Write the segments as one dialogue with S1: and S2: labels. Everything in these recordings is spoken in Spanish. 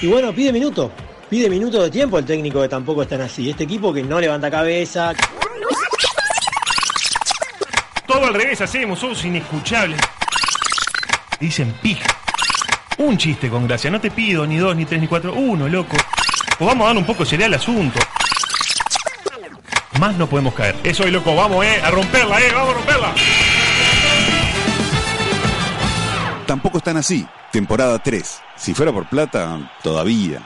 S1: Y bueno, pide minutos. Pide minutos de tiempo el técnico que tampoco están así. Este equipo que no levanta cabeza.
S2: Todo al revés hacemos, somos inescuchables. Dicen pija. Un chiste con gracia. No te pido ni dos, ni tres, ni cuatro. Uno, loco. O vamos a dar un poco sería el asunto. Más no podemos caer. Eso es loco. Vamos, eh. A romperla, eh. Vamos a romperla.
S3: Tampoco están así. Temporada 3. Si fuera por plata, todavía.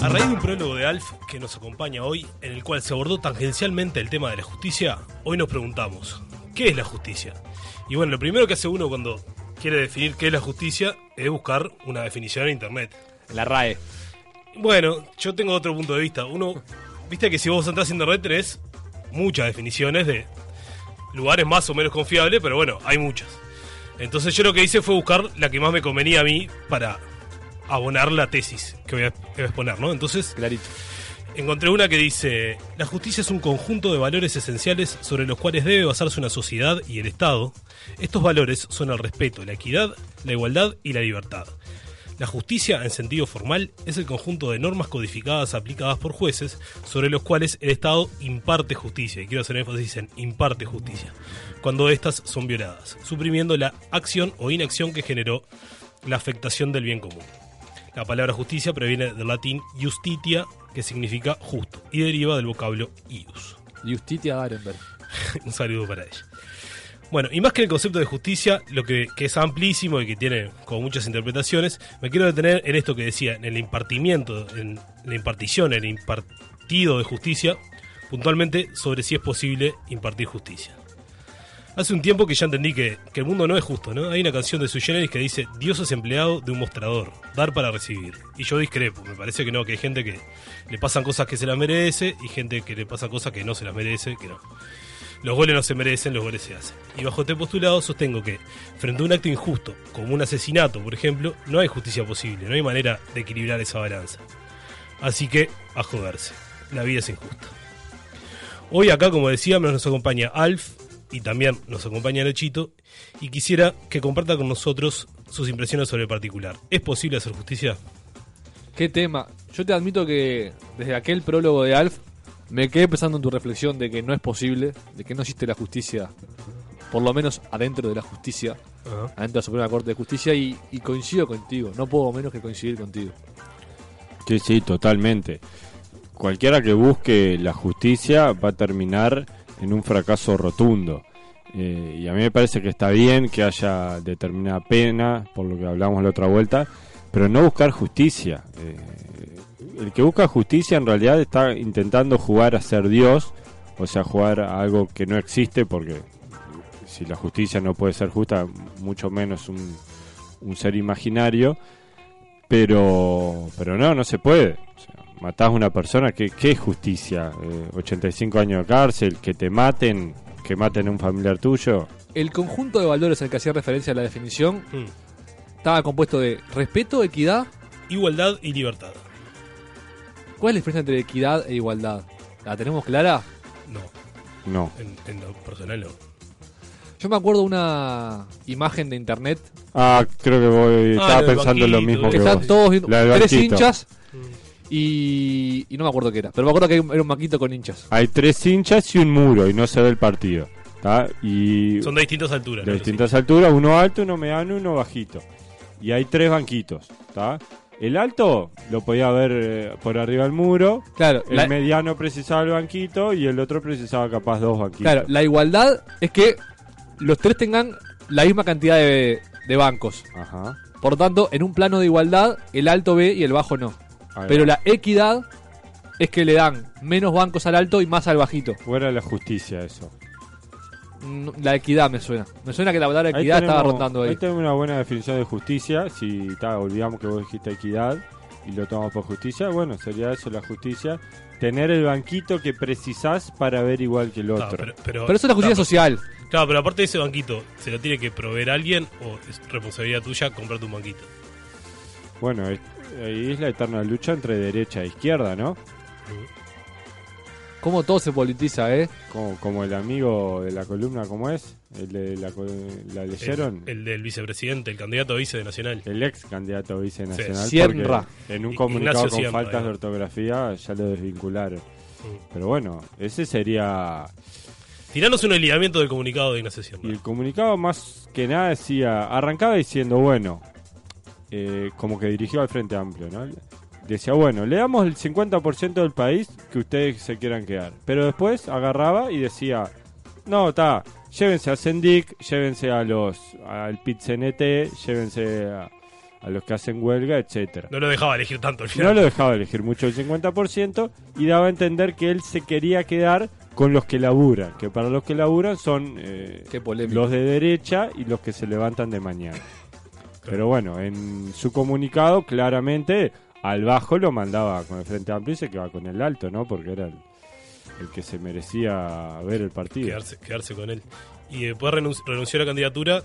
S4: A raíz de un prólogo de Alf que nos acompaña hoy, en el cual se abordó tangencialmente el tema de la justicia, hoy nos preguntamos, ¿qué es la justicia? Y bueno, lo primero que hace uno cuando quiere definir qué es la justicia es buscar una definición en Internet.
S5: La RAE.
S4: Bueno, yo tengo otro punto de vista. Uno, viste que si vos entras en Internet tenés muchas definiciones de lugares más o menos confiables, pero bueno, hay muchas. Entonces yo lo que hice fue buscar la que más me convenía a mí para abonar la tesis que voy a, que voy a exponer, ¿no? Entonces,
S5: Clarito.
S4: Encontré una que dice, la justicia es un conjunto de valores esenciales sobre los cuales debe basarse una sociedad y el Estado. Estos valores son el respeto, la equidad, la igualdad y la libertad. La justicia, en sentido formal, es el conjunto de normas codificadas aplicadas por jueces sobre los cuales el Estado imparte justicia, y quiero hacer énfasis en imparte justicia, cuando éstas son violadas, suprimiendo la acción o inacción que generó la afectación del bien común. La palabra justicia proviene del latín justitia, que significa justo, y deriva del vocablo ius.
S5: Justitia Barenberg.
S4: Un saludo para ella. Bueno, y más que el concepto de justicia, lo que, que es amplísimo y que tiene como muchas interpretaciones, me quiero detener en esto que decía, en el impartimiento, en la impartición, en el impartido de justicia, puntualmente sobre si es posible impartir justicia. Hace un tiempo que ya entendí que, que el mundo no es justo, ¿no? Hay una canción de Sui Generis que dice, Dios es empleado de un mostrador, dar para recibir. Y yo discrepo, me parece que no, que hay gente que le pasan cosas que se las merece y gente que le pasan cosas que no se las merece, que no. Los goles no se merecen, los goles se hacen. Y bajo este postulado sostengo que, frente a un acto injusto, como un asesinato, por ejemplo, no hay justicia posible, no hay manera de equilibrar esa balanza. Así que, a joderse. La vida es injusta. Hoy acá, como decíamos, nos acompaña Alf y también nos acompaña Lechito y quisiera que comparta con nosotros sus impresiones sobre el particular. ¿Es posible hacer justicia?
S5: Qué tema. Yo te admito que desde aquel prólogo de Alf me quedé pensando en tu reflexión de que no es posible, de que no existe la justicia, por lo menos adentro de la justicia, adentro de la Suprema Corte de Justicia, y, y coincido contigo, no puedo menos que coincidir contigo.
S6: Sí, sí, totalmente. Cualquiera que busque la justicia va a terminar en un fracaso rotundo. Eh, y a mí me parece que está bien que haya determinada pena, por lo que hablamos la otra vuelta, pero no buscar justicia. Eh, el que busca justicia en realidad está intentando jugar a ser Dios, o sea, jugar a algo que no existe, porque si la justicia no puede ser justa, mucho menos un, un ser imaginario. Pero, pero no, no se puede. O sea, matás a una persona, ¿qué, qué es justicia? Eh, 85 años de cárcel, que te maten, que maten a un familiar tuyo.
S5: El conjunto de valores al que hacía referencia la definición
S4: Mm.
S5: estaba compuesto de respeto, equidad.
S4: Igualdad y libertad.
S5: ¿Cuál es la diferencia entre equidad e igualdad? ¿La tenemos clara?
S4: No,
S6: No.
S4: en, en lo personal no.
S5: Yo me acuerdo una imagen de internet.
S6: Ah, creo que voy, estaba
S4: Ah, lo del
S6: pensando lo
S4: banquito,
S6: mismo
S4: eh.
S6: que
S5: Están
S6: vos.
S5: todos viendo
S6: La del
S5: tres
S6: banquito.
S5: hinchas y, y no me acuerdo qué era. Pero me acuerdo que hay un- era un maquito con hinchas.
S6: Hay tres hinchas y un muro y no se ve el partido. ¿tá? Y
S4: Son de distintas alturas.
S6: de
S4: ¿no?
S6: distintas alturas, uno alto, uno mediano y uno bajito. Y hay tres banquitos. ¿tá? El alto lo podía ver eh, por arriba del muro.
S5: Claro,
S6: El
S5: la-
S6: mediano precisaba el banquito y el otro precisaba capaz dos banquitos.
S5: Claro, la igualdad es que los tres tengan la misma cantidad de, de bancos.
S6: Ajá.
S5: Por tanto, en un plano de igualdad, el alto ve y el bajo no.
S6: Ahí va.
S5: Pero la equidad es que le dan menos bancos al alto y más al bajito.
S6: Fuera la justicia eso.
S5: no- la equidad me suena. Me suena que la palabra
S6: Ahí
S5: equidad estaba
S6: tenemos-
S5: rondando ahí.
S6: tenemos una buena definición de justicia. Si ta, olvidamos que vos dijiste equidad y lo tomamos por justicia, bueno, sería eso la justicia. Tener el banquito que precisás para ver igual que el
S4: Claro,
S6: otro.
S4: pero, pero-
S5: Pero eso es la justicia
S4: claro,
S5: social.
S4: pero- Claro, pero aparte de ese banquito, ¿se lo tiene que proveer alguien o es responsabilidad tuya comprarte un banquito?
S6: Bueno, es- ahí es la eterna lucha entre derecha e izquierda, ¿no?
S5: Como todo se politiza, ¿eh?
S6: Como, como el amigo de la columna, ¿cómo es? El de la, co- la leyeron.
S4: El, el del vicepresidente, el candidato a vice de Nacional.
S6: El ex candidato a vice nacional.
S5: Sierra.
S6: porque En un
S4: I-
S6: comunicado
S4: Ignacio
S6: con
S4: Sierra,
S6: faltas de
S4: digo.
S6: ortografía ya lo desvincularon.
S4: Mm.
S6: Pero bueno, ese sería.
S4: Tiranos un alineamiento del comunicado de Ignacio Sierra.
S6: Y el comunicado más que nada decía. Arrancaba diciendo, bueno. eh, como que dirigió al Frente Amplio, ¿no? Decía, bueno, le damos el 50% del país que ustedes se quieran quedar. Pero después agarraba y decía, no, está, llévense a Sendic, llévense a los. al pit llévense a, a los que hacen huelga, etcétera
S4: No lo dejaba elegir tanto al
S6: No
S4: final.
S6: lo dejaba elegir mucho el 50% y daba a entender que él se quería quedar con los que laburan, que para los que laburan son eh,
S5: Qué polémico.
S6: los de derecha y los que se levantan de mañana. Pero bueno, en su comunicado claramente al bajo lo mandaba con el Frente Amplio y se quedaba con el alto, ¿no? Porque era el, el que se merecía ver el partido.
S4: quedarse, quedarse con él. Y después renunci- renunció a la candidatura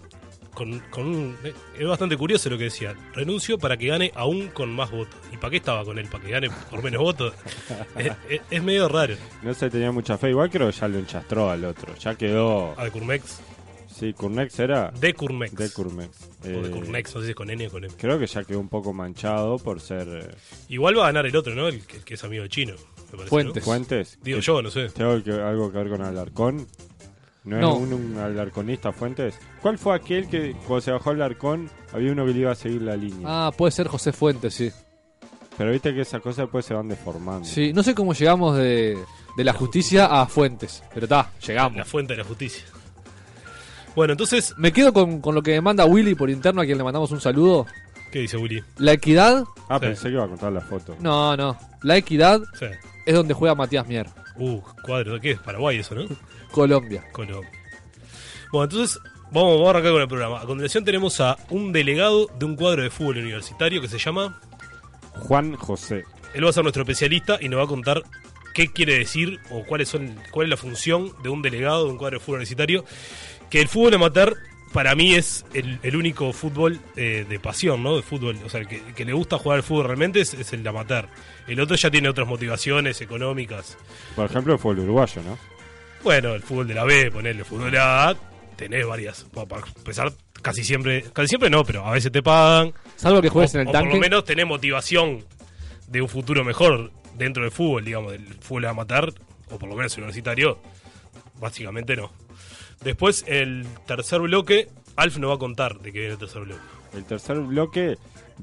S4: con, con un... eh, Es bastante curioso lo que decía. Renuncio para que gane aún con más votos. ¿Y para qué estaba con él? ¿Para que gane por menos votos? Eh, es, es- es medio raro.
S6: No se tenía mucha fe, igual creo que ya lo enchastró al otro. Ya quedó...
S4: A de Curmex.
S6: Sí, Curnex era...
S4: De Curmex.
S6: De Curnex.
S4: O de
S6: Eh,
S4: Curmex, no sé si es con N o con M.
S6: Creo que ya quedó un poco manchado por ser eh,
S4: Igual va a ganar el otro, ¿no? El, que- el que es amigo chino. me parece, ¿no?
S5: Fuentes.
S6: Fuentes.
S4: Digo yo, no sé.
S6: ¿Tengo que- algo que ver con Alarcón? ¿No,
S5: No.
S6: es un, un alarconista Fuentes? ¿Cuál fue aquel que cuando se bajó Alarcón había uno que le iba a seguir la línea?
S5: Ah, puede ser José Fuentes, sí.
S6: Pero viste que esas cosas después se van deformando.
S5: Sí, no sé cómo llegamos de, de la justicia a Fuentes, pero está,
S4: La
S5: llegamos.
S4: fuente de la justicia. Bueno, entonces,
S5: Me quedo con, con lo que me manda Willy por interno, a quien le mandamos un saludo.
S4: ¿qué dice Willy?
S5: La equidad,
S6: Ah,
S4: Sí.
S6: pensé que iba a contar la foto.
S5: no, no. La equidad
S4: O sea,
S5: es donde juega Matías Mier,
S4: uh, cuadro, ¿qué es? Paraguay eso, ¿no?
S5: Colombia.
S4: Colombia. Bueno, entonces vamos, vamos a arrancar con el programa. A continuación tenemos a un delegado de un cuadro de fútbol universitario que se llama...
S6: Juan José.
S4: Él va a ser nuestro especialista y nos va a contar qué quiere decir o cuáles son, cuál es la función de un delegado de un cuadro de fútbol universitario. Que el fútbol amateur para mí es el, el único fútbol eh, de pasión, ¿no? De fútbol, o sea, el que, el que le gusta jugar al fútbol realmente es, es el amateur. El otro ya tiene otras motivaciones económicas.
S6: Por ejemplo, fue el uruguayo, ¿no?
S4: Bueno, el fútbol de la B, ponerle el fútbol de la A, tenés varias. Bueno, para empezar, casi siempre, casi siempre no, pero a veces te pagan.
S5: Salvo que juegues
S4: O-
S5: en el
S4: o
S5: tanque.
S4: por lo menos tenés motivación de un futuro mejor dentro del fútbol, digamos, del fútbol amateur, o por lo menos universitario, básicamente no. Después, el tercer bloque, Alf nos va a contar de qué viene el tercer bloque.
S6: El tercer bloque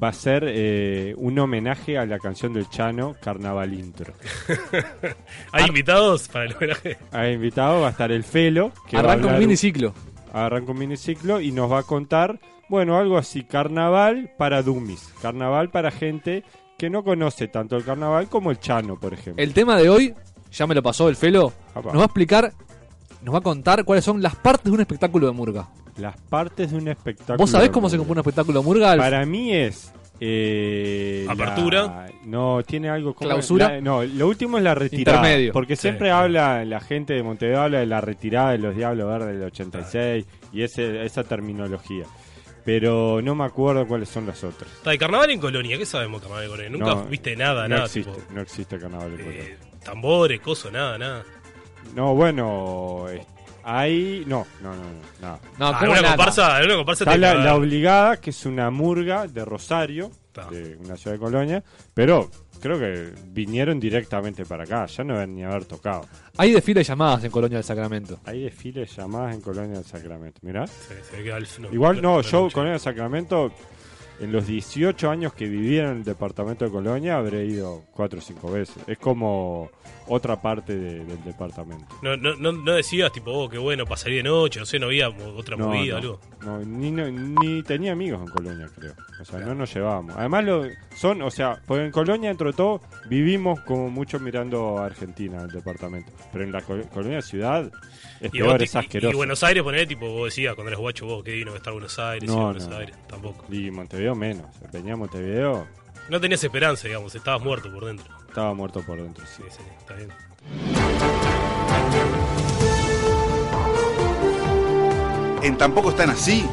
S6: va a ser eh, un homenaje a la canción del Chano, Carnaval Intro. Ah.
S4: ¿Hay invitados para el homenaje?
S6: Ha invitado, va a estar el Felo. Que va a
S5: Arranca un
S6: hablar-
S5: miniciclo.
S6: arranca un miniciclo y nos va a contar, bueno, algo así, carnaval para dummies, carnaval para gente que no conoce tanto el carnaval como el chano, por ejemplo.
S5: El tema de hoy, ya me lo pasó el Felo,
S6: Apa.
S5: nos va a explicar, nos va a contar cuáles son las partes de un espectáculo de murga.
S6: Las partes de un espectáculo.
S5: ¿Vos sabés cómo se compone un espectáculo de murga? Alf?
S6: Para mí es... eh, la-
S4: Apertura.
S6: no, tiene algo como...
S5: Clausura.
S6: la- no, lo último es la retirada.
S5: Intermedio.
S6: Porque
S4: Sí.
S6: siempre habla, la gente de Montevideo habla de la retirada de los Diablos Verdes del 86 y ese, esa terminología. Pero no me acuerdo cuáles son las otras.
S4: Está de carnaval en Colonia, ¿qué sabemos de carnaval en Colonia? Nunca
S6: No,
S4: viste nada,
S6: no
S4: nada.
S6: Existe,
S4: tipo,
S6: No existe carnaval en Colonia.
S4: eh, tambores, cosas, nada, nada. Eh.
S6: No, bueno, eh, hay. No, no, no, no. nada.
S5: No, ¿cómo
S4: Ah, alguna
S5: nada?
S4: comparsa, alguna comparsa
S6: Está
S4: te
S6: la,
S4: va-
S6: la obligada, que es una murga de Rosario,
S4: Está.
S6: de una ciudad de Colonia, pero creo que vinieron directamente para acá, ya no deben ni haber tocado.
S5: Hay desfiles llamadas en Colonia del Sacramento.
S6: Hay desfiles llamadas en Colonia del Sacramento, mirá.
S4: Se- se ve que Alf no-
S6: Igual no, yo
S4: mucho.
S6: Colonia del Sacramento en los 18 años que viví en el departamento de Colonia habré ido 4 o 5 veces. Es como otra parte de- del departamento.
S4: No, no, no, no decías, tipo, oh, qué bueno, pasaría de noche, no sé, no había mo- otra
S6: No,
S4: movida,
S6: no.
S4: algo.
S6: No, ni, no- ni tenía amigos en Colonia, creo. O sea, no nos llevábamos. Además, lo, son, o sea, porque en Colonia, entre todo, vivimos como mucho mirando a Argentina, el departamento. Pero en la col- Colonia Ciudad es
S4: vos
S6: peor,
S4: ti-
S6: es asqueroso.
S4: y Buenos Aires, poné, tipo, vos decías cuando eras guacho, vos, qué divino que está Buenos Aires,
S6: No,
S4: ir a Buenos
S6: no.
S4: Aires, tampoco.
S6: Y Montevideo menos. Venía a Montevideo,
S4: No tenías esperanza, digamos, estabas muerto por dentro.
S6: estaba muerto por dentro. sí.
S4: Sí, sí, está bien.
S3: En Tampoco están así.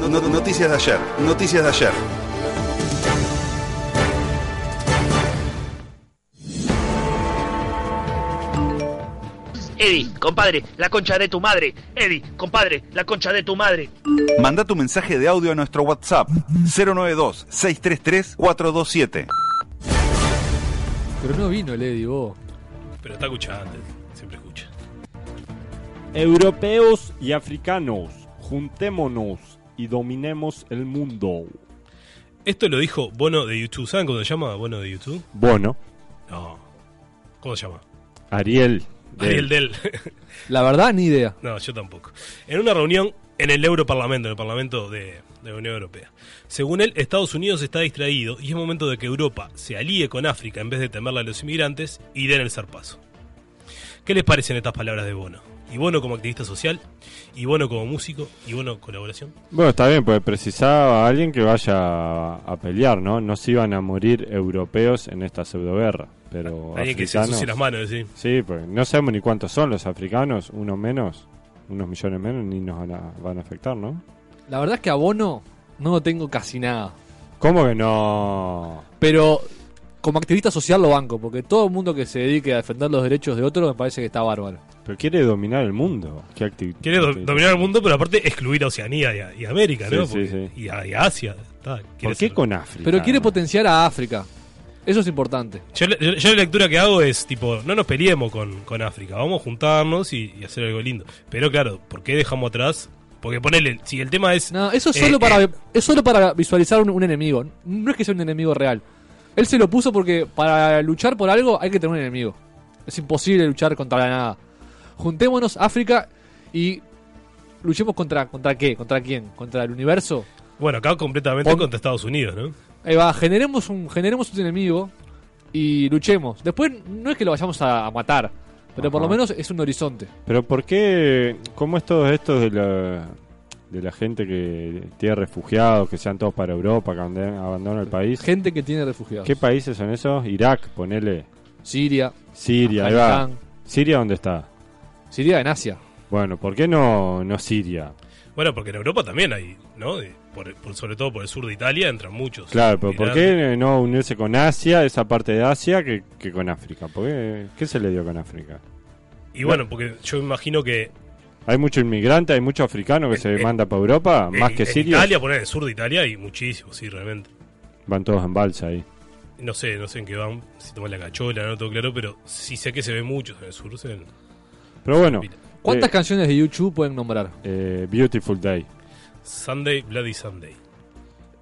S3: No- no- noticias de ayer. Noticias de ayer.
S7: Eddie, compadre, la concha de tu madre. Eddie, compadre, la concha de tu madre.
S3: Manda tu mensaje de audio a nuestro WhatsApp 092 633 427.
S5: Pero no vino el Eddie, vos.
S4: Pero está escuchando, siempre escucha.
S6: Europeos y africanos, juntémonos y dominemos el mundo.
S4: Esto lo dijo Bono de YouTube. ¿Saben cómo se llama Bono de YouTube?
S6: Bono,
S4: No. ¿Cómo se llama?
S6: Ariel. de-
S4: Ariel Del.
S5: La verdad, ni idea.
S4: no, yo tampoco. En una reunión en el Europarlamento, en el Parlamento de, de la Unión Europea. Según él, Estados Unidos está distraído y es momento de que Europa se alíe con África en vez de temerla a los inmigrantes y den el zarpazo. ¿Qué les parecen estas palabras de Bono? Y Bono como activista social, y Bono como músico, y Bono colaboración.
S6: Bueno, está bien, pues precisaba a alguien que vaya a pelear, ¿no? No se iban a morir europeos en esta pseudoguerra, pero
S4: Alguien que se
S6: africanos...
S4: ensucie las manos, decir.
S6: Sí, pues no sabemos ni cuántos son los africanos, unos menos, unos millones menos, ni nos van a, van a afectar, ¿no?
S5: La verdad es que a Bono no lo tengo casi nada.
S6: ¿Cómo que no?
S5: Pero como activista social lo banco, porque todo el mundo que se dedique a defender los derechos de otro me parece que está bárbaro.
S6: Pero quiere dominar el mundo. ¿Qué acti-
S4: Quiere do-
S6: acti-
S4: dominar el mundo, pero aparte excluir a Oceanía y, a- y a América,
S6: Sí,
S4: ¿no?
S6: sí,
S4: Porque-
S6: sí.
S4: Y, a, y a Asia. Está, quiere
S6: ¿Por qué
S4: Ah, ser-
S6: con África?
S5: Pero quiere potenciar a África. Eso es importante.
S4: Yo, la- yo- yo la lectura que hago es tipo, no nos peleemos con, con África, vamos a juntarnos y, y hacer algo lindo. Pero claro, ¿por qué dejamos atrás? Porque ponele, si el tema es...
S5: No, Ah, eso es
S4: Eh,
S5: solo,
S4: eh.
S5: para, es solo para visualizar un, un enemigo. No es que sea un enemigo real. Él se lo puso porque para luchar por algo hay que tener un enemigo. Es imposible luchar contra la nada. Juntémonos, África, y luchemos contra, contra qué, contra quién, contra el universo.
S4: Bueno, acá completamente
S5: Pon-
S4: contra Estados Unidos, ¿no?
S5: Ahí va, generemos un, generemos un enemigo y luchemos. Después no es que lo vayamos a, a matar, pero por lo
S6: Ajá.
S5: menos es un horizonte.
S6: Pero ¿por qué? ¿Cómo es todo esto de la, de la gente que tiene refugiados, que sean todos para Europa, que abandon- abandonan el país?
S5: Gente que tiene refugiados.
S6: ¿Qué países son esos? Irak, ponele.
S5: Siria,
S6: Siria, ahí va.
S5: Afganistán.
S6: ¿Siria dónde está?
S5: Siria en Asia.
S6: Bueno, ¿por qué no, no Siria?
S4: Bueno, porque en Europa también hay, ¿no? De- por- por- sobre todo por el sur de Italia entran muchos.
S6: Claro, pero ¿por
S4: Migrantes.
S6: qué no unirse con Asia, esa parte de Asia, que, que con África? ¿Por qué, ¿Qué se le dio con África?
S4: Y bueno, porque yo imagino que... eh,
S6: Hay mucho inmigrante, hay mucho africano que se
S4: en-
S6: manda para Europa, más
S4: Eh, en-
S6: que
S4: en
S6: Siria.
S4: Italia, poner el sur de Italia hay muchísimos, sí, realmente.
S6: Van todos en balsa ahí.
S4: No sé, no sé en qué van, si toman la cachola, no todo claro, pero sí sé que se ve muchos en el sur. se ven.
S6: Pero bueno,
S4: Mira.
S5: ¿Cuántas
S6: eh,
S5: canciones de YouTube pueden nombrar?
S6: eh, Beautiful Day.
S4: Sunday, Bloody Sunday.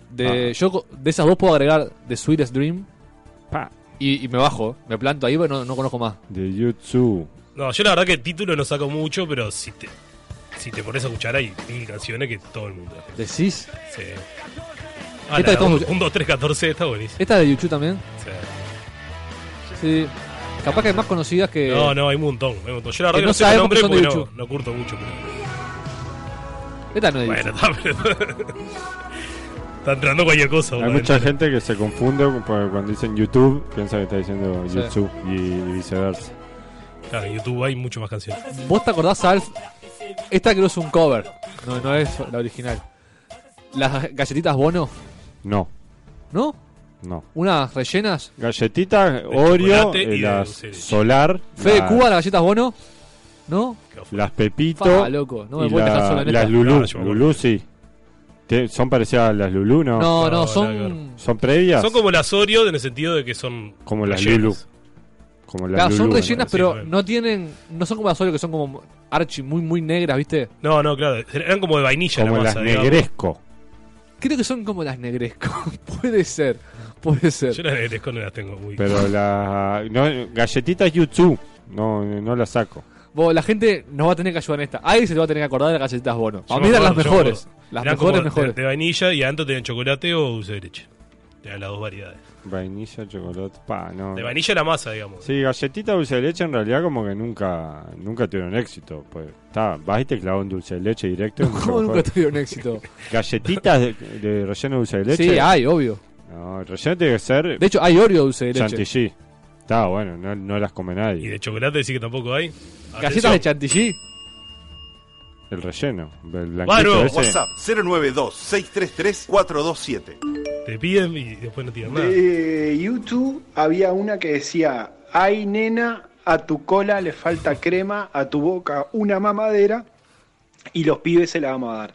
S5: De, yo co- de esas dos puedo agregar The Sweetest Dream
S6: Pa,
S5: y, y me bajo. Me planto ahí, pero no, no conozco más.
S6: de YouTube.
S4: No, yo la verdad que el título no saco mucho, pero si te, si te pones a escuchar hay mil canciones que todo el mundo.
S5: ¿Decís?
S4: Sí. Ah,
S5: Esta
S4: la,
S5: estamos-
S4: 1, 2, 3, 14, está buenísimo.
S5: ¿Esta es de YouTube también?
S4: Sí.
S5: Sí. Capaz que hay más conocidas que...
S4: No, no, hay un montón. Hay un montón. Yo la verdad
S5: que
S4: que
S5: no
S4: no sé el
S5: sabemos
S4: nombre
S5: que son de
S4: porque no,
S5: Yuchu.
S4: no curto mucho, pero.
S5: Esta no es de
S4: Bueno,
S5: YouTube.
S4: está, pero- está entrando cualquier cosa.
S6: Hay
S4: por la
S6: mucha
S4: ventana.
S6: gente que se confunde con- porque cuando dicen YouTube, piensa que está diciendo
S5: Sí.
S6: YouTube y viceversa.
S4: Claro, en YouTube hay mucho más canciones.
S5: ¿Vos te acordás, Alf? Esta creo es un cover. No, no es la original. Las galletitas Bono,
S6: No,
S5: ¿no?
S6: no.
S5: Unas rellenas.
S6: Galletitas Oreo, eh,
S4: chocolate y de
S6: las
S4: dulce de leche.
S6: Solar,
S5: Fe de
S6: las-
S5: Cuba, las galletas Bono. ¿No?
S6: las Pepito
S5: Fa, loco. No me
S6: y
S5: puedes
S6: la-
S5: dejar solo en esta.
S6: las Lulú.
S4: No, yo me acuerdo.
S6: Lulú sí. Te- son parecidas a las Lulú, ¿no?
S5: No, no,
S4: No, nada que
S5: son.
S6: Son previas.
S4: Son como las Oreo en el sentido de que son.
S6: Como las
S4: rellenas.
S6: Lulu. Como las
S5: claro, son
S6: Lulú, ¿no?
S5: rellenas,
S4: sí,
S5: pero
S4: bueno.
S5: no tienen. No son como las Oreo, que son como archi muy, muy negras, ¿viste?
S4: No, no, claro. Eran como de vainilla
S6: Como
S4: la
S6: las
S4: masa. digamos.
S6: Negresco.
S5: Creo que son como las negresco. puede ser, puede ser.
S4: Yo las de Tesco no las tengo muy.
S6: Pero la. No, galletitas YouTube. No, no las saco.
S5: Vos, la gente nos va a tener que ayudar en esta. Ahí se le va a tener que acordar de las galletitas bono.
S4: Yo
S5: A
S4: me
S5: mí eran las
S4: acuerdo, yo me
S5: mejores.
S4: acuerdo.
S5: Las
S4: Eran
S5: mejores,
S4: como
S5: mejores.
S4: De, de vainilla y antes tenían chocolate o dulce de leche. Eran las dos variedades.
S6: Vainilla, chocolate. Pa,
S5: Ah.
S6: no.
S4: De vainilla era masa, digamos.
S6: Sí, galletita dulce de leche en realidad como que nunca nunca tuvieron éxito. Pues está, vas y te clavó un dulce de leche directo. es mucho
S5: ¿Cómo
S6: mejor.
S5: nunca tuvieron éxito?
S6: Galletitas de, de relleno de dulce de leche.
S5: Sí, hay, obvio.
S6: No, el relleno tiene que ser
S5: De hecho, hay Oreo dulce de leche.
S6: chantilly. Está bueno, no, no las come
S4: Y
S6: nadie.
S4: de chocolate sí que tampoco hay.
S5: Galletas de chantilly.
S6: El relleno, el blanquito
S4: Varo,
S6: ese.
S8: WhatsApp 092-633-427.
S4: Te piden y después no tiran nada.
S9: De YouTube había una que decía, ay nena, a tu cola le falta crema, a tu boca una mamadera y los pibes se la vamos a dar.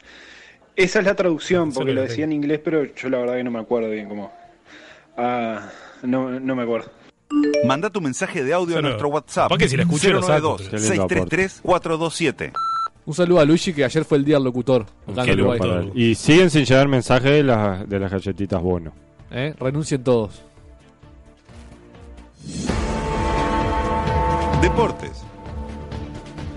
S9: Esa es la traducción,
S4: Eso
S9: porque
S4: lo
S9: lo decía en
S4: tengo.
S9: inglés, pero yo la verdad que no me acuerdo bien cómo. Ah, no, no me acuerdo.
S8: Manda tu mensaje de audio
S4: Eso
S8: a
S4: no.
S8: nuestro WhatsApp.
S4: Capaz que si la escucho lo saco,
S8: 092-633-427.
S5: Un saludo a Luigi que ayer fue el día del locutor. Acá en
S4: saludo
S5: Uruguay.
S4: para
S6: Para él. Y siguen sin llegar mensajes de las, de las galletitas bono.
S5: ¿Eh? Renuncien todos.
S8: Deportes.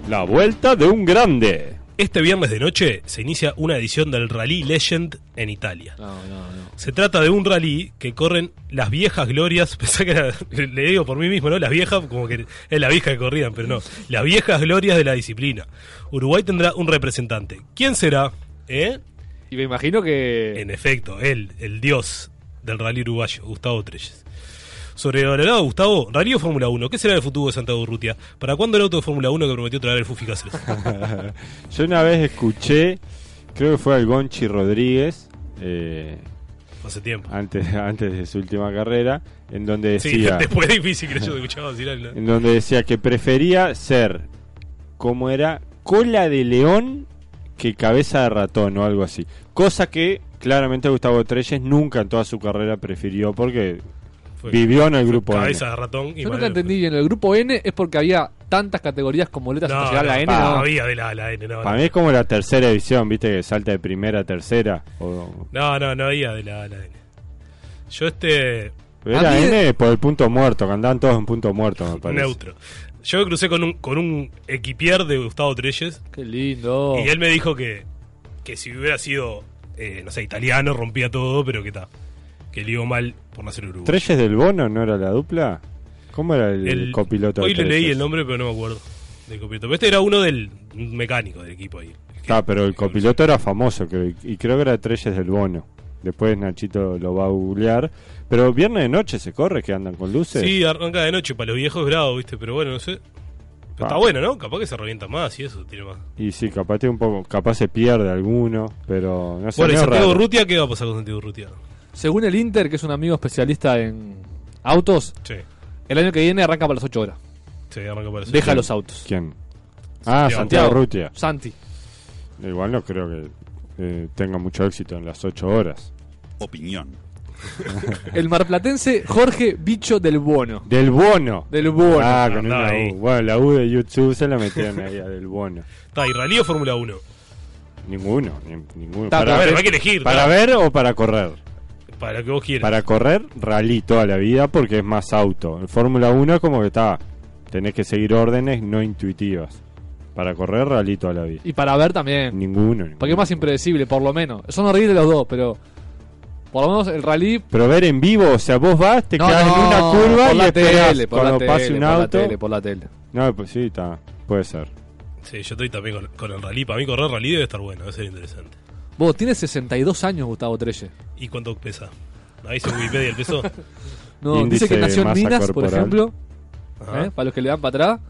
S6: La vuelta de un grande.
S4: Este viernes de noche se inicia una edición del Rally Legend en Italia.
S5: No, no, no.
S4: Se trata de un rally que corren las viejas glorias, pensá que era- le digo por mí mismo, ¿no? Las viejas, como que es la vieja que corrían, pero no. Las viejas glorias de la disciplina. Uruguay tendrá un representante. ¿Quién será? ¿Eh?
S5: Y me imagino que.
S4: En efecto, él, el dios del rally uruguayo, Gustavo Trelles. Sobrevalorado, Gustavo, rally o Fórmula 1, ¿qué será el futuro de Santiago Urrutia? ¿Para cuándo el auto de Fórmula 1 que prometió traer el Fufi Cáceres?
S6: Yo una vez escuché, creo que fue al Gonchi Rodríguez, eh,
S4: Hace tiempo.
S6: antes, antes de su última carrera, en donde
S4: Sí,
S6: decía,
S4: después es difícil que yo te escuchaba decir algo.
S6: en donde decía que prefería ser, como era, cola de león que cabeza de ratón o algo así. Cosa que claramente Gustavo Treyes nunca en toda su carrera prefirió porque
S4: Fue
S6: vivió en el grupo N.
S4: Cabeza de ratón y
S5: Yo nunca
S4: madre-
S5: entendí bien. El grupo N es porque había tantas categorías como letras hasta
S4: No,
S5: llegar a
S4: no,
S5: la N.
S4: pa,
S5: no.
S4: había de la, la N, no,
S6: Para
S4: no.
S6: mí es como la tercera división, viste, que salta de primera a tercera. O...
S4: No, no, no había de la, la N. Yo este...
S5: A
S6: Era
S5: mí-
S6: N por el punto muerto, que andaban todos en punto muerto, me parece.
S4: Neutro. Yo me crucé con un, con un equipier de Gustavo Trelles
S5: Qué lindo.
S4: Y él me dijo que, que si hubiera sido, eh, no sé, italiano, rompía todo, pero que tal. Que le iba mal por nacer uruguayo.
S6: ¿Treyes del Bono no era la dupla? ¿Cómo era el,
S4: El-
S6: copiloto? de
S4: Hoy le leí
S6: Treyes?
S4: el nombre, pero no me acuerdo del copiloto. Pero este era uno del un mecánico del equipo ahí.
S6: Ah, pero el copiloto era famoso, que- y creo que era Treyes del Bono. Después Nachito lo va a googlear. Pero viernes de noche se corre, que andan con luces.
S4: Sí, arranca de noche para los viejos grados, ¿viste? Pero bueno, no sé. Pero
S6: Ah.
S4: está bueno, ¿no? Capaz que se revienta más y eso tiene más.
S6: Y sí, capaz tiene un poco, capaz se pierde alguno, pero no sé.
S4: bueno, y
S6: medio
S4: Santiago
S6: raro.
S4: Urrutia, ¿qué va a pasar con Santiago Urrutia?
S5: Según el Inter, que es un amigo especialista en autos,
S4: Sí,
S5: el año que viene arranca para las 8 horas.
S4: sí, arranca para eso.
S5: Deja los autos.
S6: ¿Quién? Ah,
S4: Santiago.
S6: Santiago Rutia.
S5: Santi.
S6: Igual no creo que eh, tenga mucho éxito en las 8 horas.
S8: Opinión.
S5: El marplatense Jorge Bicho del Bono.
S6: Del bono.
S5: Del Bono.
S6: ah, con
S4: andá
S6: una
S4: ahí.
S6: U. Bueno, la U de YouTube se la metieron ahí a del bono.
S4: Está, ¿y rally o Fórmula 1?
S6: Ninguno, ni- ninguno.
S5: Ta,
S4: A
S5: ta,
S6: Para,
S4: ver,
S5: ver,
S4: hay que elegir.
S6: para
S4: ta.
S6: ver o para correr.
S4: Para lo que vos quieras.
S6: Para correr, rally toda la vida porque es más auto. En Fórmula 1 es como que está, tenés que seguir órdenes no intuitivas. Para correr, rally toda la vida.
S5: Y para ver también.
S6: Ninguno. ninguno.
S5: Porque es más impredecible, por lo menos. Son horribles los dos, pero. Por lo menos el rally.
S6: Pero ver en vivo, o sea, vos vas, te quedás en una curva
S5: por
S6: y
S5: la
S6: esperás
S5: tele, por la
S6: cuando
S5: tele,
S6: pase un
S5: por la
S6: auto.
S5: tele, por la tele.
S6: No, pues sí, está. Puede ser.
S4: Sí, yo estoy también con, con el rally. Para mí correr rally debe estar bueno, debe ser interesante.
S5: Vos, tiene 62 años Gustavo Trelle.
S4: ¿Y cuánto pesa? Ahí se Wikipedia el peso.
S5: No,
S6: Índice
S5: dice que nació en
S6: masa
S5: Minas, por
S6: corporal.
S5: ejemplo.
S4: Ajá.
S5: ¿eh? Para los que le dan para atrás.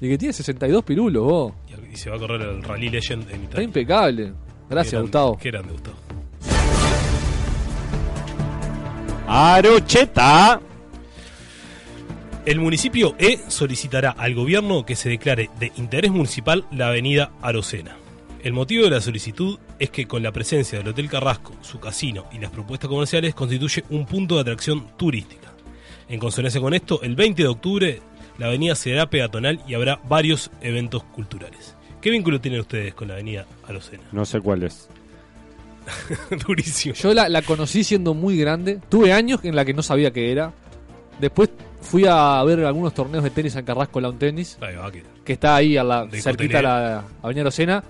S5: Y que tiene 62 pirulos, vos.
S4: Y- Y se va a correr el Rally Legend en
S5: Está
S4: Italia.
S5: impecable.
S4: Qué
S5: Gracias,
S4: grande,
S5: Gustavo.
S4: Qué grande, Gustavo.
S6: Arocheta.
S4: El municipio E solicitará al gobierno que se declare de interés municipal la avenida Arocena. El motivo de la solicitud es que con la presencia del Hotel Carrasco, su casino y las propuestas comerciales constituye un punto de atracción turística. En consonancia con esto, el 20 de octubre la avenida será peatonal y habrá varios eventos culturales. ¿Qué vínculo tienen ustedes con la avenida Arocena?
S6: No sé cuál es.
S4: Durísimo.
S5: Yo la, la conocí siendo muy grande. Tuve años en la que no sabía qué era. Después fui a ver algunos torneos de tenis en Carrasco Lawn Tennis,
S4: Ahí va, queda.
S5: que está ahí a la,
S4: De
S5: cerquita a la Avenida Arocena.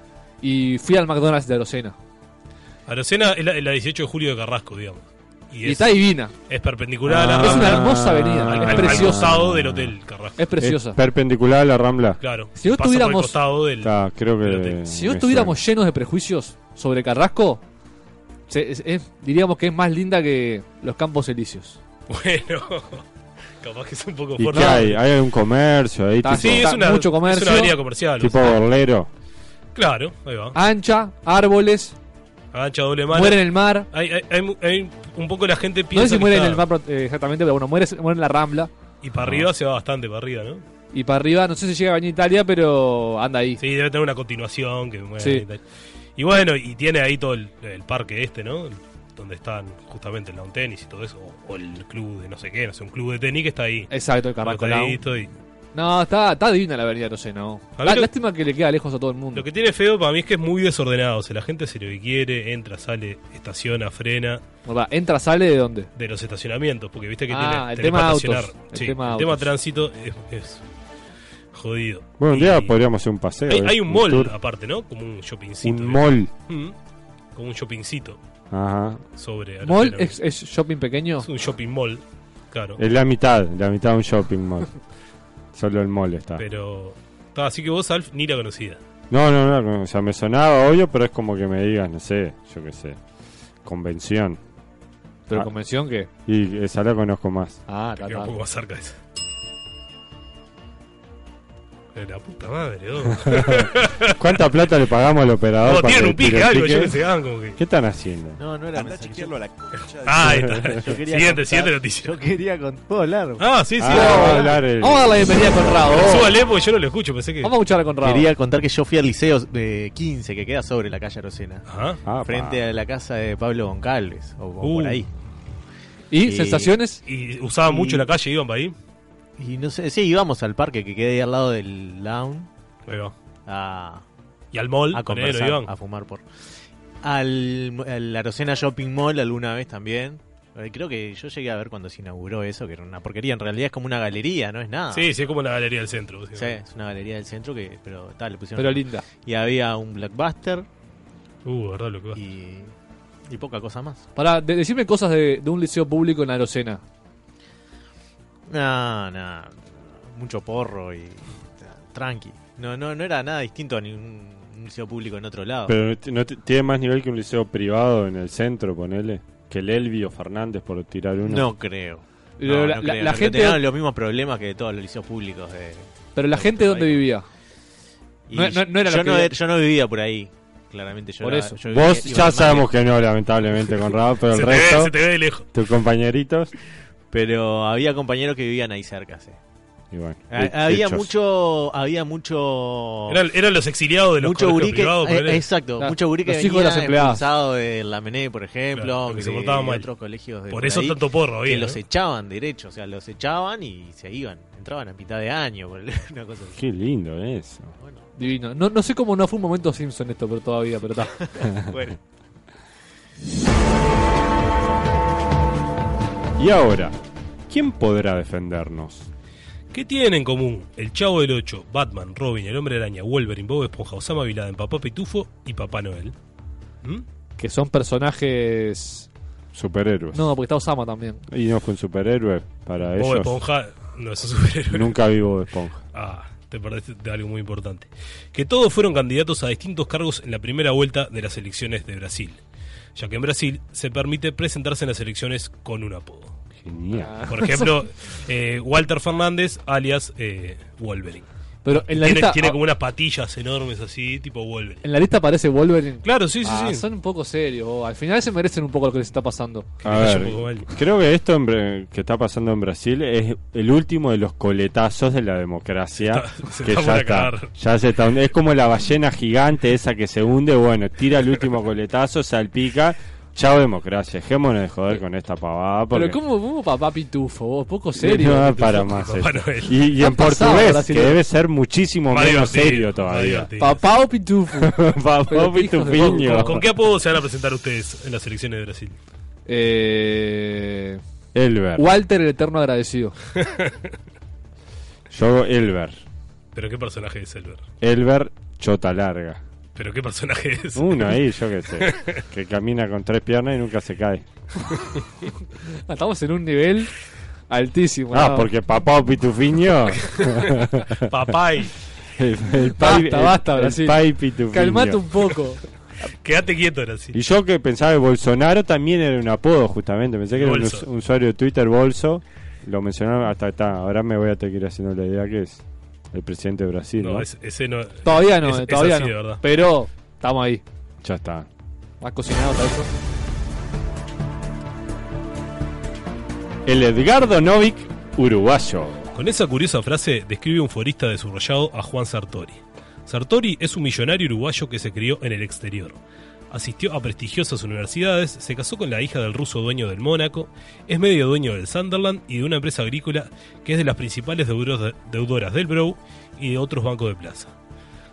S5: Y fui al McDonald's de Arocena.
S4: Arocena es la, es la 18 de julio de Carrasco, digamos. Y
S5: Y
S4: es,
S5: está divina.
S4: es perpendicular a
S5: Ah,
S4: la
S5: Es
S4: Rambla,
S5: una hermosa avenida,
S4: al,
S5: es
S4: al- al
S5: preciosa.
S4: costado del hotel Carrasco.
S5: Es preciosa.
S6: Es perpendicular a la Rambla.
S4: Claro.
S5: Si
S4: pasa
S5: no
S4: por el
S5: tuviéramos-
S4: costado del-
S6: Está, creo
S4: El hotel.
S6: que.
S5: Si no
S6: me
S5: estuviéramos llenos de prejuicios sobre Carrasco, se- es- es- diríamos que es más linda que los Campos Elíseos.
S4: Bueno, capaz que es un poco
S6: suena. ¿Y
S4: fuerte.
S6: qué hay? ¿Hay un comercio ahí?
S5: Está
S6: tipo,
S4: Sí, es
S5: Está
S4: una,
S5: mucho
S4: es
S5: comercio.
S4: una avenida comercial.
S6: tipo borlero.
S4: Claro, ahí va.
S5: Ancha, árboles,
S4: Ancha doble mano.
S5: muere en el mar.
S4: Hay, hay- hay mu- hay un poco la gente
S5: No
S4: piensa.
S5: sé si
S4: que
S5: muere en
S4: está-
S5: el mar pro- eh, exactamente, pero bueno, muere, muere en la Rambla.
S4: Y para arriba se va bastante para arriba, ¿no?
S5: Y para arriba, no sé si llega a Baña Italia, pero anda ahí.
S4: Sí, debe tener una continuación. que bueno,
S5: Sí.
S4: y tal. Y bueno, y tiene ahí todo el, el parque este, ¿no? Donde están justamente el lawn tenis y todo eso. O, o el club de no sé qué, no sé, un club de tenis que está ahí.
S5: Exacto, el Carrasco Lawn.
S4: Acotadito y-
S5: No, está, está divina la avenida, no sé, no.
S4: A mí
S5: Lá-
S4: lo-
S5: Lástima que le queda lejos a todo el mundo.
S4: Lo que tiene feo para mí es que es muy desordenado. O sea, la gente se lo que quiere, entra, sale, estaciona, frena.
S5: Va, Entra, sale de dónde.
S4: de los estacionamientos, porque viste que
S5: Ah,
S4: tiene
S5: el
S4: tenés
S5: tema
S4: para
S5: autos,
S4: estacionar.
S5: el
S4: Sí,
S5: tema
S4: el tema
S5: autos.
S4: tránsito es, es jodido.
S6: Bueno, un
S4: Y
S6: día podríamos hacer un paseo.
S4: hay,
S6: ¿eh?
S4: hay un mall
S6: tour.
S4: aparte, ¿no? Como un shoppingcito.
S6: Un
S4: ¿eh?
S6: mall.
S4: Mm, como un shoppingcito
S6: Ajá.
S4: sobre
S5: Mall
S4: Aracena.
S5: es, es shopping pequeño.
S4: Es un shopping mall, claro.
S6: Es la mitad, la mitad de un shopping mall. Solo el mall está.
S4: Pero ta, así que vos, Alf, ni la conocida.
S6: No, no, no, o sea, me sonaba obvio, pero es como que me digas, no sé, yo qué sé, convención.
S5: Pero
S6: Ah.
S5: convención que.
S6: Y eh, esa la conozco más.
S5: Ah, está,
S4: Te queda un
S5: está.
S4: poco más cerca de esa. Eh, La puta madre, oh.
S6: ¿Cuánta plata le pagamos al operador?
S4: No,
S6: para
S4: tienen
S6: que
S4: un
S6: tire
S4: pique
S6: el
S4: algo, yo
S6: pique?
S4: que se dan como que.
S6: ¿Qué están haciendo?
S10: No, no era
S8: Andá a
S10: mensaje.
S8: chequearlo a la concha de-
S4: Ah, ahí está.
S10: Yo quería
S4: Siguiente,
S10: contar-
S4: siguiente noticia.
S10: Yo quería con ¿Puedo hablar?
S4: Ah, sí, sí.
S6: Ah,
S4: dale.
S6: va a hablar el-
S5: Vamos a darle la bienvenida a Conrado.
S4: Pero
S5: Vamos
S4: súbale, porque yo no lo escucho, pensé que.
S5: Vamos a escuchar a Conrado.
S10: Quería contar que yo fui al liceo de 15, que queda sobre la calle Arocena.
S4: Ajá.
S6: Ah, pa.
S10: Frente a la casa de Pablo Goncalves, o, o
S4: Uh.
S10: por ahí.
S5: ¿Y
S10: Y-
S5: sensaciones?
S4: Y usaban
S10: Y-
S4: mucho la calle, iban para ahí.
S10: Y no sé, sí, íbamos al parque que queda ahí al lado del down
S4: Ahí va.
S10: a,
S4: Y al mall,
S10: a
S4: ponele,
S10: conversar,
S4: iban.
S10: a fumar por. Al, al Arocena Shopping Mall alguna vez también. Eh, Creo que yo llegué a ver cuando se inauguró eso, que era una porquería. En realidad es como una galería, no es nada.
S4: Sí, sí, es como la galería del centro.
S10: Sí, es una galería del centro que, pero tal, le pusieron.
S5: Pero linda.
S10: y había un blockbuster
S4: Uh, verdad lo que va.
S10: y, y poca cosa más.
S5: Para decirme cosas de, de un liceo público en Arocena.
S10: No, no, mucho porro y tranqui. No, no, no era nada distinto a ningún museo público en otro
S4: Ah.
S10: lado.
S6: Pero no t- no t- tiene más nivel que un liceo privado en el centro, ponele. Que el Elvio Fernández, por tirar uno.
S10: No creo.
S5: Pero
S10: No,
S5: la,
S10: no
S5: la-
S10: creo,
S5: la
S10: no creo.
S5: gente,
S10: Tenían los mismos problemas que todos los liceos públicos. De...
S5: pero la
S10: no,
S5: gente
S10: no,
S5: dónde
S10: no.
S5: vivía.
S10: Y
S5: No- no- no era
S10: yo,
S5: lo que-
S10: no, er- yo no vivía por ahí, claramente. Yo
S5: Por
S10: era-
S5: eso.
S10: yo vivía-
S6: Vos
S10: iba
S6: ya
S10: al
S6: sabemos que no, lamentablemente, Conrado, pero el
S4: se, te ve,
S6: resto,
S4: se te ve de lejos.
S6: tus compañeritos.
S10: mate, Pero había compañeros que vivían ahí cerca, sí.
S6: Y bueno,
S10: Ha-
S6: he-
S10: había
S6: hechos.
S10: mucho... Había mucho...
S4: Eran, eran los exiliados de los
S10: mucho
S4: colegios
S10: gurí que,
S4: privados.
S10: eh,
S4: ponele.
S10: exacto,
S5: Claro,
S10: mucho gurí que
S5: los hijos de las
S10: venía
S5: empleadas.
S10: expulsado de la MENE, por ejemplo,
S4: Claro, porque
S10: de,
S4: se portaban
S10: de
S4: mal.
S10: otros colegios de
S4: Por eso
S10: ahí,
S4: tanto porro
S10: que
S4: había.
S10: los
S4: ¿no?
S10: echaban derecho, o sea, los echaban y se iban, entraban a mitad de año, por- una cosa así.
S6: Qué lindo eso.
S5: Divino. No, no sé cómo no fue un momento Simpson esto, pero todavía, pero está.
S10: Bueno,
S6: Y ahora, ¿quién podrá defendernos?
S4: ¿Qué tienen en común el Chavo del 8, Batman, Robin, el Hombre Araña, Wolverine, Bob Esponja, Osama Bin Laden, Papá Pitufo y Papá Noel? ¿Mm?
S5: Que son personajes.
S6: Superhéroes.
S5: No, porque está Osama también.
S6: Y no fue un superhéroe para
S4: Bob
S6: ellos.
S4: Esponja no es un superhéroe.
S6: Nunca vi Bob Esponja.
S4: Ah, te perdiste de algo muy importante. Que todos fueron candidatos a distintos cargos en la primera vuelta de las elecciones de Brasil, ya que en Brasil se permite presentarse en las elecciones con un apodo.
S6: Genial.
S4: Ah. Por ejemplo, eh, Walter Fernández, alias eh, Wolverine.
S5: Pero en la
S4: Tiene,
S5: lista.
S4: tiene como unas patillas enormes así, tipo Wolverine.
S5: En la lista aparece Wolverine.
S4: Claro, sí, sí,
S5: Ah,
S4: sí.
S5: Son un poco serios. vos. Al final se merecen un poco lo que les está pasando.
S6: A
S4: Es un
S6: ver,
S4: poco mal.
S6: creo que esto en Bra- que está pasando en Brasil es el último de los coletazos de la democracia.
S4: Está- se
S6: que
S4: está
S6: ya
S4: por
S6: está,
S4: acabar.
S6: ya se está. hundiendo. Es como la ballena gigante esa que se hunde. Bueno, tira el último coletazo, salpica. Chao democracia, dejémonos de joder con esta pavada. Porque...
S5: Pero ¿cómo, cómo papá pitufo? vos? Poco serio.
S6: No da
S5: Pitufo.
S6: para más
S5: Papá
S6: esto.
S5: Noel.
S6: Y, y
S5: Ha
S6: en
S5: pasado
S6: portugués, que
S5: brasileño.
S6: debe ser muchísimo
S5: Más
S6: menos
S5: divertido,
S6: serio
S5: más
S6: todavía.
S5: divertido. Papá o pitufo.
S6: Papá o pitufiño.
S4: ¿Con, con qué apodo se van a presentar ustedes en las elecciones de Brasil?
S5: Eh...
S6: Elber.
S5: Walter el Eterno Agradecido.
S6: Yo, Elber.
S4: ¿Pero qué personaje es Elber?
S6: Elber Chota Larga.
S4: ¿Pero qué personaje es?
S6: Uno ahí, yo qué sé. que camina con tres piernas y nunca se cae.
S5: Ah, Estamos en un nivel altísimo.
S6: Ah,
S5: ¿no?
S6: porque papá o pitufiño.
S4: Papay.
S6: El, el
S5: Basta,
S6: pai, el-
S5: basta,
S6: el
S5: Brasil.
S6: pai pitufiño.
S5: Calmate un poco.
S4: Quédate quieto, Brasil.
S6: Y yo que pensaba que Bolsonaro también era un apodo, justamente. Pensé que era un,
S4: Bolso.
S6: us- un usuario de Twitter, Bolso. Lo mencionaron hasta está. Ahora me voy a tener que ir haciendo la idea que es el presidente de Brasil. No,
S4: No, es- ese no.
S5: Todavía no,
S4: es- es
S5: todavía
S4: así,
S5: no.
S4: de verdad.
S5: Pero estamos ahí.
S6: Ya está.
S5: Más cocinado está eso.
S6: El Edgardo Novik, uruguayo.
S4: Con esa curiosa frase describe un forista desarrollado a Juan Sartori. Sartori es un millonario uruguayo que se crió en el exterior. Asistió a prestigiosas universidades, se casó con la hija del ruso dueño del Mónaco, es medio dueño del Sunderland y de una empresa agrícola que es de las principales deudoras deudoras del Brou y de otros bancos de plaza.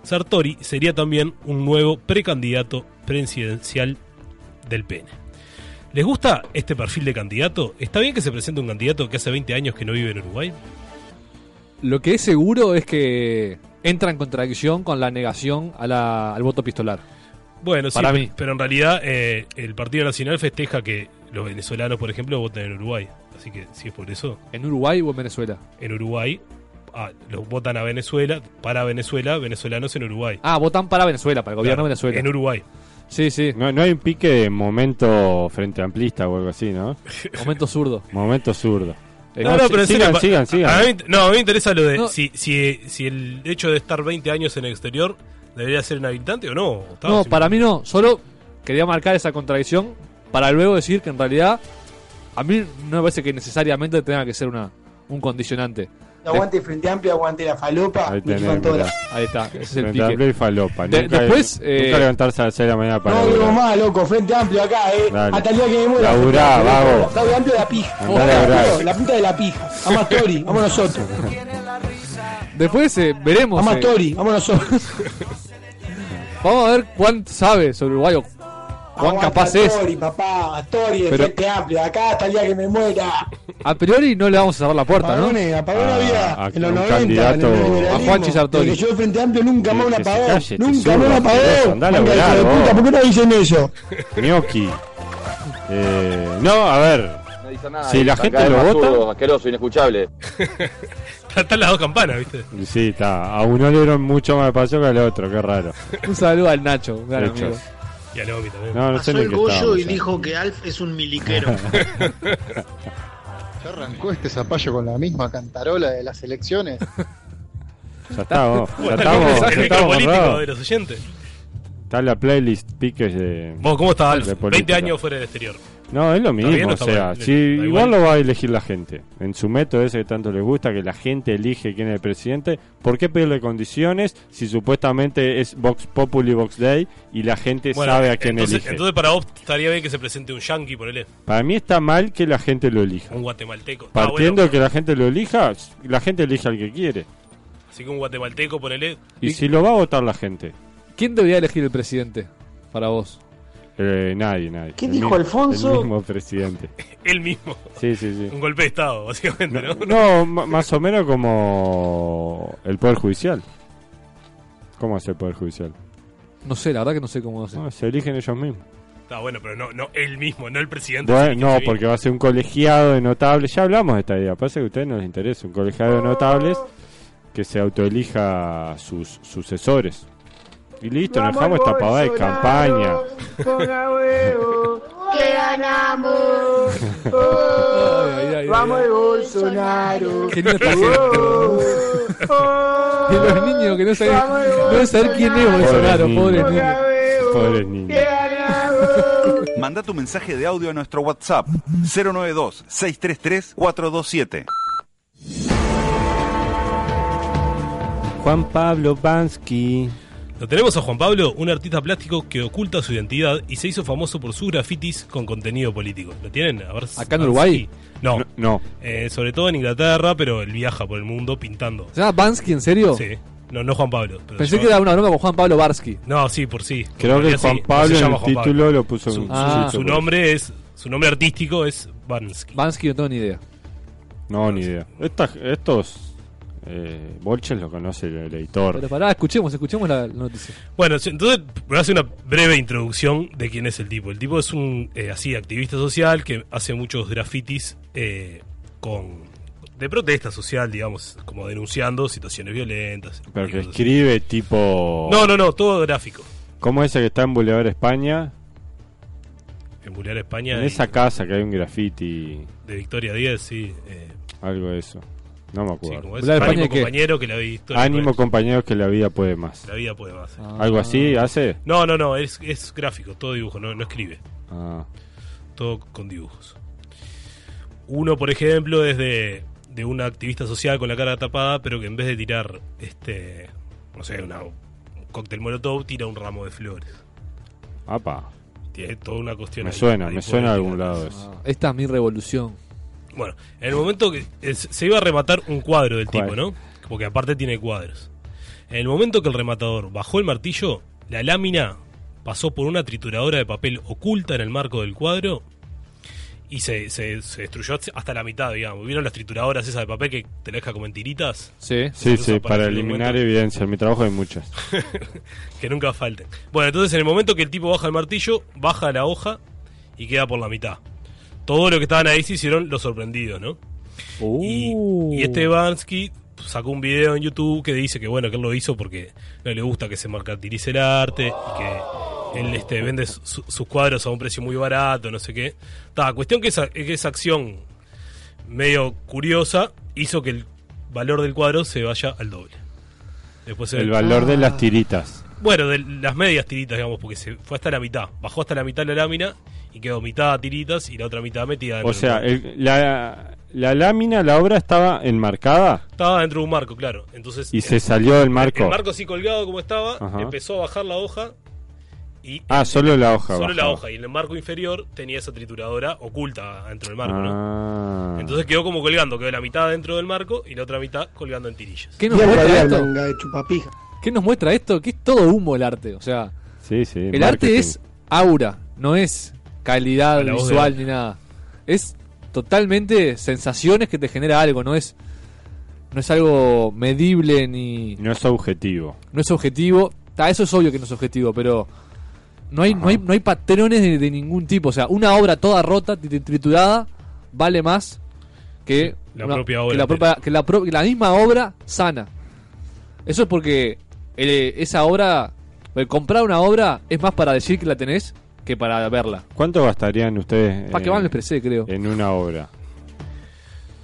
S4: Sartori sería también un nuevo precandidato presidencial del PN. ¿Les gusta este perfil de candidato? ¿Está bien que se presente un candidato que hace 20 años que no vive en Uruguay?
S5: Lo que es seguro es que entra en contradicción con la negación a la- al voto epistolar.
S4: Bueno, sí,
S5: Para
S4: pe-
S5: mí.
S4: pero en realidad eh, el Partido Nacional festeja que los venezolanos, por ejemplo, votan en Uruguay. Así que si es por eso,
S5: ¿En Uruguay o en Venezuela?
S4: en Uruguay ah, los votan a Venezuela, para Venezuela, venezolanos en Uruguay.
S5: Ah, votan para Venezuela, para el gobierno de
S4: Claro,
S5: Venezuela.
S4: En Uruguay.
S5: Sí, sí,
S6: No, no hay un pique de momento frente amplista o algo así, ¿no?
S5: momento zurdo.
S6: Momento zurdo.
S5: Eh,
S6: No,
S4: en
S6: sigan,
S4: serio, pa-
S6: sigan, sigan.
S4: A mí, no, a mí me interesa lo de
S5: No.
S4: si, si, si el hecho de estar 20 años en el exterior debería ser inhabilitante o no. o estaba
S5: No,
S4: sin-
S5: para mí no. Solo quería marcar esa contradicción para luego decir que en realidad a mí no me parece que necesariamente tenga que ser una, un condicionante.
S11: Aguante Frente Amplio, aguante la falopa.
S6: Ahí
S11: Miki
S6: tenés,
S11: Fantola.
S6: mirá.
S5: Ahí está, Ah, ese es el
S6: Frente amplio
S5: pique.
S6: y falopa.
S5: De-
S6: nunca,
S5: después,
S6: nunca
S5: eh,
S6: levantarse a las seis de la mañana para
S11: No
S6: laburar.
S11: digo más, loco. Frente Amplio acá, eh.
S6: Dale.
S11: Hasta el día que me muera.
S6: Laburá,
S11: Frente Amplio,
S6: vago.
S11: Frente Amplio la pija.
S6: Andá a laburar.
S11: Amplio, La punta de la pija. Vamos a Tori, vamos nosotros.
S5: Después eh, veremos.
S11: Vamos a
S5: eh,
S11: Tori, vamos nosotros.
S5: Vamos a ver cuán sabe sobre Uruguay o cuán
S11: Aguanta
S5: capaz
S11: a
S5: es.
S11: Tori, papá. A Tori, de
S5: Pero-
S11: Frente Amplio. Acá hasta el día que me muera.
S5: A priori no le vamos a cerrar la puerta, ¿no?
S11: Apagones, apagón
S6: Ah,
S11: había
S6: a-
S11: en los
S6: un
S11: 90.
S6: candidato-
S11: en el liberalismo.
S5: A Juanchi Sartori.
S11: Desde que yo de Frente Amplio nunca más un
S6: Que se
S11: apagón.
S6: calle, este
S11: Nunca
S6: zurdo,
S11: más un
S6: asqueroso,
S11: apagón.
S6: andá a
S11: Venga, hijo
S6: laburar,
S11: de
S6: vos.
S11: puta, ¿Por qué no dicen eso?
S6: Gnocchi. Eh, no, a ver. si la gente lo vota,
S12: asqueroso, inescuchable.
S4: Están las dos campanas, ¿viste?
S6: sí, está. A uno le dieron mucho más de paso que al otro, qué raro.
S5: Un saludo al Nacho, un gran
S6: Hechos.
S5: amigo.
S4: Y a Loki también.
S6: No, no
S13: Ah,
S6: sé
S14: Pasó
S6: ni en
S14: el
S6: qué
S14: Goyo
S6: estábamos
S14: y
S6: ya.
S14: dijo que Alf es un miliquero.
S13: ¿Ya arrancó este zapallo con la misma cantarola de las elecciones?
S6: Ya está, vos. Ya
S4: Bueno, el
S6: estamos,
S4: mensaje
S6: ya estamos
S4: político
S6: borrados.
S4: de los oyentes.
S6: Está la playlist piques de.
S4: Vos, ¿cómo está
S6: de
S4: Alf? 20
S6: política.
S4: años fuera del exterior.
S6: No, es lo mismo,
S4: bien o
S6: o
S4: está
S6: sea,
S4: mal?
S6: si
S4: Da
S6: igual
S4: igual.
S6: lo va a elegir la gente. En su método ese que tanto les gusta, que la gente elige quién es el presidente, ¿por qué pedirle condiciones si supuestamente es Vox Populi Vox Day y la gente
S4: Bueno,
S6: sabe a quién
S4: entonces,
S6: elige?
S4: entonces para vos estaría bien que se presente un yankee, ponele,
S6: Para mí está mal que la gente lo elija.
S4: un guatemalteco. Ah,
S6: Partiendo
S4: bueno,
S6: de que la gente lo elija, la gente elige al que quiere.
S4: así que un guatemalteco, ponele,
S6: Y, si lo va a votar la gente,
S5: ¿Quién debería elegir el presidente para vos?
S6: eh, nadie, nadie.
S5: ¿Qué
S6: El
S5: dijo
S6: mismo-
S5: Alfonso?
S6: El mismo presidente.
S4: él mismo.
S6: Sí, sí, sí.
S4: Un golpe de Estado, básicamente, ¿no?
S6: No, ma- más o menos como el Poder Judicial. ¿Cómo hace el Poder Judicial?
S5: No sé, la verdad que no sé cómo hace.
S6: No, se eligen ellos mismos.
S4: Está bueno, pero no, no él mismo, no el presidente.
S6: Bueno,
S4: sino que
S6: no,
S4: se vi-
S6: porque va a ser un colegiado de notables. Ya hablamos de esta idea. Parece que a ustedes no les interesa. Un colegiado de notables que se autoelija a sus sucesores. Y listo, nos dejamos esta pavada de campaña.
S11: que ganamos. Oh, vamos el Bolsonaro.
S5: Qué lindo está haciendo. Y los niños que no saben, no saben quién es Bolsonaro,
S6: niños.
S5: pobres niños.
S6: Pobres niños.
S8: Manda tu mensaje de audio a nuestro WhatsApp 092 633 427.
S6: Juan Pablo Bansky.
S4: Lo tenemos a Juan Pablo, un artista plástico que oculta su identidad y se hizo famoso por sus grafitis con contenido político. ¿Lo tienen? A ver si-
S5: ¿Acá en
S4: a ver
S5: Uruguay?
S4: si- No.
S5: No, no.
S4: Eh, sobre todo en Inglaterra, pero él viaja por el mundo pintando.
S5: ¿Se llama Bansky en serio?
S4: Sí. No, no Juan Pablo. pero
S5: Pensé
S4: yo-
S5: que era una broma con Juan Pablo Barsky.
S4: No, sí, por sí.
S5: Creo
S4: En
S5: que
S4: realidad
S5: Juan
S4: no
S5: Pablo
S4: se
S5: en
S4: llama
S5: el
S4: Juan Pablo.
S6: título lo puso en
S4: Su, su-
S5: Ah.
S4: su nombre es su nombre artístico es Bansky.
S5: Bansky no tengo ni idea.
S6: No, ni idea. Estas- estos eh, bolches lo conoce el, el editor.
S5: Pero pará, escuchemos, escuchemos la la noticia.
S4: Bueno, sí, entonces voy a hacer una breve introducción de quién es el tipo. El tipo es un eh, así activista social que hace muchos grafitis eh, con de protesta social, digamos, como denunciando situaciones violentas.
S6: Pero que escribe tipo.
S4: No, no, no, todo gráfico.
S6: ¿Cómo ese que está en Boulevard España?
S4: En Bulgar España
S6: En
S4: y
S6: esa casa que hay un graffiti,
S4: de Victoria 10, sí. eh,
S6: algo de eso. No me acuerdo.
S4: Sí, como es, Boulevard Ánimo España, ¿qué? compañero que la victoria
S6: Ánimo
S4: puede-
S6: compañero que la vida puede más.
S4: la vida puede más.
S6: ¿Algo así
S4: Ah.
S6: hace?
S4: No, no, no, es, es gráfico, todo dibujo, no, no escribe.
S6: Ah.
S4: Todo con dibujos. Uno, por ejemplo, es de, de una activista social con la cara tapada, pero que en vez de tirar, este, no sé, una- un cóctel molotov, tira un ramo de flores.
S6: Apa.
S4: Tiene toda una cuestión.
S6: Me
S4: ahí,
S6: suena,
S4: ahí
S6: me
S4: por
S6: suena de
S4: ahí.
S6: algún lado eso.
S5: Ah, Esta es mi revolución.
S4: Bueno, en el momento que eh, se se iba a rematar un cuadro del
S5: ¿Cuál?
S4: tipo, ¿no? Porque aparte tiene cuadros. En el momento que el rematador bajó el martillo, la lámina pasó por una trituradora de papel oculta en el marco del cuadro y se, se- se destruyó hasta la mitad, digamos. ¿Vieron las trituradoras esas de papel que te la deja como en tiritas?
S5: Sí.
S6: Sí,
S4: Se
S6: sí,
S4: usa
S6: para
S4: hacer
S6: eliminar
S4: documentos
S6: evidencia. En mi trabajo hay muchas.
S4: que nunca falten. Bueno, entonces en el momento que el tipo baja el martillo, baja la hoja y queda por la mitad. Todo lo que estaban ahí se hicieron los sorprendidos, ¿no? Y,
S15: Uh.
S4: y este Bansky sacó un video en YouTube que dice que bueno, que él lo hizo porque no le gusta que se marcatilice el arte y que él este, vende su- sus cuadros a un precio muy barato, no sé qué. Ta, cuestión que esa, que esa acción medio curiosa hizo que el valor del cuadro se vaya al doble. Después se-
S6: El valor de
S4: Ah.
S6: las tiritas.
S4: bueno, de las medias tiritas, digamos, porque se fue hasta la mitad. Bajó hasta la mitad la lámina y quedó mitad tiritas y la otra mitad metida dentro.
S6: O sea,
S4: del marco.
S6: el- la, la lámina, la obra estaba enmarcada
S4: estaba dentro de un marco, claro. Entonces
S6: y se salió del
S4: el
S6: marco.
S4: marco así colgado como estaba,
S6: Ajá.
S4: empezó a bajar la hoja y
S6: Ah, solo la hoja.
S4: solo la
S6: bajaba.
S4: hoja y en el marco inferior tenía esa trituradora oculta dentro del marco, ¿no?
S6: Ah.
S4: Entonces quedó como colgando, quedó la mitad dentro del marco y la otra mitad colgando en tirillas.
S5: ¿Qué nos muestra esto? ¿Qué nos muestra esto? Que es todo humo el arte. O sea,
S6: Sí, sí.
S5: el arte
S6: marketing.
S5: es aura, no es calidad
S6: A la voz
S5: visual
S6: de-
S5: ni nada. Es totalmente sensaciones que te genera algo, no es no es algo medible ni
S6: No es objetivo.
S5: no es objetivo. Ta, eso es obvio que no es objetivo, pero no hay, no hay, no hay patrones de, de ningún tipo. O sea, una obra toda rota, tri- triturada, vale más que
S4: La
S5: una-
S4: propia
S5: que
S4: obra
S5: la propia- que la pro- que la misma obra sana. Eso es porque eh, esa obra, eh, comprar una obra es más para decir que la tenés que para verla.
S6: ¿Cuánto gastarían ustedes?
S5: Pa' que van, lo expresé, creo.
S6: En una obra.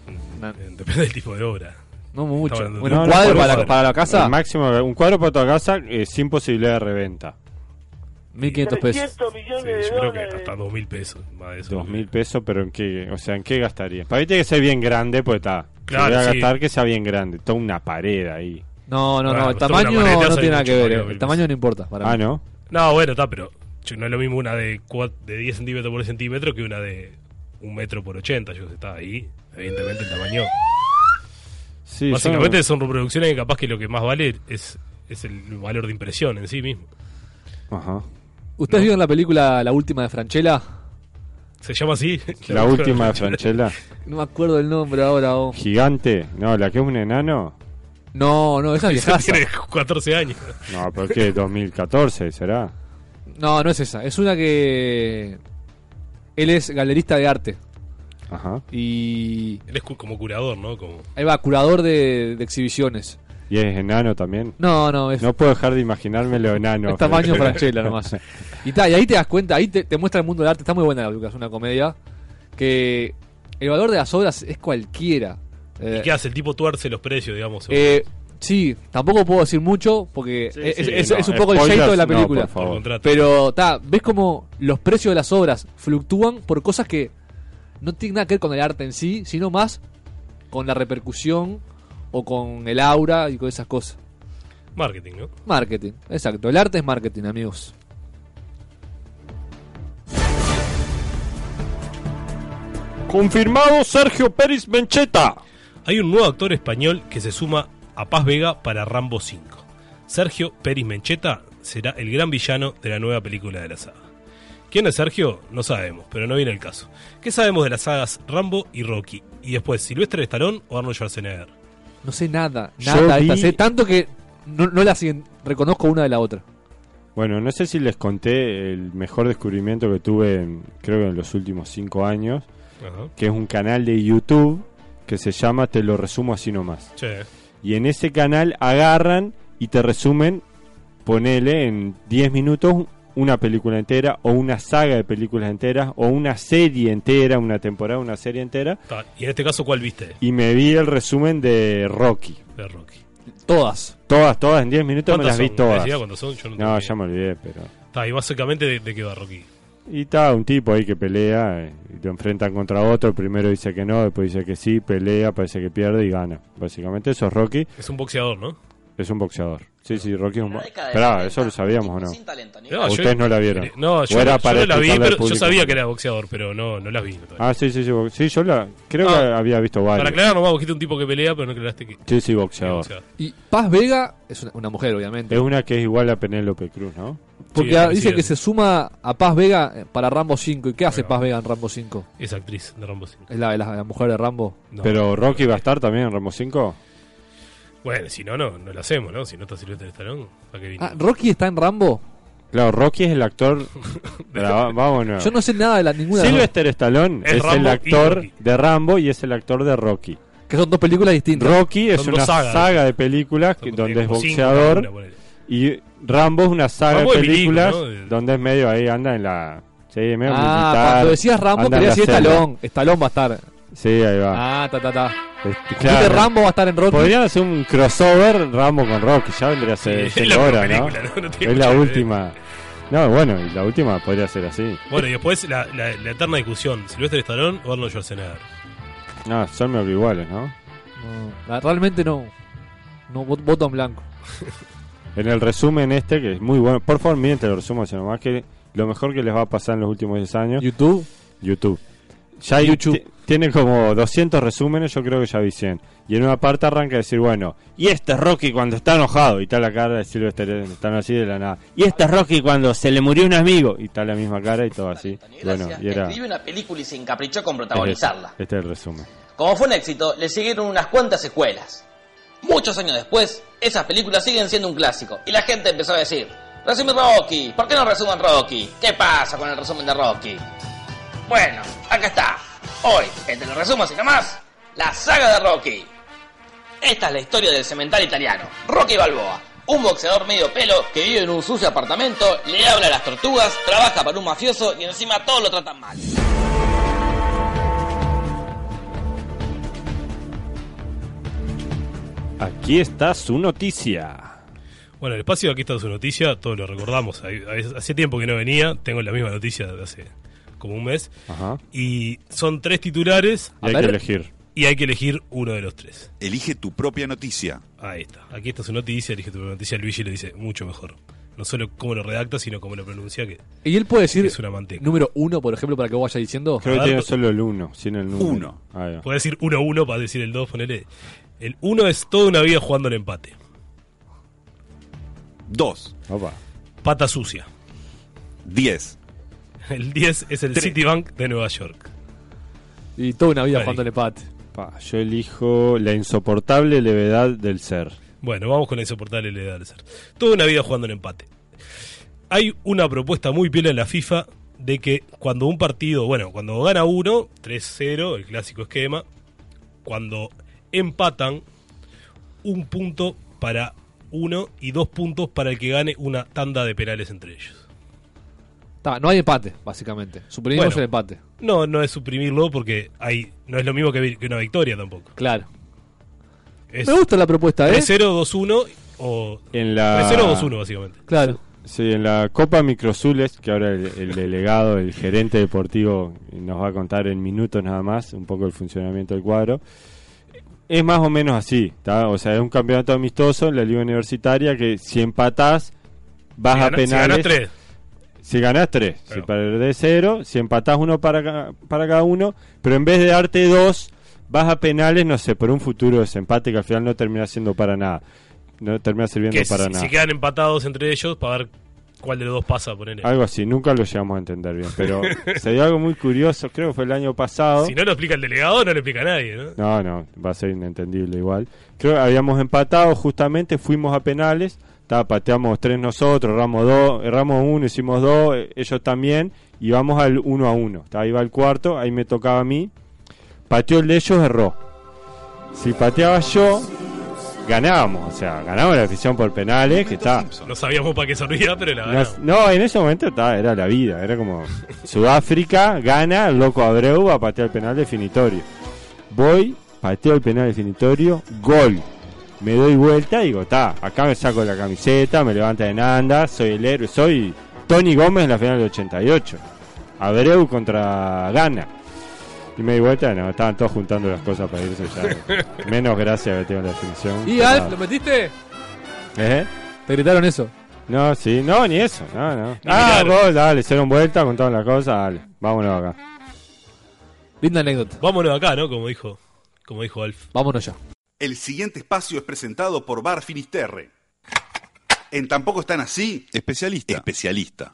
S4: Eh, Depende del tipo de obra.
S5: No mucho.
S4: Estaba hablando-
S5: Bueno, un cuadro
S6: por
S5: para-
S6: eso.
S5: para la casa.
S6: El máximo, un cuadro para tu casa eh, sin posibilidad de reventa.
S4: Sí,
S5: 1500
S4: yo creo que hasta 2000 pesos. Más de eso.
S6: Dos mil pesos, pero en qué, o sea, ¿en qué gastarías? Para mí tiene que ser bien grande, pues está.
S4: Claro,
S6: voy a
S4: sí.
S6: gastar que sea bien grande, toda una pared ahí.
S5: No, no,
S4: Bueno,
S5: no. El
S4: costó una
S5: tamaño
S4: maneta,
S5: no
S4: sale
S5: tiene nada que
S4: mucho
S5: ver.
S4: más
S5: eh,
S4: que mil
S5: El tamaño no importa. Para
S6: Ah,
S5: mí.
S6: ¿no?
S4: No, bueno, está, pero yo, no es lo mismo una de, cua- de 10 centímetros por centímetro que una de un metro por 80. Yo está ahí, evidentemente el tamaño.
S6: Sí,
S4: Básicamente
S6: yo-
S4: son reproducciones que capaz que lo que más vale es, es el valor de impresión en sí mismo.
S6: Ajá. Ah,
S5: ¿Ustedes vieron la película La última de Franchella?
S4: ¿Se llama así?
S6: La última de Franchella.
S5: No me acuerdo el nombre ahora. oh.
S6: Gigante. No, la que es un enano.
S5: No, no, esa es
S4: Esa
S5: viejaza.
S4: tiene 14 años.
S6: No, pero que 2014 será.
S5: No, no es esa. Es una que. Él es galerista de arte.
S6: Ajá.
S5: Y.
S4: Él es cu- como curador, ¿no? Como...
S5: Ahí va, curador de, de exhibiciones.
S6: ¿Y es enano también?
S5: No, no, es-
S6: No puedo dejar de imaginarme lo enano.
S5: Es tamaño Franchella nomás. Y, ta, y ahí te das cuenta, ahí te, te muestra el mundo del arte. Está muy buena la película, es una comedia. Que el valor de las obras es cualquiera. Eh,
S4: ¿Y qué hace? El tipo tuerce los precios, digamos.
S5: eh, sí, tampoco puedo decir mucho porque es,
S4: sí,
S5: es-
S4: no,
S5: es un poco el
S4: spoilers,
S5: jeito de la
S4: no,
S5: película.
S4: por favor. Por contrato.
S5: Pero ta, ves como los precios de las obras fluctúan por cosas que no tienen nada que ver con el arte en sí, sino más con la repercusión o con el aura y con esas cosas.
S4: Marketing, ¿no?
S5: Marketing, exacto. El arte es marketing, amigos.
S6: Confirmado Sergio Pérez Mencheta.
S4: Hay un nuevo actor español que se suma a Paz Vega para Rambo 5. Sergio Pérez Mencheta será el gran villano de la nueva película de la saga. ¿Quién es Sergio? No sabemos, pero no viene el caso. ¿Qué sabemos de las sagas Rambo y Rocky? Y después, ¿Silvestre Stallone o Arnold Schwarzenegger?
S5: No sé nada,
S6: Yo
S5: nada. de
S6: vi-
S5: esta, sé tanto que no, no la siguen. Reconozco una de la otra.
S6: Bueno, no sé si les conté el mejor descubrimiento que tuve, en- creo que en los últimos cinco años,
S4: Ajá.
S6: que es un canal de YouTube que se llama Te lo resumo así nomás.
S4: Che.
S6: Y en ese canal agarran y te resumen, ponele en 10 minutos una película entera o una saga de películas enteras o una serie entera, una temporada, una serie entera.
S4: Ta, Y en este caso, ¿cuál viste?
S6: Y me vi el resumen de Rocky.
S4: De Rocky.
S5: Todas.
S6: Todas, todas, en 10 minutos me
S4: ¿Cuántas
S6: las vi
S4: son?
S6: todas.
S4: Decía cuántas son, yo no tengo
S6: no, ya me olvidé, pero...
S4: Ta, y básicamente, ¿de, de qué va Rocky?
S6: Y está un tipo ahí que pelea, eh, y lo enfrentan contra otro, primero dice que no, después dice que sí, pelea, parece que pierde y gana. Básicamente eso es Rocky,
S4: Es un boxeador, ¿no?
S6: es un boxeador. Sí, sí, Rocky es un...
S4: década de
S6: Esperá, eso lo sabíamos o no.
S4: No, yo- Eh,
S6: Ustedes no la vieron.
S4: No, yo,
S6: O era
S4: yo
S6: para
S4: no la vi,
S6: explicarle al
S4: pero yo
S6: público.
S4: sabía que era boxeador, pero no, no la vi.
S6: Ah, sí, sí, sí, bo- sí, yo la... Creo que había visto varios.
S4: Para aclarar, nomás busquiste un tipo que pelea, pero no aclaraste que.
S6: Sí, sí, boxeador.
S4: boxeador.
S5: Y Paz Vega es una, una mujer, obviamente.
S6: Es una que es igual a Penélope Cruz, ¿no?
S5: Porque
S4: Sí,
S5: ah,
S4: sí,
S5: dice
S4: sí.
S5: que se suma a Paz Vega eh, para Rambo 5. ¿Y qué hace Paz Vega en Rambo 5?
S4: Es actriz de Rambo 5.
S5: ¿Es la, la- la mujer de Rambo?
S4: No.
S6: Pero Rocky va a estar también en Rambo 5.
S4: Bueno, si no, no, no lo hacemos, ¿no? Si no está Silvestre Stallone, ¿para qué vino?
S5: Ah, ¿Rocky está en Rambo?
S6: Claro, Rocky es el actor... Pará, va- vámonos.
S5: Yo no sé nada de la, ninguna de las dos,
S6: Sylvester Stallone
S5: Es
S6: es, el
S5: Rambo y
S6: actor
S5: Rocky.
S6: de Rambo y es el actor de Rocky.
S5: Que son dos películas distintas.
S6: Rocky es
S5: Son dos
S6: una
S5: sagas.
S6: saga de películas que- donde es
S5: como cinco
S6: boxeador
S5: cada una, ponele.
S6: y Rambo es una saga
S5: Rambo
S6: de
S5: es milico,
S6: películas
S5: ¿no?
S6: donde es medio ahí anda en la sí, medio
S5: Ah,
S6: militar,
S5: cuando decías Rambo,
S6: anda en
S5: querías
S6: la
S5: decir
S6: selva.
S5: Stallone. Stallone va a estar.
S6: Sí, ahí va.
S5: Ah, ta, ta, ta.
S6: Este,
S5: Dijiste Rambo va a estar en Rocky.
S6: Podrían hacer un crossover Rambo con Rocky, ya vendría a ser
S4: Sí, es
S6: ser
S4: la
S6: ahora,
S4: última
S6: ¿no?
S4: película, ¿no? No tiene
S6: Es la
S4: mucho que ver.
S6: última. No, bueno, y la última podría ser así.
S4: Bueno, y después la, la- la eterna discusión: Silvestre Stallone o Arnold Schwarzenegger.
S6: No, son medio iguales, ¿no?
S5: No, la- realmente no. No, vot- voto en blanco.
S6: En el resumen este, que es muy bueno. Por favor, miren, te lo resumo, sino más que lo mejor que les va a pasar en los últimos 10 años.
S5: ¿YouTube?
S6: YouTube. Ya hay- ti- Tiene como 200 resúmenes, yo creo que ya vi 100. Y en una parte arranca a decir, bueno, y este es Rocky cuando está enojado, y está la cara de Silvester, están así de la nada. Y este es Rocky cuando se le murió un amigo, y está la misma cara y todo así. Bueno, y era...
S12: Escribe una película y se encaprichó con protagonizarla.
S6: Este es el resumen.
S12: Como fue un éxito, le siguieron unas cuantas secuelas. Muchos años después, esas películas siguen siendo un clásico y la gente empezó a decir, resumen Rocky, ¿por qué no resumen Rocky? ¿Qué pasa con el resumen de Rocky? Bueno, acá está. Hoy, entre los resumos y más, la saga de Rocky. Esta es la historia del cemental italiano, Rocky Balboa. Un boxeador medio pelo que vive en un sucio apartamento, le habla a las tortugas, trabaja para un mafioso y encima todo lo tratan mal.
S6: Aquí está su noticia.
S4: Bueno, el espacio aquí está su noticia, todos lo recordamos. Ahí- ahí- Hacía tiempo que no venía, tengo la misma noticia de hace como un mes.
S6: Ajá.
S4: Y son tres titulares.
S6: Y hay que elegir.
S4: Y hay que elegir uno de los tres.
S3: Elige tu propia noticia.
S4: Ahí está. Aquí está su noticia, elige tu noticia. Luigi lo dice mucho mejor. No solo cómo lo redacta, sino cómo lo pronuncia. Que
S5: Y él puede decir
S4: Es una manteca.
S5: número uno, por ejemplo, para que vos vayas diciendo.
S6: Creo que tiene solo el uno, sin el número.
S4: Uno.
S6: Ahí va.
S4: puede decir 1-1 para decir el 2, ponele. El 1 es toda una vida jugando al empate.
S3: 2.
S6: Opa.
S4: Pata sucia.
S3: 10.
S4: El 10 es el Citibank de Nueva York.
S5: Y toda una vida
S4: Vale.
S5: jugando al empate.
S6: Pa, Ah, yo elijo la insoportable levedad del ser.
S4: Bueno, vamos con la insoportable levedad del ser. Toda una vida jugando en empate. Hay una propuesta muy piola en la FIFA de que cuando un partido, bueno, cuando gana uno, 3-0, el clásico esquema, cuando empatan, un punto para uno y dos puntos para el que gane una tanda de penales entre ellos.
S5: Ta, no hay empate, básicamente. Suprimimos
S4: Bueno.
S5: el empate.
S4: No, no es suprimirlo porque hay, no es lo mismo que, vi- que una victoria tampoco.
S5: Claro.
S4: Es
S5: Me gusta la propuesta, ¿eh?
S4: 3-0, 2-1 o
S6: En la-
S4: 3-0, 2-1 básicamente.
S5: Claro.
S6: Sí, en la Copa Microzules, que ahora el, el delegado, el gerente deportivo nos va a contar en minutos nada más un poco el funcionamiento del cuadro. es más o menos así, ¿tá? O sea, es un campeonato amistoso en la liga universitaria que si empatás, vas
S4: Si
S6: a
S4: gana- si
S6: penales.
S4: ganás tres.
S6: Si ganás tres, si perdés cero, si empatás uno para, ca- para cada uno, pero en vez de darte dos, vas a penales, no sé, por un futuro desempate que al final no termina siendo para nada. No termina sirviendo
S4: Que
S6: para
S4: si,
S6: nada.
S4: si quedan empatados entre ellos, para ver cuál de los dos pasa, ponele.
S6: Algo así, nunca lo llegamos a entender bien, pero se dio algo muy curioso, creo que fue el año pasado.
S4: Si no lo explica el delegado, no lo explica nadie, ¿no?
S6: No, no, va a ser inentendible igual. Creo que habíamos empatado, justamente fuimos a penales, ta, pateamos tres nosotros, erramos dos, erramos uno, hicimos dos, eh, ellos también, y vamos al uno a uno. ta, ahí va el cuarto, ahí me tocaba a mí. Pateó el de ellos, erró. Si pateaba yo, ganábamos, o sea, ganábamos la afición por penales, que está.
S4: No sabíamos para qué servía, pero la
S6: No,
S4: verdad.
S6: no, en ese momento ta, era la vida, era como Sudáfrica gana, el loco Abreu va a patear el penal definitorio. Voy, pateo el penal definitorio, gol. Me doy vuelta y digo, ta, acá me saco la camiseta, me levanta de Nanda, soy el héroe, soy Tony Gómez en la final del 88. Abreu contra Gana. Y me di vuelta, no, estaban todos juntando las cosas para irse ya. Menos gracias que tengo la definición.
S5: ¿Y Alf, lo metiste?
S6: ¿Te gritaron eso? ¿Eh? No, sí, no, ni eso, no, no. ah, gol, dale, hicieron vuelta, contaron la cosa, dale, vámonos acá.
S5: Linda anécdota.
S4: Vámonos acá, ¿no? Como dijo, como dijo Alf.
S5: Vámonos ya.
S8: El siguiente espacio es presentado por Bar Finisterre. En Tampoco están así,
S3: Especialista. Especialista.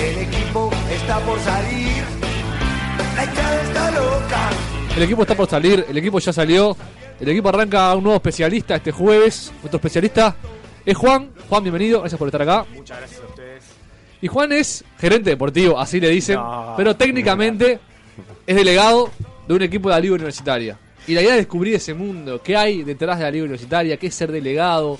S16: El equipo está por salir. La hinchada está loca.
S5: El equipo está por salir, el equipo ya salió. El equipo arranca a un nuevo especialista este jueves. Nuestro especialista es Juan. Juan, bienvenido, gracias por estar acá.
S17: Muchas gracias a ustedes.
S5: Y Juan es gerente deportivo, así le dicen,
S17: No.
S5: pero técnicamente es delegado de un equipo de la Liga Universitaria. Y la idea es descubrir ese mundo, qué hay detrás de la Liga Universitaria, qué es ser delegado.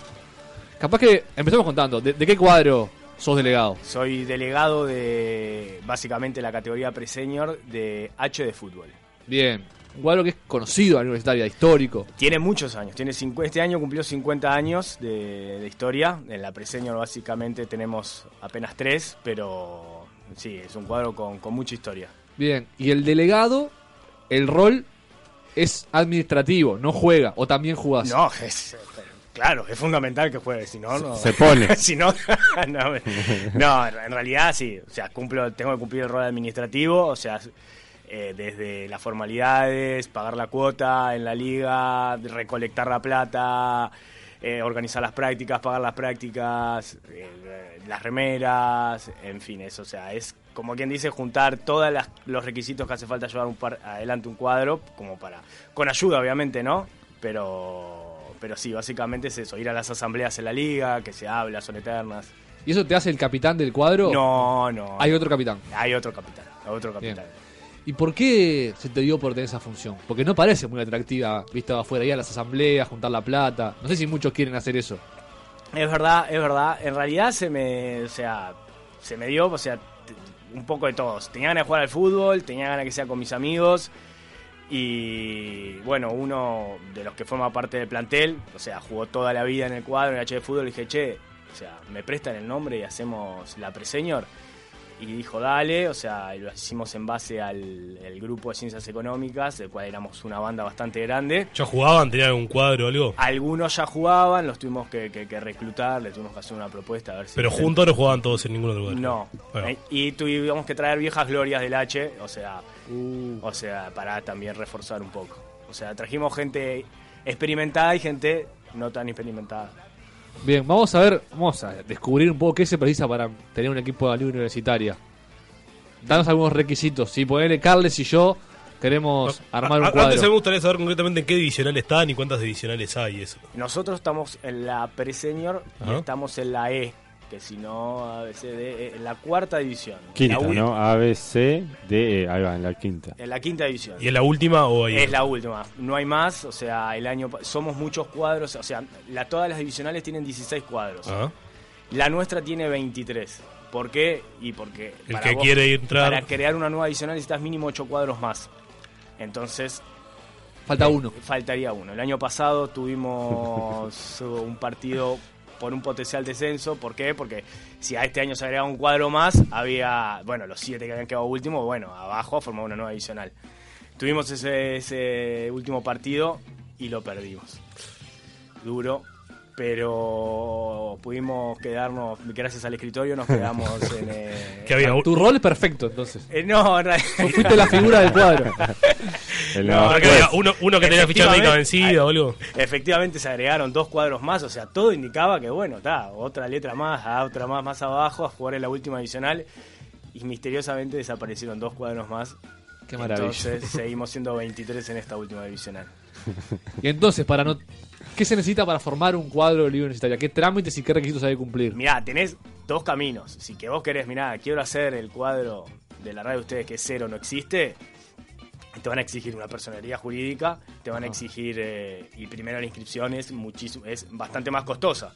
S5: Capaz que empezamos contando, ¿de, de qué cuadro sos delegado?
S17: Soy delegado de básicamente la categoría pre-senior de H de fútbol.
S5: Bien, un cuadro que es conocido de la Universitaria, histórico.
S17: Tiene muchos años, tiene cincu- este año cumplió 50 años de, de historia. En la pre-senior básicamente tenemos apenas tres, pero sí, es un cuadro con, con mucha historia.
S5: Bien, y el delegado, el rol es administrativo, no juega, o también jugás.
S17: No, es, claro, es fundamental que juegue, si no, no.
S5: Se pone.
S17: si no, no, me- no, en en realidad sí, o sea, cumplo, tengo que cumplir el rol administrativo, o sea, eh, desde las formalidades, pagar la cuota en la liga, recolectar la plata, eh, organizar las prácticas, pagar las prácticas, eh, las remeras, en fin, eso, o sea, es como quien dice juntar todos los requisitos que hace falta llevar un par, adelante un cuadro, como para, con ayuda obviamente, ¿no? Pero, pero sí, básicamente es eso, ir a las asambleas en la liga, que se habla, son eternas.
S5: ¿Y eso te hace el capitán del cuadro?
S17: No, no.
S5: Hay otro capitán.
S17: Hay otro capitán, hay otro
S5: Bien.
S17: capitán.
S5: ¿Y por qué se te dio por tener esa función? Porque no parece muy atractiva, vista de afuera, ir a las asambleas, juntar la plata. No sé si muchos quieren hacer eso.
S17: Es verdad, es verdad. En realidad se me, o sea, se me dio, o sea, t- un poco de todos. Tenía ganas de jugar al fútbol, tenía ganas que sea con mis amigos. Y bueno, uno de los que forma parte del plantel, o sea, jugó toda la vida en el cuadro, en el H de fútbol, le dije, che, o sea, me prestan el nombre y hacemos la preseñor. Y dijo, dale, o sea, y lo hicimos en base al el grupo de ciencias económicas, del cual éramos una banda bastante grande.
S4: ¿Ya jugaban? ¿Tenían algún cuadro o algo?
S17: Algunos ya jugaban, los tuvimos que, que- que reclutar, le tuvimos que hacer una propuesta a ver si.
S4: Pero juntos no jugaban todos en ningún otro lugar.
S17: No. Eh, Y tuvimos que traer viejas glorias del H, o sea,
S6: Uh.
S17: o sea, para también reforzar un poco. O sea, trajimos gente experimentada y gente no tan experimentada.
S5: Bien, vamos a ver, vamos a descubrir un poco qué se precisa para tener un equipo de la liga universitaria. Danos algunos requisitos. Si ponele Carles y yo queremos armar
S4: A-
S5: un
S4: a- Antes a mí me
S5: cuadro.
S4: gustaría saber concretamente en qué divisional están y cuántas divisionales hay y eso.
S17: Nosotros estamos en la pre-senior y
S4: Ajá.
S17: estamos en la E. que si no, A, B, C, D, E, en la cuarta división.
S6: Quinta,
S17: La ul-
S6: ¿no? A, B, C, D, E. Ahí va, en la quinta.
S17: En la quinta división.
S6: ¿Y es la última o hay
S17: Es
S6: otra?
S17: la última. No hay más. O sea, el año pa- somos muchos cuadros. O sea, la, todas las divisionales tienen 16 cuadros.
S4: Ah.
S17: La nuestra tiene 23. ¿Por qué? Y porque
S4: El que quiere ir entrar-
S17: para crear una nueva divisional necesitas mínimo 8 cuadros más. Entonces
S5: Falta
S17: eh,
S5: uno.
S17: Faltaría uno. El año pasado tuvimos eh, un partido por un potencial descenso. ¿Por qué? Porque si a este año se agregaba un cuadro más, había, bueno, los siete que habían quedado últimos, bueno, abajo formaba una nueva adicional. Tuvimos ese, ese último partido y lo perdimos. Duro, pero pudimos quedarnos, gracias al escritorio, nos quedamos en... eh,
S5: Que había- Ah, Tu rol es perfecto, entonces.
S17: Eh, no, en realidad-
S5: Vos fuiste la figura del cuadro.
S6: El
S17: No,
S6: abajo.
S17: porque
S6: Pues,
S17: había
S4: uno- uno que tenía fichado
S17: efectivamente-
S4: médica vencida o algo.
S17: Efectivamente se agregaron dos cuadros más, o sea, todo indicaba que bueno, está, otra letra más, a otra más más abajo, a jugar en la última adicional y misteriosamente desaparecieron dos cuadros más.
S5: Qué maravilla.
S17: Entonces seguimos siendo 23 en esta última divisional.
S5: Y entonces, para no. ¿Qué se necesita para formar un cuadro de liga universitaria? ¿Qué trámites y qué requisitos hay que cumplir?
S17: Mirá, tenés dos caminos. Si que vos querés, mirá, quiero hacer el cuadro de la radio de ustedes que es cero no existe, te van a exigir una personalidad jurídica, te van a
S5: Ajá.
S17: exigir, eh, y primero la inscripción es, muchísimo, es bastante más costosa.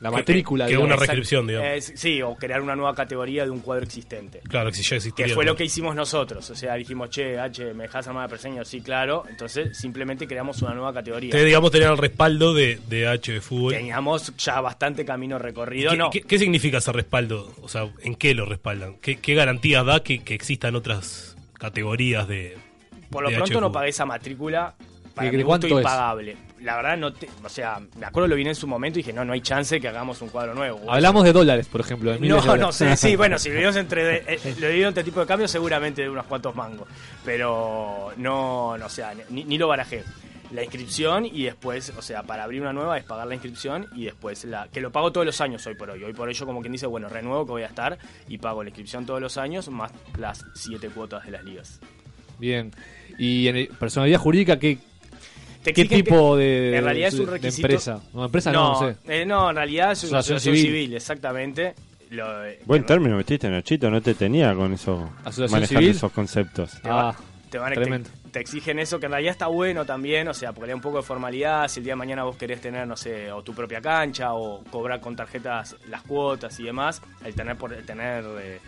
S5: La matrícula,
S4: que una
S17: Exacto.
S4: reinscripción, digamos.
S17: Es- sí, o crear una nueva categoría de un cuadro existente.
S4: Claro, que si ya existía.
S17: Que fue lo que hicimos nosotros. O sea, dijimos, che, H, ¿me dejás armada de perseño? Sí, claro. Entonces, simplemente creamos una nueva categoría.
S4: Ustedes, digamos, tenían el respaldo de, de H de fútbol.
S17: Teníamos ya bastante camino recorrido.
S4: ¿Qué,
S17: no.
S4: qué- qué significa ese respaldo? O sea, ¿en qué lo respaldan? ¿Qué, qué garantías da que, que existan otras categorías de.
S17: Por lo
S4: de
S17: pronto
S4: HF?
S17: no pagué esa matrícula. Para mi
S4: ¿Y
S17: gusto
S4: cuánto es?
S17: impagable. La verdad, no te, o sea, me acuerdo lo vi en su momento y dije, no, no hay chance que hagamos un cuadro nuevo.
S5: Hablamos de dólares, por ejemplo. de Ah, miles de
S17: No, no
S5: dólares.
S17: sé, sí, bueno, si lo dividimos entre, eh, lo dividimos entre tipo de cambio, seguramente de unos cuantos mangos. Pero no, no o sea, ni, ni lo barajé. La inscripción y después, o sea, para abrir una nueva es pagar la inscripción y después la. que lo pago todos los años hoy por hoy. Hoy por hoy yo, como quien dice, bueno, renuevo que voy a estar y pago la inscripción todos los años más las siete cuotas de las ligas.
S5: Bien. ¿Y en el- personalidad jurídica qué,
S17: Te
S5: qué
S17: exigen que-
S5: tipo de,
S17: en realidad
S5: de-
S17: es un
S5: de
S17: requisito-
S5: empresa? No, empresa no, no sé.
S17: eh, no, en realidad es una
S5: Asociación
S17: asociación
S5: civil.
S17: civil, exactamente. Lo, eh,
S6: Buen término metiste, Nachito. No te tenía con eso.
S5: Asociación
S6: manejando
S5: civil. Ah,
S6: esos conceptos.
S17: Te, va- te van a- te-
S5: tremendo.
S17: te exigen eso, que en realidad está bueno también, o sea, porque le da un poco de formalidad. Si el día de mañana vos querés tener, no sé, o tu propia cancha, o cobrar con tarjetas las cuotas y demás, el tener, por, el tener eh,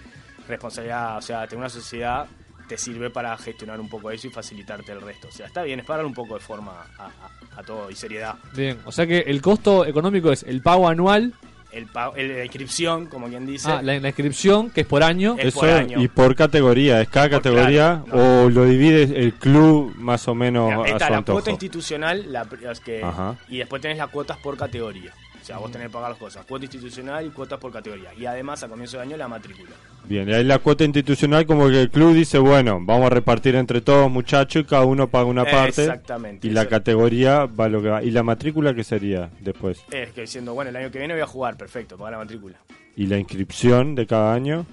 S17: responsabilidad, o sea, tener una sociedad te sirve para gestionar un poco eso y facilitarte el resto. O sea, está bien, es para dar un poco de forma a, a- a todo y seriedad.
S5: Bien, o sea que el costo económico es el pago anual,
S17: El, pa- el- la inscripción, como quien dice.
S5: ah, la, la inscripción, que es por año.
S17: Es
S6: Eso
S17: por año.
S6: y por categoría, es cada categoría o lo divide el club más o menos
S17: Mira,
S6: a
S17: está
S6: su
S17: la
S6: antojo.
S17: cuota institucional la, pri- las que,
S6: Ajá.
S17: y después tenés las cuotas por categoría. O sea, vos
S4: Mm.
S17: tenés que pagar las cosas, cuota institucional y cuotas por categoría. Y además, a comienzo de año, la matrícula.
S6: Bien, y ahí la cuota institucional como que el club dice, bueno, vamos a repartir entre todos muchachos y cada uno paga una parte.
S17: Exactamente,
S6: Y la
S17: eso.
S6: categoría va lo que va. ¿Y la matrícula qué sería después?
S17: Es que diciendo, bueno, el año que viene voy a jugar, perfecto, pagar la matrícula.
S6: ¿Y la inscripción de cada año?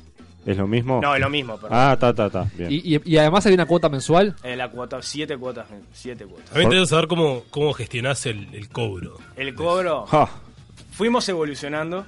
S6: ¿Es lo mismo?
S17: No, es lo mismo, perdón.
S6: Ah, ta, ta, ta. Bien.
S5: Y, y- y además hay una cuota mensual.
S17: Eh, la cuota, siete cuotas, siete cuotas.
S4: A mí me interesa saber cómo, cómo gestionás el, el cobro.
S17: El cobro,
S6: Ja.
S17: fuimos evolucionando.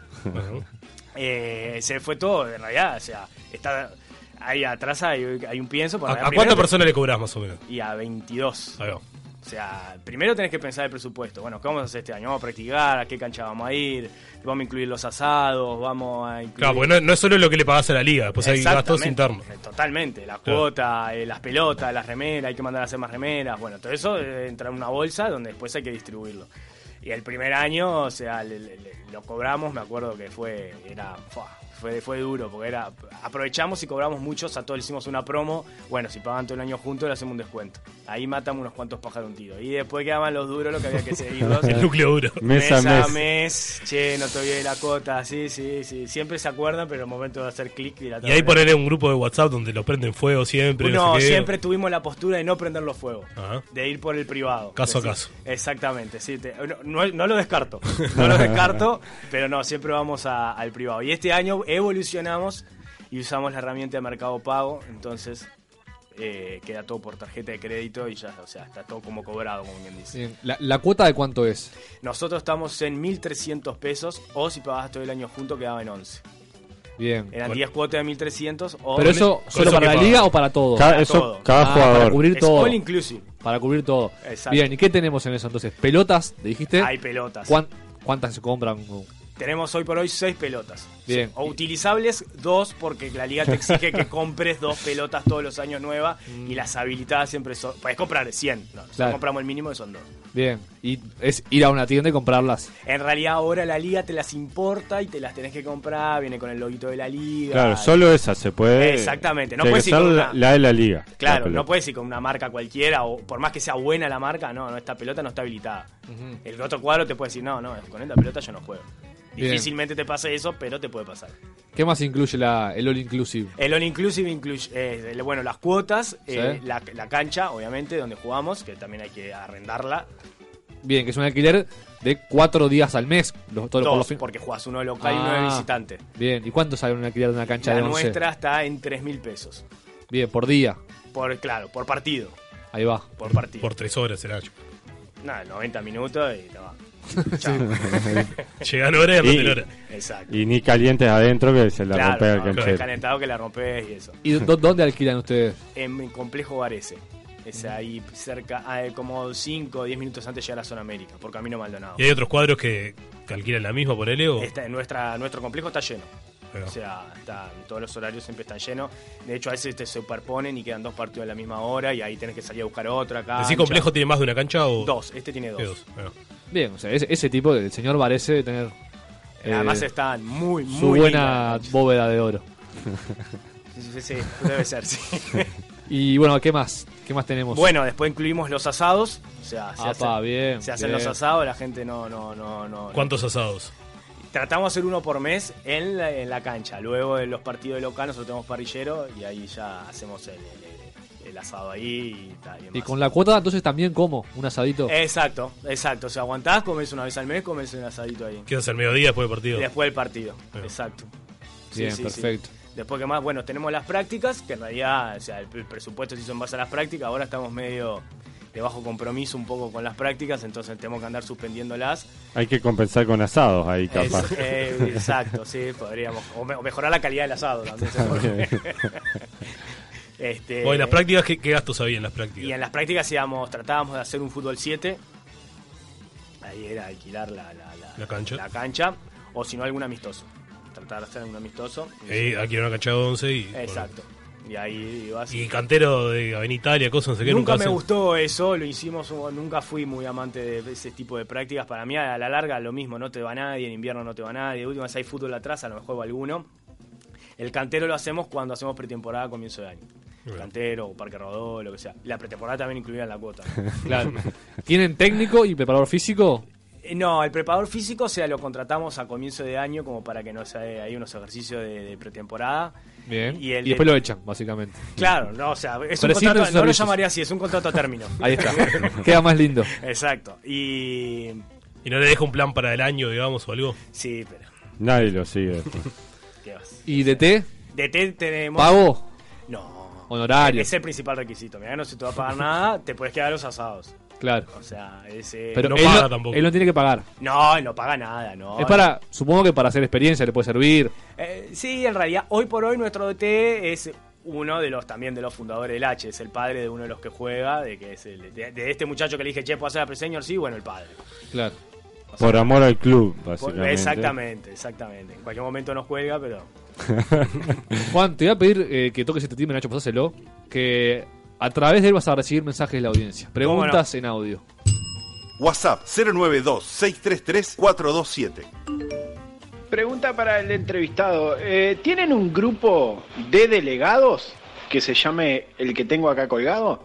S17: Eh, se fue todo, en realidad, o sea, está ahí atrás hay, hay un pienso.
S4: ¿A,
S17: por
S4: a cuántas personas le cobrás más o menos?
S17: Y a 22. O sea, primero tenés que pensar el presupuesto. Bueno, ¿qué vamos a hacer este año? ¿Vamos a practicar? ¿A qué cancha vamos a ir? ¿Vamos a incluir los asados? ¿Vamos a incluir...?
S4: Claro, porque no, no es solo lo que le pagás a la liga, después hay gastos
S17: Exactamente,
S4: internos.
S17: eh, Totalmente, la
S4: Claro.
S17: cuota, eh, las pelotas, las remeras, hay que mandar a hacer más remeras. Bueno, todo eso eh, entra en una bolsa donde después hay que distribuirlo. Y el primer año, o sea, le- le- le- lo cobramos, me acuerdo que fue, era, fua, fue, fue duro, porque era, aprovechamos y cobramos muchos, a todos le hicimos una promo, bueno, si pagan todo el año juntos le hacemos un descuento. Ahí matamos unos cuantos pájaros de un tiro. Y después quedaban los duros, lo que había que seguirlos.
S4: El núcleo duro.
S6: Mes a
S17: Mes a
S6: mes.
S17: mes, che, no te olvides la cuota, sí, sí, sí. Siempre se acuerdan, pero el momento de hacer clic y la
S4: Y ahí ponerle un grupo de WhatsApp donde lo prenden fuego siempre.
S17: no,
S4: sé qué.
S17: siempre tuvimos la postura de no prender los fuegos,
S4: Ajá.
S17: de ir por el privado.
S4: Caso a
S17: Decir-
S4: caso.
S17: Exactamente, sí. te- no, no- no lo descarto, no lo descarto, pero no, siempre vamos a- al privado. Y este año evolucionamos y usamos la herramienta de mercado pago, entonces eh, queda todo por tarjeta de crédito y ya, o sea, está todo como cobrado, como bien dice.
S5: Bien, ¿La, la cuota de cuánto es?
S17: Nosotros estamos en 1.300 pesos o si pagabas todo el año junto quedaba en 11.
S5: Bien.
S17: Eran 10 cuotas de 1.300 o...
S5: ¿Pero eso
S17: Con eso
S5: solo para
S17: que
S5: la
S17: pagabas.
S5: liga o para todo?
S17: Para todo.
S5: Ah, Para cubrir
S17: Es
S5: todo.
S17: all inclusive.
S5: Para cubrir todo.
S17: Exacto.
S5: Bien, ¿y qué tenemos en eso entonces? ¿Pelotas? ¿Dijiste?
S17: Hay pelotas.
S5: ¿Cuán- ¿Cuántas se compran?
S17: Tenemos hoy por hoy 6 pelotas.
S5: Bien.
S17: O utilizables, dos, porque la liga te exige que compres dos pelotas todos los años nuevas y las habilitadas siempre son. Puedes comprar 100. No, nosotros
S5: Claro.
S17: compramos el mínimo que son dos.
S5: Bien. ¿Y es ir a una tienda y comprarlas?
S17: En realidad, ahora la liga te las importa y te las tenés que comprar. Viene con el loguito de la liga.
S6: Claro, solo esa se puede.
S17: Exactamente, no
S6: tiene
S17: puedes
S6: que
S17: ir
S6: ser
S17: con
S6: la,
S17: una-
S6: la de la liga.
S17: Claro,
S6: la
S17: no
S6: pelota.
S17: puedes ir con una marca cualquiera, o por más que sea buena la marca, no, no, esta pelota no está habilitada. El otro cuadro te puede decir, no, no, con esta pelota yo no juego.
S5: Bien.
S17: Difícilmente te pase eso, pero te puede pasar.
S5: ¿Qué más incluye la, el All Inclusive?
S17: El All Inclusive incluye, eh, el- bueno, las cuotas, eh,
S5: Sí.
S17: la, la cancha, obviamente, donde jugamos, que también hay que arrendarla.
S5: Bien, que es un alquiler de cuatro días al mes. Los, todos los- por
S17: Dos,
S5: los fin-
S17: porque juegas uno de local y uno
S5: Ah,
S17: de visitante.
S5: Bien, ¿y cuánto sale un alquiler de una cancha
S17: La
S5: de 11?
S17: nuestra está en 3 mil pesos.
S5: Bien, por día.
S17: Por, claro, por partido.
S5: Ahí va.
S17: Por partido.
S4: Por tres horas será.
S17: Nada, 90 minutos y te va.
S4: Llega la hora y
S6: Y-
S4: aparte la hora.
S17: Exacto.
S6: Y ni calientes adentro que se la
S17: Claro,
S6: rompe
S17: no,
S6: el
S17: con el
S6: canchero.
S17: calentado que la rompes y eso.
S5: ¿Y dó- dónde alquilan ustedes?
S17: En el complejo Varese. Es ahí cerca, ah, como 5 o 10 minutos antes de llegar a la zona América, por camino Maldonado.
S4: Y hay otros cuadros que que alquilan la misma, ponele, o...
S17: Está- nuestra, nuestro complejo está lleno.
S4: Ahí va.
S17: O sea, está- todos los horarios siempre están llenos. De hecho, a veces te superponen y quedan dos partidos a la misma hora y ahí tenés que salir a buscar otra acá.
S4: ¿Decís complejo tiene más de una cancha o...?
S17: Dos, este tiene dos.
S4: Tiene dos, ah. ahí va.
S5: Bien, o sea, ese, ese tipo, el señor parece tener. eh,
S17: Además están muy,
S5: Su
S17: muy
S5: buena bóveda de oro.
S17: Sí, sí, sí, debe ser, sí.
S5: y bueno, ¿qué más? ¿Qué más tenemos?
S17: Bueno, después incluimos los asados. O sea, se
S5: Apa,
S17: hacen,
S5: bien,
S17: se hacen
S5: bien.
S17: los asados, la gente no, no, no, no.
S4: ¿Cuántos asados?
S17: Tratamos de hacer uno por mes en la, en la cancha. Luego de los partidos de local nosotros tenemos parrillero y ahí ya hacemos el, el- el asado ahí y tal. y
S5: Y
S17: demás.
S5: con la cuota, entonces también como un asadito.
S17: Exacto, exacto. O sea, aguantás, comes una vez al mes, comes un asadito ahí.
S4: Quedas al mediodía después del partido.
S17: Después del partido, exacto.
S5: Bien, perfecto.
S17: Después que más, bueno, tenemos las prácticas, que en realidad, o sea, el, el presupuesto se hizo en base a las prácticas, ahora estamos medio de bajo compromiso un poco con las prácticas, entonces tenemos que andar suspendiéndolas.
S6: Hay que compensar con asados ahí, capaz.
S17: Es- eh, exacto, sí, podríamos. O, me- o mejorar la calidad del asado también. se puede. este,
S4: O en las prácticas, ¿qué, qué gastos había en las prácticas?
S17: y en las prácticas íbamos, tratábamos de hacer un fútbol 7. Ahí era alquilar la, la- la-
S4: La cancha.
S17: la cancha, o si no, algún amistoso. Tratar de hacer algún amistoso.
S4: Eh, aquí en una cancha de 11 y...
S17: Exacto. Y ahí ibas.
S4: Y cantero de Avenida Italia, cosas, no sé qué.
S17: nunca me
S4: hacen.
S17: gustó eso, lo hicimos, nunca fui muy amante de ese tipo de prácticas. Para mí, a la larga, lo mismo, no te va nadie, en invierno no te va nadie. De última, si hay fútbol atrás, a lo mejor va alguno. El cantero lo hacemos cuando hacemos pretemporada a comienzo de año.
S5: Bien.
S17: Cantero, o Parque Rodó, lo que sea. La pretemporada también incluía en la cuota.
S5: Claro. ¿Tienen técnico y preparador físico?
S17: Eh, No, el preparador físico, o sea, lo contratamos a comienzo de año como para que nos haga ahí unos ejercicios de, de pretemporada.
S5: Bien.
S17: Y
S5: Y,
S17: el
S5: después
S17: de-
S5: lo echan, básicamente.
S17: Claro, no, o sea, es un
S5: Prescinden
S17: contrato,
S5: sus
S17: no lo
S5: servicios.
S17: llamaría así, es un contrato a término.
S5: Ahí está. Queda más lindo.
S17: Exacto. Y.
S4: ¿Y no le deja un plan para el año, digamos, o algo?
S17: Sí, pero.
S6: Nadie lo sigue. después.
S17: ¿Qué vas?
S5: ¿Y DT?
S17: De té tenemos.
S5: ¿Pago?
S17: No.
S5: Honorario.
S17: Es el principal requisito. Mira, no se te va a pagar nada, te puedes quedar los asados.
S5: Claro.
S17: O sea, ese.
S5: Pero él, no, él no tiene que pagar.
S17: No, él no paga nada, no.
S5: es para, supongo que para hacer experiencia le puede servir.
S17: Eh, sí, en realidad, hoy por hoy nuestro DT es uno de los también de los fundadores del H, es el padre de uno de los que juega, de que es el, de, de este muchacho que le dije, che, ¿puedo hacer la preseñor? Sí, bueno, el padre.
S5: Claro.
S6: Por amor al club,
S17: Por-
S6: básicamente.
S17: Exactamente, exactamente. En cualquier momento nos cuelga, pero.
S5: Juan, te voy a pedir eh, que toques este timbre, Nacho, pasáselo. Que a través de él vas a recibir mensajes de la audiencia. Preguntas en audio.
S8: WhatsApp 092-633-427.
S9: Pregunta para el entrevistado. Eh, ¿Tienen un grupo de delegados que se llame el que tengo acá colgado?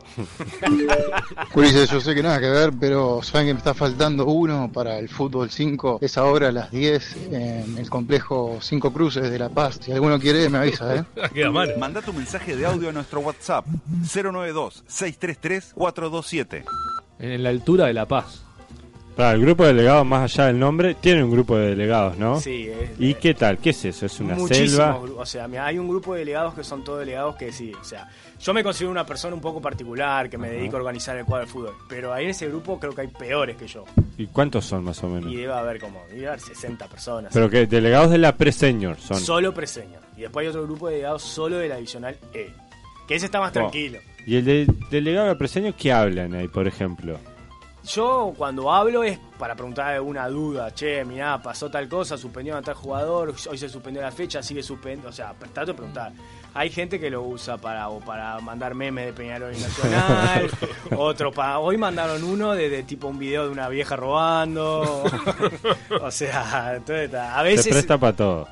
S13: Ulises, yo sé que nada que ver, pero saben que me está faltando uno para el fútbol 5. Es ahora a las 10 en el complejo Cinco Cruces de La Paz. Si alguno quiere, me avisa, ¿eh?
S4: Ah, Queda mal.
S8: Manda tu mensaje de audio a nuestro WhatsApp 092-633-427.
S5: En la altura de La Paz.
S6: Para, el grupo de delegados, más allá del nombre, tiene un grupo de delegados, ¿no?
S17: Sí, es-
S6: ¿Y qué tal? ¿Qué es eso? ¿Es una
S17: Muchísimos
S6: selva?
S17: gru- O sea, mira, hay un grupo de delegados que son todos delegados que sí. O sea, yo me considero una persona un poco particular que me
S6: Ajá.
S17: dedico a organizar el cuadro de fútbol. Pero ahí en ese grupo creo que hay peores que yo.
S6: ¿Y cuántos son más o menos?
S17: Y debe haber como, debe haber 60 personas.
S6: Pero que delegados de la pre-senior son.
S17: Solo preseña. Y después hay otro grupo de delegados solo de la divisional E. Que ese está más
S6: Wow.
S17: tranquilo.
S6: ¿Y el de- delegado de la pre-senior qué hablan ahí, por ejemplo?
S17: Yo cuando hablo es para preguntar alguna duda, che, mirá, pasó tal cosa, suspendieron a tal jugador, hoy se suspendió la fecha, sigue suspendiendo, o sea, trato de preguntar. Hay gente que lo usa para o para mandar memes de Peñarol y Nacional, otro para hoy mandaron uno de, de tipo un video de una vieja robando. o sea, entonces, está- a
S6: Se
S17: veces
S6: presta para todo.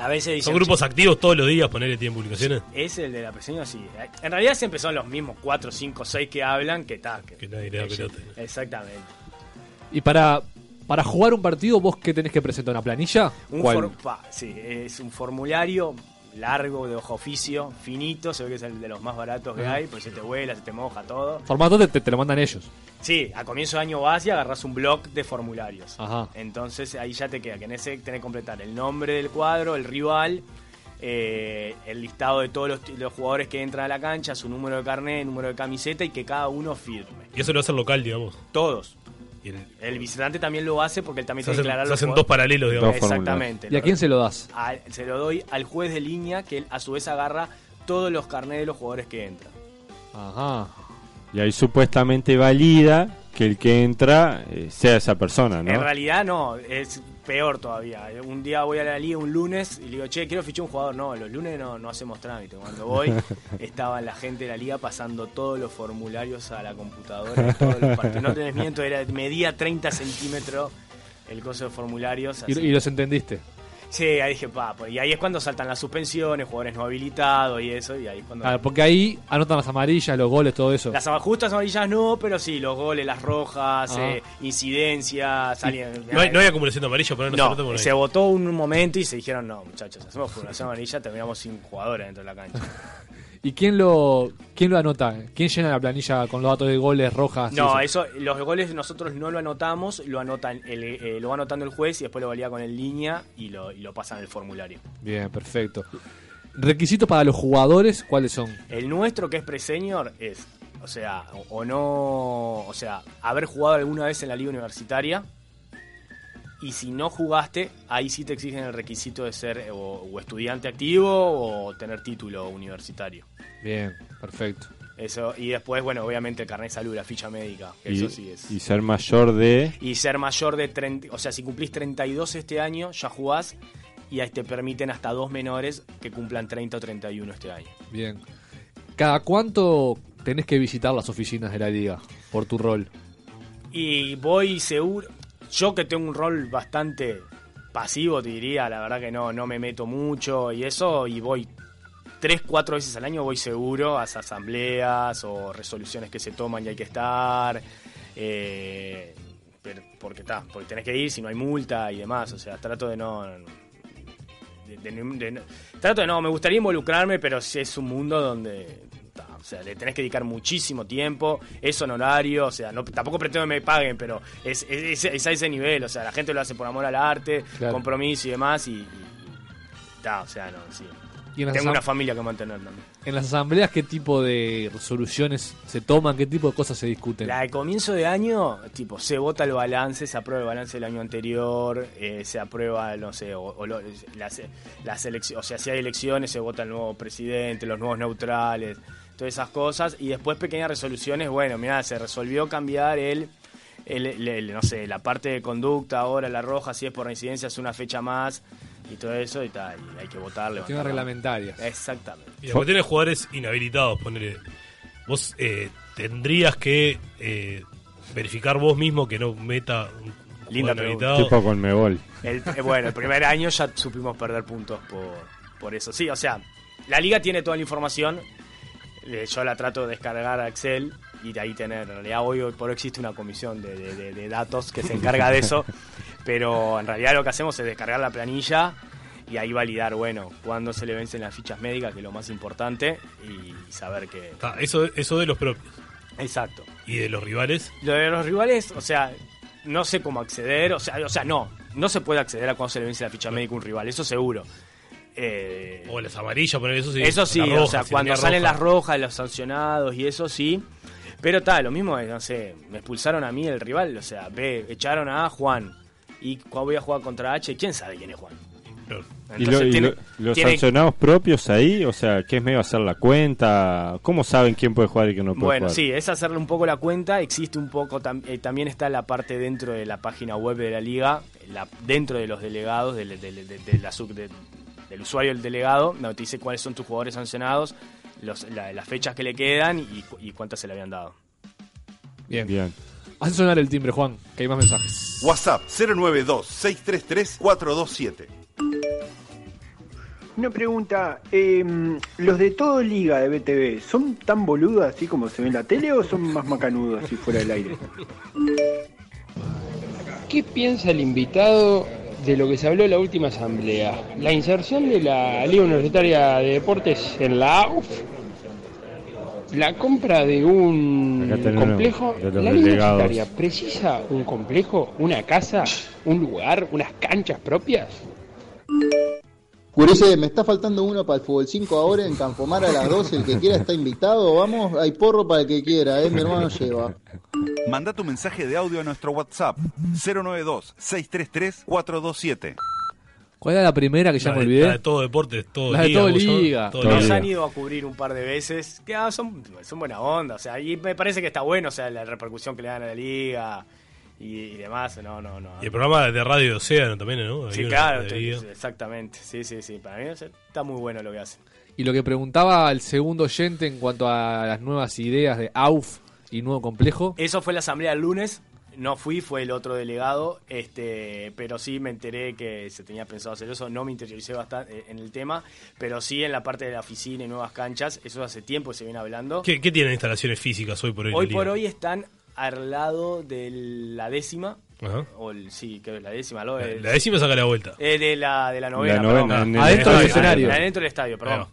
S17: a veces dicen,
S4: Son grupos
S17: "Che,
S4: activos todos los días, ponerle tienen publicaciones.
S17: es el de la presión, sí. En realidad siempre son los mismos 4, 5, 6 que hablan que tal. Que,
S4: nadie le da pelota.
S17: Exactamente.
S5: Y para, para jugar un partido, vos qué tenés que presentar, una planilla?
S17: Un
S5: ¿Cuál?
S17: for- pa, sí, es un formulario largo, de ojo oficio, finito, se ve que es el de los más baratos que
S5: Ajá.
S17: hay, pues se te vuela, se te moja todo.
S5: Formato te, te- te lo mandan ellos.
S17: Sí, a comienzo de año vas y agarras un blog de formularios.
S5: Ajá.
S17: Entonces ahí ya te queda, que en ese tenés que completar el nombre del cuadro, el rival, eh, el listado de todos los, los jugadores que entran a la cancha, su número de carnet, número de camiseta y que cada uno firme.
S4: Y eso lo hace el local, digamos.
S17: Todos.
S4: Y el-
S17: El visitante también lo hace porque él también
S4: Se
S17: tiene que
S4: hacen-
S17: declarar
S4: se
S17: los
S4: hacen
S17: jugadores.
S4: dos paralelos, digamos. Dos fórmulas.
S17: Exactamente.
S5: ¿Y a quién se lo das?
S17: Al- se lo doy al juez de línea que él a su vez agarra todos los carnets de los jugadores que entran.
S5: Ajá.
S6: Y ahí supuestamente valida que el que entra eh, sea esa persona, ¿no?
S17: En realidad no, es peor todavía. Un día voy a la liga un lunes y le digo, che, quiero fichar un jugador. No, los lunes no, no hacemos trámite. Cuando voy, estaba la gente de la liga pasando todos los formularios a la computadora. y todos los partidos. no tenés miento, era, medía 30 centímetros el coso de formularios.
S5: Y,
S17: así.
S5: y los entendiste.
S17: Sí, ahí dije, papo. Y ahí es cuando saltan las suspensiones, jugadores no habilitados y eso. Y ahí es cuando...
S4: Ah,
S5: Claro, Ah, porque ahí anotan las amarillas, los goles, todo eso.
S17: Las ama- justas amarillas no, pero sí, los goles, las rojas,
S5: Ah.
S17: eh, incidencias, alguien-
S4: No hay, no hay acumulación de amarilla, pero no, se
S17: No,
S4: nota por ahí.
S17: se votó un momento y se dijeron, no, muchachos, hacemos formación amarilla, terminamos sin jugadores dentro de la cancha.
S5: ¿Y quién lo quién lo anota? ¿Quién llena la planilla con los datos de goles rojas?
S17: no,
S5: y
S17: eso, los goles nosotros no lo anotamos, lo anotan el, eh, lo va anotando el juez y después lo valida con el línea y lo, y lo pasan al formulario.
S5: Bien, perfecto. ¿Requisitos para los jugadores cuáles son?
S17: El nuestro, que es preseñor, es, o sea, o, o no, o sea, haber jugado alguna vez en la liga universitaria. Y si no jugaste, ahí sí te exigen el requisito de ser eh, o, o estudiante activo o tener título universitario.
S5: Bien, perfecto.
S17: Eso, y después, bueno, obviamente el carnet de salud, la ficha médica, que
S6: y,
S17: eso sí es.
S6: y ser mayor de...
S17: Y ser mayor de 30, o sea, si cumplís 32 este año, ya jugás y ahí te permiten hasta dos menores que cumplan 30 o 31 este año.
S5: Bien. ¿Cada cuánto tenés que visitar las oficinas de la liga por tu rol?
S17: Y voy seguro. Yo que tengo un rol bastante pasivo, te diría, la verdad que no, no me meto mucho y eso, y voy tres, cuatro veces al año voy seguro a esas asambleas o resoluciones que se toman y hay que estar. eh, pero- porque está, porque tenés que ir si no hay multa y demás. O sea, trato de no. de- de no- de no- trato de no, me gustaría involucrarme, pero sí es un mundo donde Ta, O sea, le tenés que dedicar muchísimo tiempo, es honorario, o sea, no, tampoco pretendo que me paguen, pero es, es- es- es a ese nivel, o sea, la gente lo hace por amor al arte,
S5: Claro.
S17: compromiso y demás, y... y- y ta, o sea, no, sí.
S5: Y en las
S17: Tengo
S5: asam-
S17: una familia que mantener también.
S5: En las asambleas, ¿qué tipo de resoluciones se toman? ¿Qué tipo de cosas se discuten?
S17: La de comienzo de año, tipo, se vota el balance, se aprueba el balance del año anterior, eh, se aprueba, no sé, o, o lo- las, las elecciones, o sea, si hay elecciones, se vota el nuevo presidente, los nuevos neutrales, todas esas cosas, y después pequeñas resoluciones, bueno, mira, se resolvió cambiar el, el- el- el, no sé, la parte de conducta, ahora la roja, si es por reincidencia, es una fecha más, y todo eso, y tal, y hay que votar,
S4: Cuestiones
S17: levantar la-
S4: reglamentarias.
S17: Exactamente.
S4: Y después tenés jugadores inhabilitados, ponele. Vos eh, tendrías que eh, verificar vos mismo que no meta un
S17: Linda
S4: jugador
S17: pregunta.
S4: inhabilitado.
S6: Tipo con Mebol.
S17: El- eh, bueno, el primer año ya supimos perder puntos por, por eso. Sí, o sea, la liga tiene toda la información. eh, Yo la trato de descargar a Excel y de ahí tener. En realidad, hoy, hoy por hoy existe una comisión de, de- de- de datos que se encarga de eso. Pero en realidad, lo que hacemos es descargar la planilla y ahí validar, bueno, cuándo se le vencen las fichas médicas, que es lo más importante, y saber que.
S4: Ah, eso, eso de los propios.
S17: Exacto.
S4: Y de los rivales.
S17: Lo de los rivales, o sea, no sé cómo acceder, o sea, o sea, no, no se puede acceder a cuando se le vence la ficha médica a un rival, eso seguro. Eh,
S4: O las amarillas, pero eso sí.
S17: eso sí,
S4: la roja,
S17: o sea,
S4: si
S17: cuando
S4: tenía
S17: salen
S4: roja.
S17: las rojas, los sancionados y eso sí. Pero tal, lo mismo, es, no sé, me expulsaron a mí el rival, o sea, ve, echaron a Juan. Y cuando voy a jugar contra H, ¿quién sabe quién es Juan?
S6: ¿Y, lo- y
S17: tiene-
S6: lo- los
S17: tiene-
S6: sancionados propios ahí? O sea, que es medio hacer la cuenta. ¿Cómo saben quién puede jugar y quién no puede
S17: Bueno,
S6: jugar?
S17: sí, es hacerle un poco la cuenta. Existe un poco, tam- eh, también está la parte dentro de la página web de la liga, la- dentro de los delegados, del, del- del- de la sub- de- del usuario del delegado, donde te dice cuáles son tus jugadores sancionados, los- la- las fechas que le quedan y, cu- y cuántas se le habían dado.
S5: Bien. Haz sonar el timbre, Juan, que hay más mensajes.
S8: WhatsApp 092-633-427.
S9: Una pregunta, eh, ¿los de todo liga de BTV son tan boludos así como se ve en la tele o son más macanudos así fuera del aire?
S18: ¿Qué piensa el invitado de lo que se habló en la última asamblea? La inserción de la Liga Universitaria de Deportes en la AUF, la compra de un
S6: Acá tenemos
S18: complejo,
S6: de los
S18: la Liga
S6: delegados.
S18: Universitaria precisa un complejo, una casa, un lugar, unas canchas propias.
S11: Curice, me está faltando uno para el fútbol 5 ahora en Campomar a las 12. El que quiera está invitado. Vamos, hay porro para el que quiera, ¿eh? mi hermano lleva.
S8: Manda tu mensaje de audio a nuestro WhatsApp 092-633-427.
S5: ¿Cuál era la primera que ya
S4: La
S5: me
S4: de-
S5: olvidé?
S4: la de todo deporte, todo
S5: La de
S4: liga,
S5: todo
S4: ¿cómo se llama?
S5: liga.
S4: Todo
S17: Nos
S4: liga.
S17: han ido a cubrir un par de veces, que ah, son, son buena onda, o sea, y me parece que está bueno, o sea, la repercusión que le dan a la liga y, y demás, no, no, no.
S4: Y el programa de Radio Océano también, ¿no? Había
S17: Sí,
S4: una
S17: claro,
S4: de
S17: te-
S4: liga.
S17: exactamente, sí, sí, sí, para mí o sea, está muy bueno lo que hacen.
S5: Y lo que preguntaba el segundo oyente en cuanto a las nuevas ideas de AUF y nuevo complejo.
S17: Eso fue la asamblea el lunes. No fui, fue el otro delegado, este, pero sí me enteré que se tenía pensado hacer eso. No me interioricé bastante eh, en el tema, pero sí en la parte de la oficina y nuevas canchas. Eso hace tiempo se viene hablando.
S4: ¿Qué, qué tienen instalaciones físicas hoy por hoy? en
S17: Hoy
S4: la
S17: por
S4: liga?
S17: hoy están al lado de la décima.
S4: Ajá.
S17: O el- sí, creo que la décima. lo- eh,
S4: La décima saca la vuelta.
S17: eh, de la, de la novena.
S4: La novena,
S17: perdón.
S4: en el Adentro del estadio. escenario. Ah.
S17: Adentro del estadio, perdón.
S4: Claro.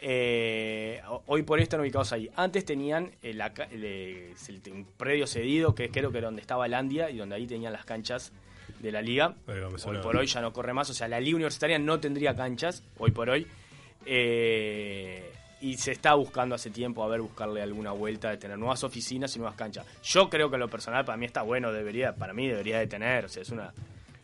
S17: Eh, ho- hoy por hoy están ubicados ahí. Antes tenían el, aca- el, eh, el- un predio cedido, que creo que era donde estaba Landia, y donde ahí tenían las canchas de la liga.
S4: Ahí va, me
S17: Hoy
S4: sonaba.
S17: por hoy ya no corre más. O sea, la liga universitaria no tendría canchas, hoy por hoy. Eh, y se está buscando hace tiempo a ver buscarle alguna vuelta de tener nuevas oficinas y nuevas canchas. Yo creo que en lo personal para mí está bueno, debería, para mí debería de tener. O sea, es una,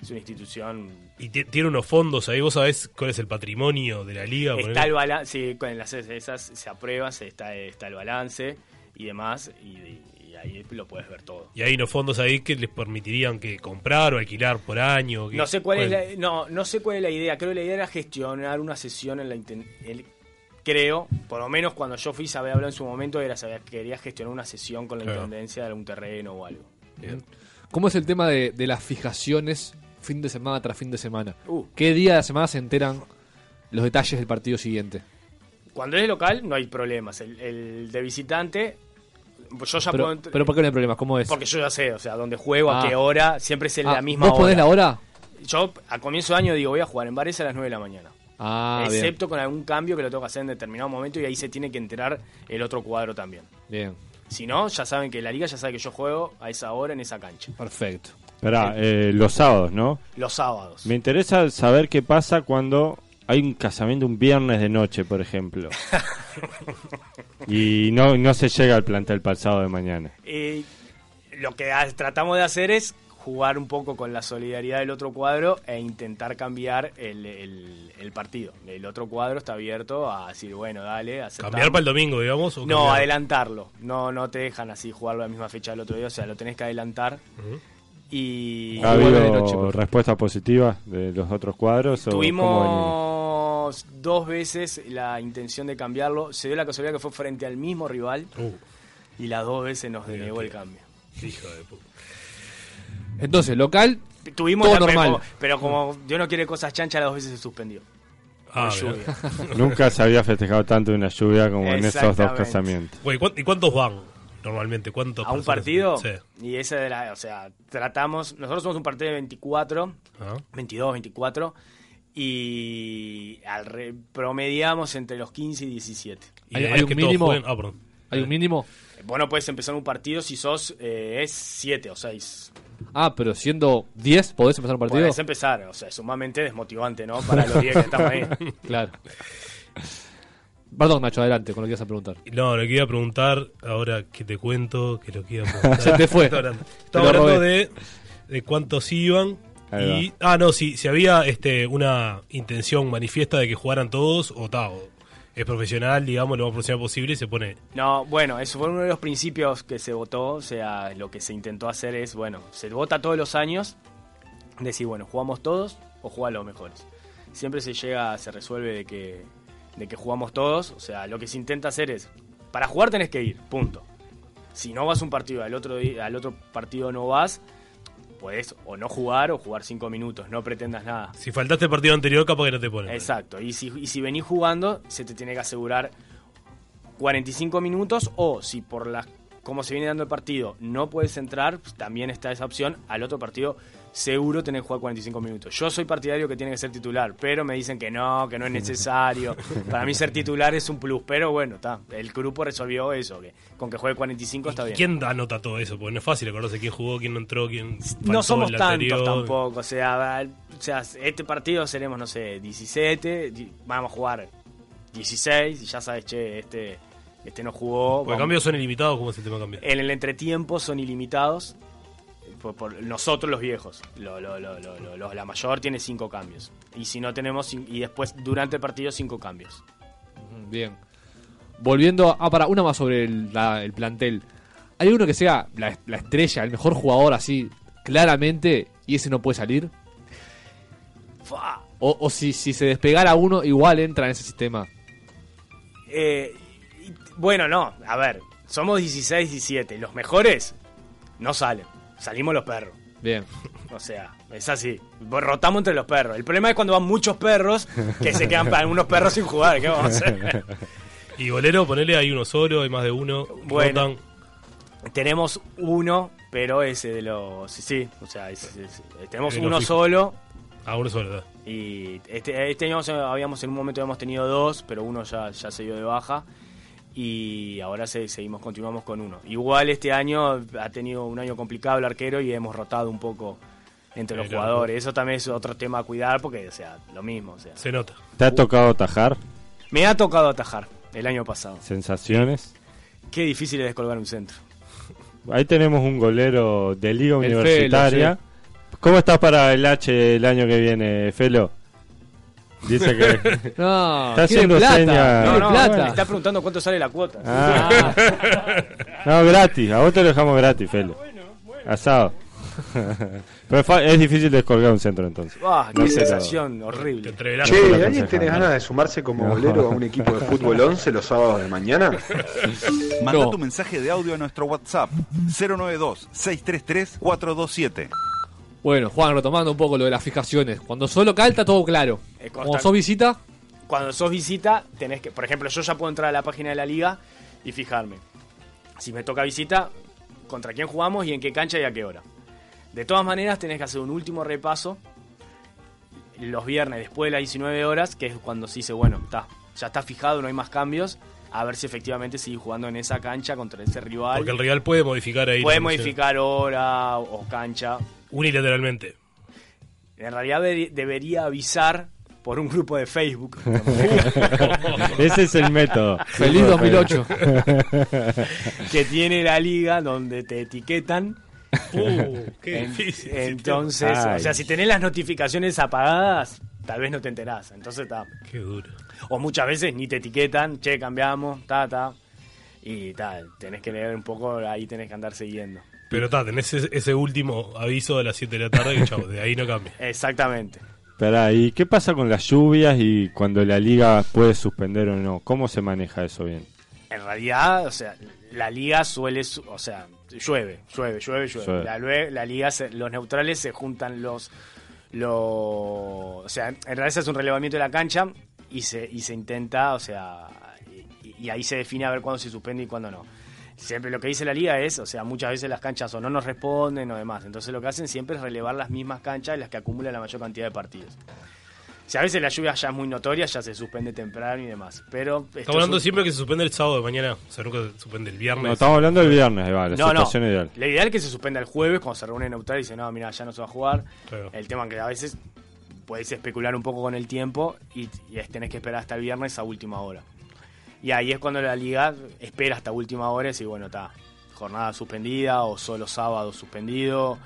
S17: es una institución
S4: Y ti- tiene unos fondos ahí. ¿Vos sabés cuál es el patrimonio de la liga?
S17: Está el balance, sí, con las esas se aprueba, se está, está el balance y demás, y, y ahí lo puedes ver todo.
S4: Y hay unos fondos ahí que les permitirían que comprar o alquilar por año. que-
S17: No sé cuál es la, no, no sé cuál es la idea, creo que la idea era gestionar una sesión en la inten- el- creo, por lo menos cuando yo fui se había hablado en su momento era se había- quería gestionar una sesión con la
S5: Claro.
S17: intendencia de algún terreno o algo.
S5: ¿Cómo es el tema de, de las fijaciones fin de semana tras fin de semana?
S17: Uh.
S5: ¿Qué día de la semana se enteran los detalles del partido siguiente?
S17: Cuando es local no hay problemas, el, el de visitante yo ya
S5: Pero,
S17: puedo entr-
S5: pero ¿por qué no hay problemas? ¿Cómo es?
S17: porque yo ya sé, o sea, dónde juego, a
S5: Ah.
S17: qué hora, siempre es en
S5: Ah,
S17: la misma
S5: ¿Vos ponés la hora?
S17: Yo a comienzo de año digo, voy a jugar en bares a las 9 de la mañana.
S5: Ah, bien.
S17: excepto con algún cambio que lo tengo que hacer en determinado momento y ahí se tiene que enterar el otro cuadro también.
S5: Bien,
S17: Si no, ya saben que la liga ya sabe que yo juego a esa hora en esa cancha.
S5: perfecto.
S6: Esperá, eh, los sábados, ¿no?
S17: Los sábados.
S6: Me interesa saber qué pasa cuando hay un casamiento un viernes de noche, por ejemplo. y no, no se llega al plantel pasado de mañana.
S17: Y Eh, lo que ha- tratamos de hacer es jugar un poco con la solidaridad del otro cuadro e intentar cambiar el, el- el partido. El otro cuadro está abierto a decir, bueno, dale, aceptamos.
S4: ¿Cambiar para el domingo, digamos? o
S17: No,
S4: cambiar-
S17: adelantarlo. No, no te dejan así jugarlo a la misma fecha del otro día, o sea, lo tenés que adelantar. Y
S6: ¿Ha habido respuestas positivas de los otros cuadros? o cómo venimos?
S17: Tuvimos dos veces la intención de cambiarlo. Se dio la casualidad que fue frente al mismo rival. Y las dos veces nos denegó el cambio.
S4: Uh. Hijo de puta.
S5: Entonces, local,
S17: Tuvimos
S5: todo
S17: la- pero
S5: normal.
S17: como- Pero como Dios no quiere cosas chanchas, las dos veces se suspendió.
S4: Ah,
S17: Por
S4: mirá.
S17: lluvia.
S6: Nunca se había festejado tanto una lluvia como en esos dos
S17: Exactamente.
S6: casamientos.
S4: Güey, ¿cuán- ¿Y cuántos van normalmente? ¿Cuántos
S17: a un
S4: personas?
S17: partido
S4: Sí.
S17: y esa de la, o sea, tratamos, nosotros somos un partido de 24,
S4: Ah.
S17: 22, 24 y al re- promediamos entre los 15 y 17.
S4: ¿Y la idea es que todos jueguen? Ah, perdón.
S5: ¿Hay un mínimo?
S17: Bueno, puedes empezar un partido si sos eh, es 7 o 6.
S5: Ah, pero siendo 10, ¿podés empezar un partido?
S17: Podés empezar, o sea, es sumamente desmotivante, ¿no? Para los 10 que estamos ahí.
S5: claro. Perdón, Nacho, adelante con lo que ibas a preguntar.
S4: No, lo que iba a preguntar, ahora que te cuento, que lo que iba a preguntar.
S5: Se te fue.
S4: Estaba hablando,
S5: Te
S4: estaba
S5: lo
S4: hablando
S5: robé.
S4: de, de cuántos iban.
S5: Ahí
S4: Y, ah, no, si, si había este, una intención manifiesta de que jugaran todos, o ta, o es profesional, digamos, lo más profesional posible, y se pone.
S17: No, bueno, eso fue uno de los principios que se votó, o sea, lo que se intentó hacer es, bueno, se vota todos los años, decir, bueno, jugamos todos o juegan los mejores. Siempre se llega, se resuelve de que, de que jugamos todos, o sea, lo que se intenta hacer es, para jugar tenés que ir, punto. Si no vas un partido, al otro, di- al otro partido no vas, puedes o no jugar o jugar cinco minutos, no pretendas nada.
S4: Si faltaste el partido anterior, capaz que no te ponen.
S17: Exacto, y si, y si venís jugando, se te tiene que asegurar 45 minutos o si por la, como se viene dando el partido no puedes entrar, pues, también está esa opción, al otro partido seguro tenés que jugar 45 minutos. Yo soy partidario que tiene que ser titular, pero me dicen que no, que no es necesario. Para mí ser titular es un plus, pero bueno, está, el grupo resolvió eso, que con que juegue 45 está bien.
S4: ¿Quién anota todo eso? Porque no es fácil acordarse quién jugó, quién no entró, quién. faltó
S17: No somos
S4: el
S17: tantos
S4: anterior.
S17: tampoco, o sea, va- o sea, este partido seremos, no sé, 17, di- vamos a jugar 16 y ya sabes, che, este, este no jugó.
S4: Porque
S17: vamos-
S4: cambios son ilimitados, ¿cómo se te va a cambiar?
S17: En el entretiempo son ilimitados, por, por nosotros los viejos, lo- lo- lo- lo- lo- lo- la mayor tiene 5 cambios. Y si no tenemos, cin- y después durante el partido 5 cambios.
S5: Bien. Volviendo a ah, para una más sobre el, la- el plantel. ¿Hay uno que sea la, la estrella, el mejor jugador así, claramente, y ese no puede salir? O, o si, si se despegara uno, igual entra en ese sistema.
S17: Eh, y- bueno, no, a ver, somos 16, 17, los mejores no salen, salimos los perros.
S5: Bien.
S17: O sea, es así. Rotamos entre los perros. El problema es cuando van muchos perros que se quedan para algunos perros sin jugar. ¿Qué vamos a hacer?
S4: Y bolero, ponele, hay uno solo, hay más de uno.
S17: Bueno.
S4: Rotan.
S17: Tenemos uno, pero ese de los. Sí, sí, o sea, es- es- es- tenemos
S4: De eh, los
S17: uno
S4: fijos.
S17: solo.
S4: Ah, uno solo, da.
S17: Y este, este año habíamos en un momento habíamos tenido dos, pero uno ya, ya se dio de baja. Y ahora se- seguimos, continuamos con uno. Igual este año ha tenido un año complicado el arquero y hemos rotado un poco entre los
S4: Pero-
S17: jugadores. Eso también es otro tema a cuidar porque, o sea, lo mismo. O sea.
S4: Se nota.
S6: ¿Te ha tocado tajar?
S17: Me ha tocado atajar el año pasado.
S6: ¿Sensaciones?
S17: Qué difícil es descolgar un centro.
S6: Ahí tenemos un golero de Liga
S17: El
S6: Universitaria. ¿Cómo estás para el H el año que viene, Felo? Dice que.
S5: No,
S6: está haciendo señas.
S17: No, no,
S6: bueno.
S17: me está preguntando cuánto sale la cuota.
S6: Ah. No, gratis. A vos te lo dejamos gratis,
S17: Ah,
S6: Felo. Asado. Pero es fa- es difícil descolgar un centro entonces.
S17: Ah,
S6: No
S17: qué
S6: sé, no.
S17: sensación horrible.
S6: No se lo
S19: Che, ¿alguien
S6: aconseja,
S19: tiene
S6: ¿no?
S19: ganas de sumarse como
S6: No.
S19: bolero a un equipo de fútbol 11 los sábados de mañana?
S8: Manda tu mensaje de audio a nuestro WhatsApp 092-633-427.
S5: Bueno, Juan, retomando un poco lo de las fijaciones. Cuando solo cae, está todo claro.
S17: Eh, consta-
S5: Cuando sos visita,
S17: Cuando sos visita, tenés que. Por ejemplo, yo ya puedo entrar a la página de la liga y fijarme. Si me toca visita, contra quién jugamos y en qué cancha y a qué hora. De todas maneras, tenés que hacer un último repaso los viernes después de las 19 horas, que es cuando se dice, bueno, está, ya está fijado, no hay más cambios. A ver si efectivamente sigue jugando en esa cancha contra ese rival.
S4: Porque el rival puede modificar ahí.
S17: Puede
S4: no sé,
S17: modificar hora o cancha.
S4: Unilateralmente.
S17: En realidad debe- debería avisar por un grupo de Facebook.
S6: Ese es el método.
S17: Feliz 2008. que tiene la liga donde te etiquetan.
S4: Uh, qué
S17: En-
S4: difícil.
S17: Entonces,
S6: Ay.
S17: o sea, si tenés las notificaciones apagadas, tal vez no te enterás. Entonces, está.
S4: Qué duro.
S17: O muchas veces ni te etiquetan, che, cambiamos, ta, ta. Y tal, tenés que leer un poco, ahí tenés que andar siguiendo.
S4: Pero está, tenés ese, ese último aviso de las 7 de la tarde que chavo, de ahí no cambia.
S17: Exactamente.
S6: Esperá, ¿y qué pasa con las lluvias y cuando la liga puede suspender o no? ¿Cómo se maneja eso bien?
S17: En realidad, o sea, la liga suele, su- o sea, llueve, llueve, llueve, llueve.
S6: Llueve.
S17: La, lue- la liga, se- los neutrales se juntan los, los, o sea, en realidad se hace un relevamiento de la cancha y se, y se intenta, o sea, y, y ahí se define a ver cuándo se suspende y cuándo no. Siempre lo que dice la liga es, o sea, muchas veces las canchas o no nos responden o demás. Entonces lo que hacen siempre es relevar las mismas canchas en las que acumulan la mayor cantidad de partidos. Si a veces la lluvia ya es muy notoria, ya se suspende temprano y demás. Pero esto
S4: Estamos hablando
S17: es un-
S4: siempre que se suspende el sábado de mañana. O sea, nunca se suspende el viernes.
S6: No, estamos hablando del viernes, Eva, la situación ideal.
S17: La ideal es que se suspenda el jueves cuando se reúne neutral y dice, no, mira, ya no se va a jugar.
S4: Claro.
S17: El tema que a veces podéis especular un poco con el tiempo y, y es- tenés que esperar hasta el viernes a última hora. Y ahí es cuando la liga espera hasta última hora y dice, bueno, está, jornada suspendida o solo sábado suspendido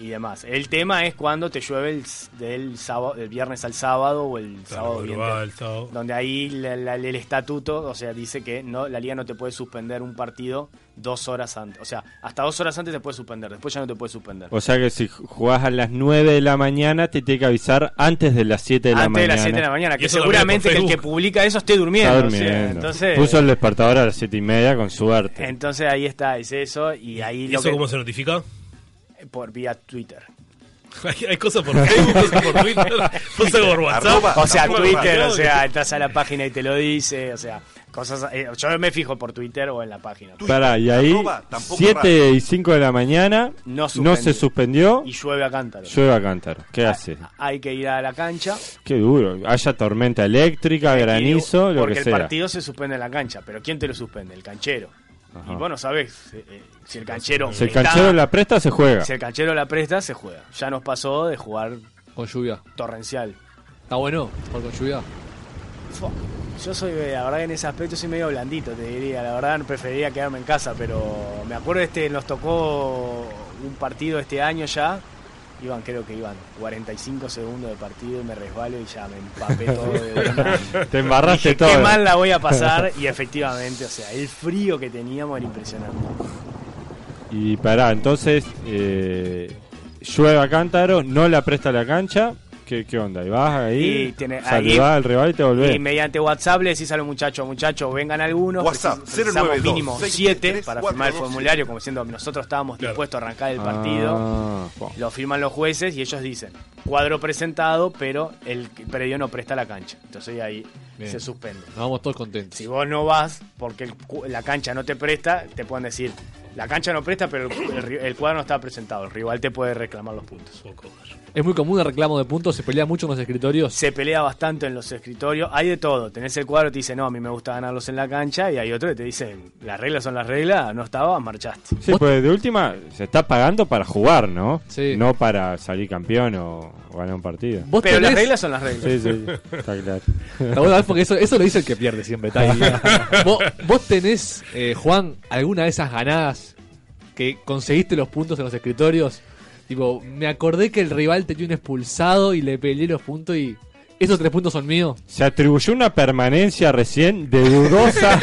S17: y demás. El tema es cuando te llueve el s- del, sábado, del viernes al sábado o el sábado bien
S4: madrugada,
S17: tem- donde ahí la- la- el estatuto, o sea, dice que no la liga no te puede suspender un partido dos horas antes. O sea, hasta dos horas antes te puede suspender, después ya no te puede suspender.
S6: O sea que si jugás a las 9 de la mañana, te tiene que avisar antes de las 7 de la
S17: antes de
S6: mañana.
S17: las 7 de la mañana,
S4: Y
S17: que
S4: eso también
S17: seguramente
S4: por
S17: que el que
S4: Facebook.
S17: publica eso esté durmiendo.
S6: Está
S17: o sea,
S6: durmiendo.
S17: entonces, Eh,
S6: Puso el despertador a las 7 y media con suerte.
S17: entonces ahí está, es eso. ¿Y ahí
S4: ¿Y
S17: lo
S4: eso
S17: que-
S4: cómo se notifica?
S17: Por vía Twitter.
S4: hay, hay cosas por Facebook, cosas por Twitter, cosas por WhatsApp.
S17: o sea,
S4: Arroba,
S17: Twitter,
S4: arroba.
S17: o sea, estás a la página y te lo dice, o sea, cosas. eh, yo me fijo por Twitter o en la página.
S6: Pará, y ahí
S17: Arroba, tampoco
S6: 7 y 5 de la mañana
S17: No
S6: no,
S17: suspendió.
S6: se suspendió.
S17: Y llueve a cántaro. Ah,
S6: Llueve a cántaro. ¿Qué hace?
S17: Hay que ir a la cancha.
S6: Qué duro. Haya tormenta eléctrica, granizo, lo
S17: porque
S6: que
S17: el
S6: sea.
S17: partido se suspende en la cancha, pero ¿quién te lo suspende? El canchero.
S6: Ajá.
S17: Y vos no sabés eh, eh, si el canchero.
S6: Si el canchero la presta, se juega.
S17: Si el canchero la presta, se juega. Ya nos pasó de jugar
S5: Con lluvia.
S17: torrencial.
S5: Está bueno, jugar con lluvia.
S17: Fua, Yo soy, eh, la verdad, que en ese aspecto soy medio blandito, te diría. La verdad, preferiría quedarme en casa, pero me acuerdo este, nos tocó un partido este año ya. Iban, creo que iban 45 segundos de partido y me resbalo y ya me empapé todo. De una.
S6: Te embarraste
S17: Dije,
S6: todo.
S17: Qué mal la voy a pasar y efectivamente, o sea, el frío que teníamos era impresionante.
S6: Y pará, entonces eh, llueve a cántaro, no la presta la cancha. ¿Qué, qué onda? Y vas ahí,
S17: Y tiene-
S6: saludás
S17: ahí-
S6: al rival y te
S17: Y
S6: volvés.
S17: mediante WhatsApp le decís a los muchachos, muchachos, vengan algunos.
S8: WhatsApp,
S17: precis- precisamos
S8: 092,
S17: mínimo
S8: 633,
S17: 7 para firmar el
S8: 427.
S17: formulario, como siendo nosotros estábamos dispuestos a arrancar el partido.
S6: Ah, bueno.
S17: Lo firman los jueces y ellos dicen, cuadro presentado, pero el predio no presta la cancha. Entonces ahí
S5: Bien.
S17: se suspende.
S5: Nos vamos todos contentos.
S17: Si vos no vas porque el cu- la cancha no te presta, te pueden decir, la cancha no presta, pero el, el ri- el cuadro no está presentado. El rival te puede reclamar los puntos.
S5: Es muy común el reclamo de puntos, se pelea mucho en los escritorios.
S17: Se pelea bastante en los escritorios, hay de todo. Tenés el cuadro, te dice, no, a mí me gusta ganarlos en la cancha, y hay otro que te dice, las reglas son las reglas, no estabas, marchaste.
S6: Sí, pues de última se está pagando para jugar, ¿no? No para salir campeón o, o ganar un partido.
S5: Vos
S17: Pero las
S5: tenés-
S17: reglas son las reglas.
S6: Sí, sí, está claro.
S5: Está bueno, porque eso, eso lo dice el que pierde siempre. Está ahí. ¿Vos, vos tenés, eh, Juan, alguna de esas ganadas que conseguiste los puntos en los escritorios? Tipo, me acordé que el rival tenía un expulsado y le peleé los puntos y esos tres puntos son míos.
S6: Se atribuyó una permanencia recién de dudosa,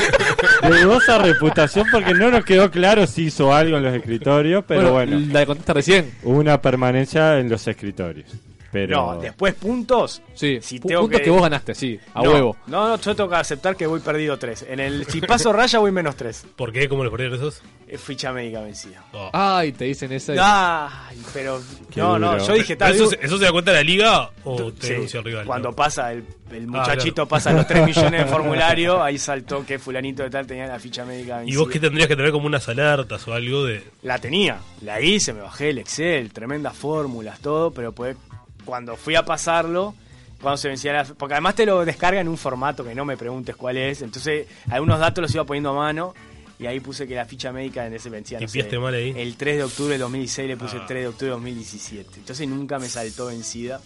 S6: de dudosa reputación porque no nos quedó claro si hizo algo en los escritorios, pero bueno.
S5: Bueno, La de contesta recién.
S6: Hubo una permanencia en los escritorios. Pero
S17: No, después puntos.
S5: Sí,
S17: si
S5: pu-
S17: tengo
S5: puntos que vos ganaste, sí, a
S17: No,
S5: huevo.
S17: No, no, yo tengo que aceptar que voy perdido 3. En el si paso raya voy menos 3.
S4: ¿Por qué? ¿Cómo le perdieron esos?
S17: Ficha médica vencida.
S5: Ay, te dicen esa. y-
S17: Ay, pero. no, no, yo dije
S4: Pero
S17: tal.
S4: ¿Eso,
S17: digo-
S4: se- ¿Eso se da cuenta la liga o
S17: Tú-
S4: te
S17: sí,
S4: denuncia el rival?
S17: Cuando pasa el, el
S4: Ah,
S17: muchachito,
S4: claro.
S17: pasa los 3 millones de formulario, ahí saltó que fulanito de tal tenía la ficha médica
S4: ¿Y
S17: vencida.
S4: vos qué tendrías que tener como unas alertas o algo de.?
S17: La tenía, la hice, me bajé el Excel, tremendas fórmulas, todo, pero pues cuando fui a pasarlo, cuando se vencía la... Porque además te lo descarga en un formato que no me preguntes cuál es, entonces algunos datos los iba poniendo a mano y ahí puse que la ficha médica en ese vencía... no sé,
S4: Limpiaste mal ahí. Ah.
S17: El 3 de octubre de 2006 le puse 3 de octubre de 2017, entonces nunca me saltó vencida.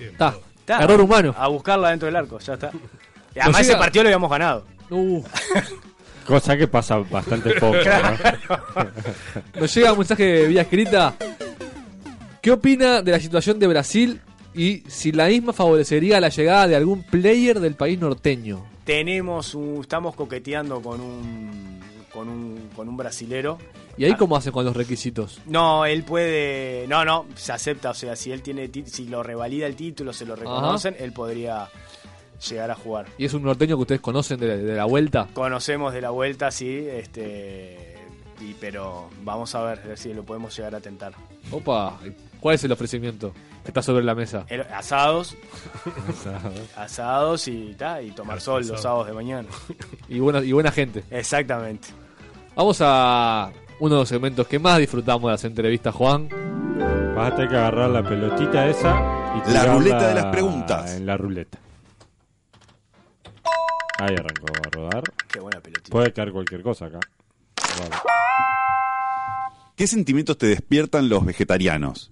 S5: Está.
S17: Está,
S5: Error humano.
S17: A buscarla dentro del arco, ya está. Y además ese
S5: llega-
S17: partido lo habíamos ganado.
S5: Uh,
S6: Cosa que pasa bastante poco. ¿no?
S5: Nos llega un mensaje vía escrita. ¿Qué opina de la situación de Brasil y si la misma favorecería la llegada de algún player del país norteño?
S17: Tenemos un- Estamos coqueteando con un... Con un, con un brasilero
S5: ¿Y ahí cómo hacen con los requisitos?
S17: No, él puede. No, no, se acepta. O sea, si él tiene. ti- Si lo revalida el título, se lo reconocen, él podría llegar a jugar.
S5: ¿Y es un norteño que ustedes conocen de la, de la vuelta?
S17: Conocemos de la vuelta, sí, este. Y, pero vamos a ver si lo podemos llegar a tentar.
S5: Opa, ¿cuál es el ofrecimiento que está sobre la mesa?
S17: El- asados, asados y, ta, y tomar sol los sábados de mañana.
S5: Y buena, y buena gente.
S17: Exactamente.
S5: Vamos a uno de los segmentos que más disfrutamos de las entrevistas, Juan.
S6: Vas a tener que agarrar la pelotita esa
S3: La
S6: tirarla
S3: ruleta de las preguntas.
S6: En la ruleta. Ahí arrancó a rodar.
S17: Qué buena pelotita.
S6: Puede caer cualquier cosa acá. Vale.
S3: ¿Qué sentimientos te despiertan los vegetarianos?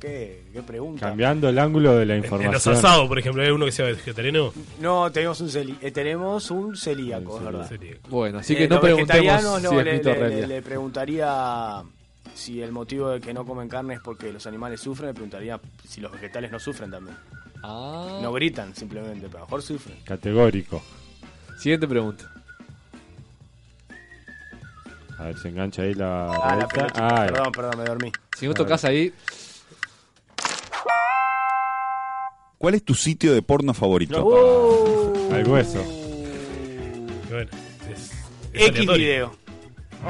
S17: ¿Qué? ¿Qué pregunta?
S6: Cambiando el ángulo de la
S4: En los
S6: información.
S4: asados, por ejemplo, ¿hay uno que sea vegetariano?
S17: No, tenemos un, celi- eh, tenemos un celíaco, es verdad.
S5: Bueno, así
S17: Eh,
S5: que no
S17: los vegetarianos,
S5: preguntemos
S17: no,
S5: si es
S17: le,
S5: mito o
S17: le-
S5: realidad.
S17: le preguntaría si el motivo de que no comen carne es porque los animales sufren, le preguntaría si los vegetales no sufren también.
S5: Ah.
S17: No gritan simplemente, pero a lo mejor sufren.
S6: Categórico.
S5: Siguiente pregunta.
S6: A ver, se engancha ahí la.
S17: Ah,
S6: ruleta.
S17: la
S6: eh.
S17: pelotita,
S6: Ahí.
S17: perdón, perdón, me dormí.
S5: Si no tocas ahí,
S3: ¿Cuál es tu sitio de porno favorito?
S6: Al hueso.
S4: Bueno, es, es
S17: X
S4: aleatorio.
S17: video.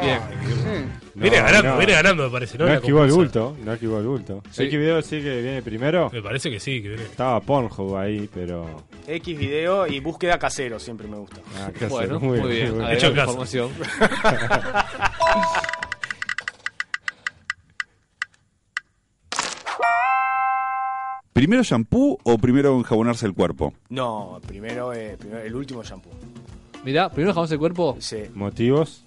S5: Bien.
S6: No,
S4: viene ganando,
S6: no.
S4: viene ganando, me parece, ¿no?
S6: No
S4: La
S6: esquivó el
S4: compensa.
S6: bulto, no esquivó el bulto.
S4: Sí.
S6: X video sí que viene primero.
S4: Me parece que sí, que viene.
S6: Estaba Pornhub ahí, pero.
S17: X video y búsqueda casero, siempre me gusta.
S6: Ah, casero, Bueno, muy muy bien, bien, muy bien.
S4: Hecho caso.
S3: ¿Primero shampoo o primero enjabonarse el cuerpo?
S17: no, primero, eh, primero- el último shampoo.
S5: mirá, primero dejamos el cuerpo.
S17: Sí.
S6: ¿Motivos?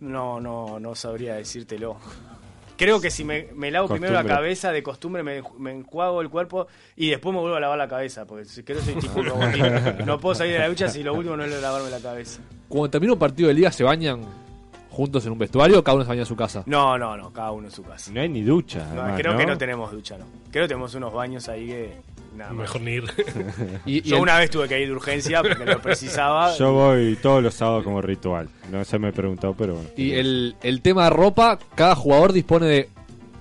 S17: No, no, no sabría decírtelo. Creo que si me, me lavo primero la
S6: Costumbre.
S17: cabeza, de costumbre me, me enjuago el cuerpo y después me vuelvo a lavar la cabeza, porque si creo que soy tipo robótico. No puedo salir de la ducha si lo último no es lavarme la cabeza.
S5: Cuando termina un partido de liga, ¿se bañan juntos en un vestuario o cada uno se baña en su casa?
S17: No, no, no, cada uno en su casa.
S6: No hay ni ducha.
S17: No,
S6: además,
S17: creo que no tenemos ducha, no. Creo que tenemos unos baños ahí que... Nada más.
S4: Mejor ni ir.
S5: Y- y
S17: Yo
S5: el-
S17: una vez tuve que ir de urgencia porque lo precisaba.
S6: Yo voy todos los sábados como ritual. No se me preguntó, pero bueno.
S5: Y el, el tema de ropa, cada jugador dispone de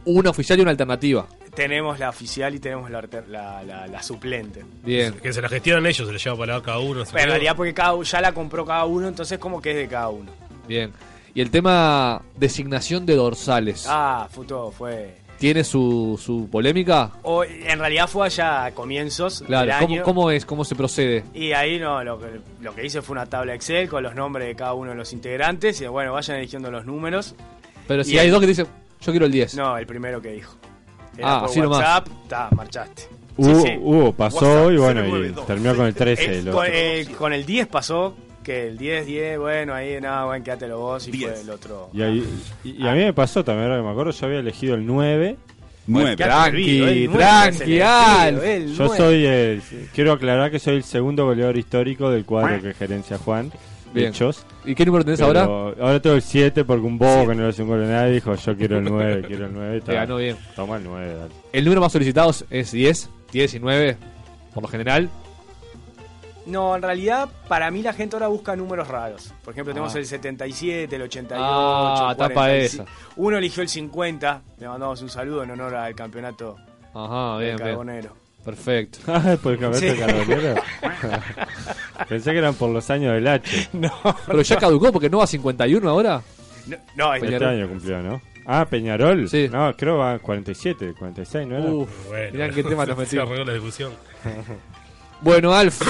S5: una oficial y una alternativa.
S17: Tenemos la oficial y tenemos la, alter- la- la- la suplente.
S5: Bien.
S4: Que se la gestionan ellos, se la lleva para cada uno. se
S17: Pero en
S4: queda.
S17: realidad porque cada, u- ya la compró cada uno, entonces como que es de cada uno.
S5: Bien. Y el tema designación de dorsales.
S17: Ah, fue todo, fue...
S5: ¿Tiene su, su polémica?
S17: O, en realidad fue allá a comienzos del
S5: Claro, ¿cómo,
S17: año.
S5: cómo es? ¿Cómo se procede?
S17: Y ahí no, lo que, lo que hice fue una tabla Excel con los nombres de cada uno de los integrantes. Y bueno, vayan eligiendo los números.
S5: Pero si
S17: Y
S5: hay
S17: el-
S5: dos que dicen, yo quiero el 10.
S17: No, el primero que dijo.
S5: Ah,
S17: por
S5: así nomás. Uh,
S17: WhatsApp, ta, marchaste.
S6: Hubo,
S17: Sí, sí.
S6: hubo, pasó y bueno, y terminó con el 13.
S17: Eh,
S6: el
S17: con,
S6: otro.
S17: eh, con el 10 pasó, que el 10, 10, bueno, ahí nada, bueno, quédatelo vos y fue el otro.
S6: Y, ahí- y- y a mí me pasó también, ahora que me acuerdo, yo había elegido el 9.
S3: Nueve.
S17: Tranqui,
S6: Tranqui,
S17: el nueve es
S6: tranqui,
S17: elegido,
S6: Alf.
S17: el
S6: Yo
S17: nueve.
S6: soy el. Quiero aclarar que soy el segundo goleador histórico del cuadro que gerencia Juan.
S5: Bien.
S6: Hechos.
S5: ¿Y qué número tenés
S6: Pero
S5: ahora?
S6: Ahora tengo el 7 porque un bobo que no le hace un gol a nadie dijo: Yo quiero el 9, quiero el 9.
S5: Te ganó bien.
S6: Toma el 9, dale.
S5: El número más solicitado es 10, 10 y 9, por lo general.
S17: No, en realidad, para mí la gente ahora busca números raros. Por ejemplo, tenemos
S5: Ah.
S17: el 77, el 88.
S5: Ah, tapa
S17: 45.
S5: esa.
S17: Uno eligió el 50. Le mandamos un saludo en honor al campeonato
S5: Ajá,
S17: del
S5: bien, bien.
S17: Carbonero.
S5: Perfecto.
S6: Ah, por el campeonato
S17: Sí.
S6: carbonero. Pensé que eran por los años del H.
S17: No.
S5: Pero ya caducó porque no va a 51 ahora.
S17: No, no,
S6: Este
S5: Peñarol.
S6: año cumplió, ¿no? Ah, Peñarol. No, creo va 47, 46, ¿no era?
S5: Uf,
S4: Bueno,
S5: mirá en qué tema nos
S4: se
S5: metimos.
S4: arregló la difusión.
S5: Bueno, Alf,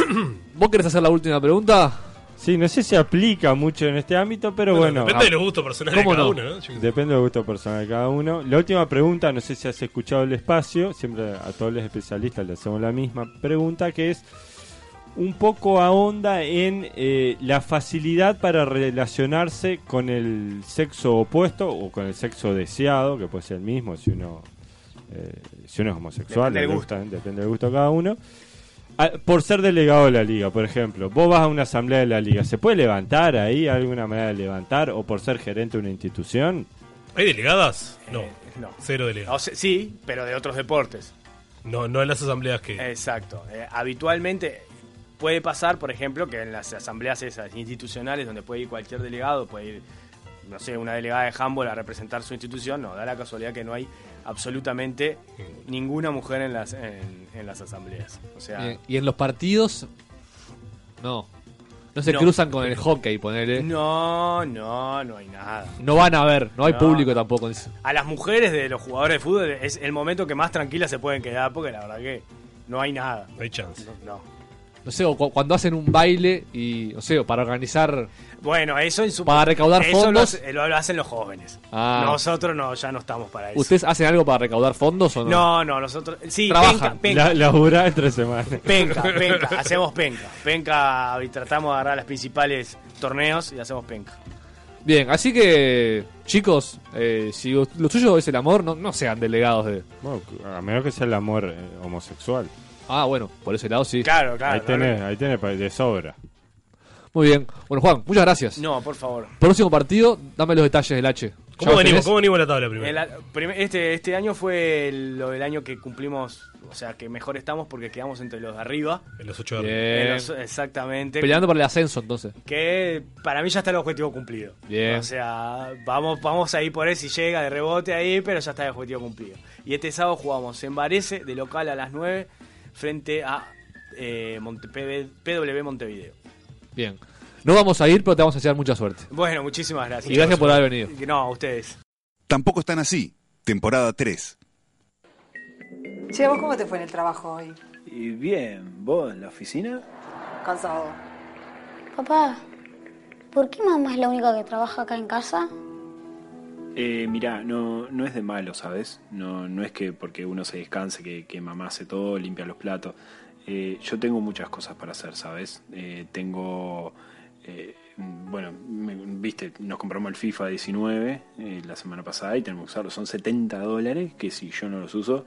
S5: ¿vos querés hacer la última pregunta?
S6: Sí, no sé si aplica mucho en este ámbito, pero bueno.
S4: depende de los gustos personales de
S5: ¿Cómo
S4: cada
S5: no?
S4: uno, ¿no? Yo-
S6: Depende del gusto personal de cada uno. La última pregunta, no sé si has escuchado el espacio, siempre a todos los especialistas le hacemos la misma pregunta, que es un poco ahonda en eh, la facilidad para relacionarse con el sexo opuesto o con el sexo deseado, que puede ser el mismo si uno, eh, si uno es homosexual,
S17: Depende del
S6: le gusta, depende del gusto de cada uno. Ah, Por ser delegado de la liga, por ejemplo, vos vas a una asamblea de la liga, ¿se puede levantar ahí? ¿Alguna manera de levantar? ¿O por ser gerente de una institución?
S4: ¿Hay delegadas? No. Cero delegadas.
S17: O sea, sí, pero de otros deportes.
S4: No, no en las asambleas que.
S17: Exacto. Eh, habitualmente puede pasar, por ejemplo, que en las asambleas esas institucionales donde puede ir cualquier delegado, puede ir, no sé, una delegada de handball a representar su institución, no, da la casualidad que no hay absolutamente ninguna mujer en las, en, en las asambleas. O sea,
S5: Bien, Y en los partidos, no. No se
S17: No.
S5: cruzan con el hockey, ponele.
S17: no, no, no hay nada.
S5: No van a ver, no hay
S17: No.
S5: público tampoco. dice.
S17: A las mujeres de los jugadores de fútbol es el momento que más tranquilas se pueden quedar porque la verdad que no hay nada.
S4: No hay chance.
S17: No.
S5: no sé, o cu- cuando hacen un baile y, no sé, o para organizar.
S17: Bueno, eso en su.
S5: Para recaudar
S17: eso
S5: fondos.
S17: Lo, hace- lo- lo hacen los jóvenes.
S5: Ah.
S17: Nosotros no, ya no estamos para eso.
S5: ¿Ustedes hacen algo para recaudar fondos o no?
S17: No, no, nosotros. Sí,
S5: Trabajan.
S17: penca, penca.
S6: Laburá entre semanas.
S17: Penca, penca, hacemos penca. Penca, y tratamos de agarrar las principales torneos y hacemos penca.
S5: Bien, así que, chicos, eh, si lo lo suyo es el amor, no, no sean delegados de.
S6: Bueno, a menos que sea el amor eh, homosexual.
S5: Ah, bueno, por ese lado sí.
S17: Claro,
S6: ahí tenés, ahí tenés pa- de sobra.
S5: Muy bien. Bueno, Juan, muchas gracias.
S17: No, por favor.
S5: Próximo partido, dame los detalles del H. ¿Ya
S4: ¿Cómo
S5: lo
S4: venimos?
S5: tenés?
S4: ¿Cómo venimos la tabla primero?
S17: El a- prim- este, este año fue el- lo del año que cumplimos, o sea, que mejor estamos porque quedamos entre los de arriba.
S4: En los ocho de
S5: Bien.
S4: arriba.
S17: En los- exactamente.
S5: Peleando por el ascenso, entonces.
S17: Que para mí ya está el objetivo cumplido.
S5: Bien.
S17: O sea, vamos, vamos a ir por él si llega de rebote ahí, pero ya está el objetivo cumplido. Y este sábado jugamos en Varese, de local a las 9, frente a eh, Monte- PB PW Montevideo.
S5: Bien. No vamos a ir, pero te vamos a desear mucha suerte.
S17: Bueno, muchísimas gracias.
S5: Y gracias por haber venido.
S17: No, a ustedes.
S3: Tampoco están así, temporada 3.
S20: Che, ¿vos cómo te fue en el trabajo hoy?
S15: Y bien, ¿vos en la oficina?
S20: Cansado.
S21: Papá, ¿por qué mamá es la única que trabaja acá en casa?
S15: Eh, mirá, no, no es de malo, ¿sabes? No, no es que porque uno se descanse, que, que mamá hace todo, limpia los platos. Eh, yo tengo muchas cosas para hacer, ¿sabes? Eh, tengo... eh, bueno, me- viste, nos compramos el FIFA 19 eh, la semana pasada y tenemos que usarlo. Son 70 dólares que si yo no los uso,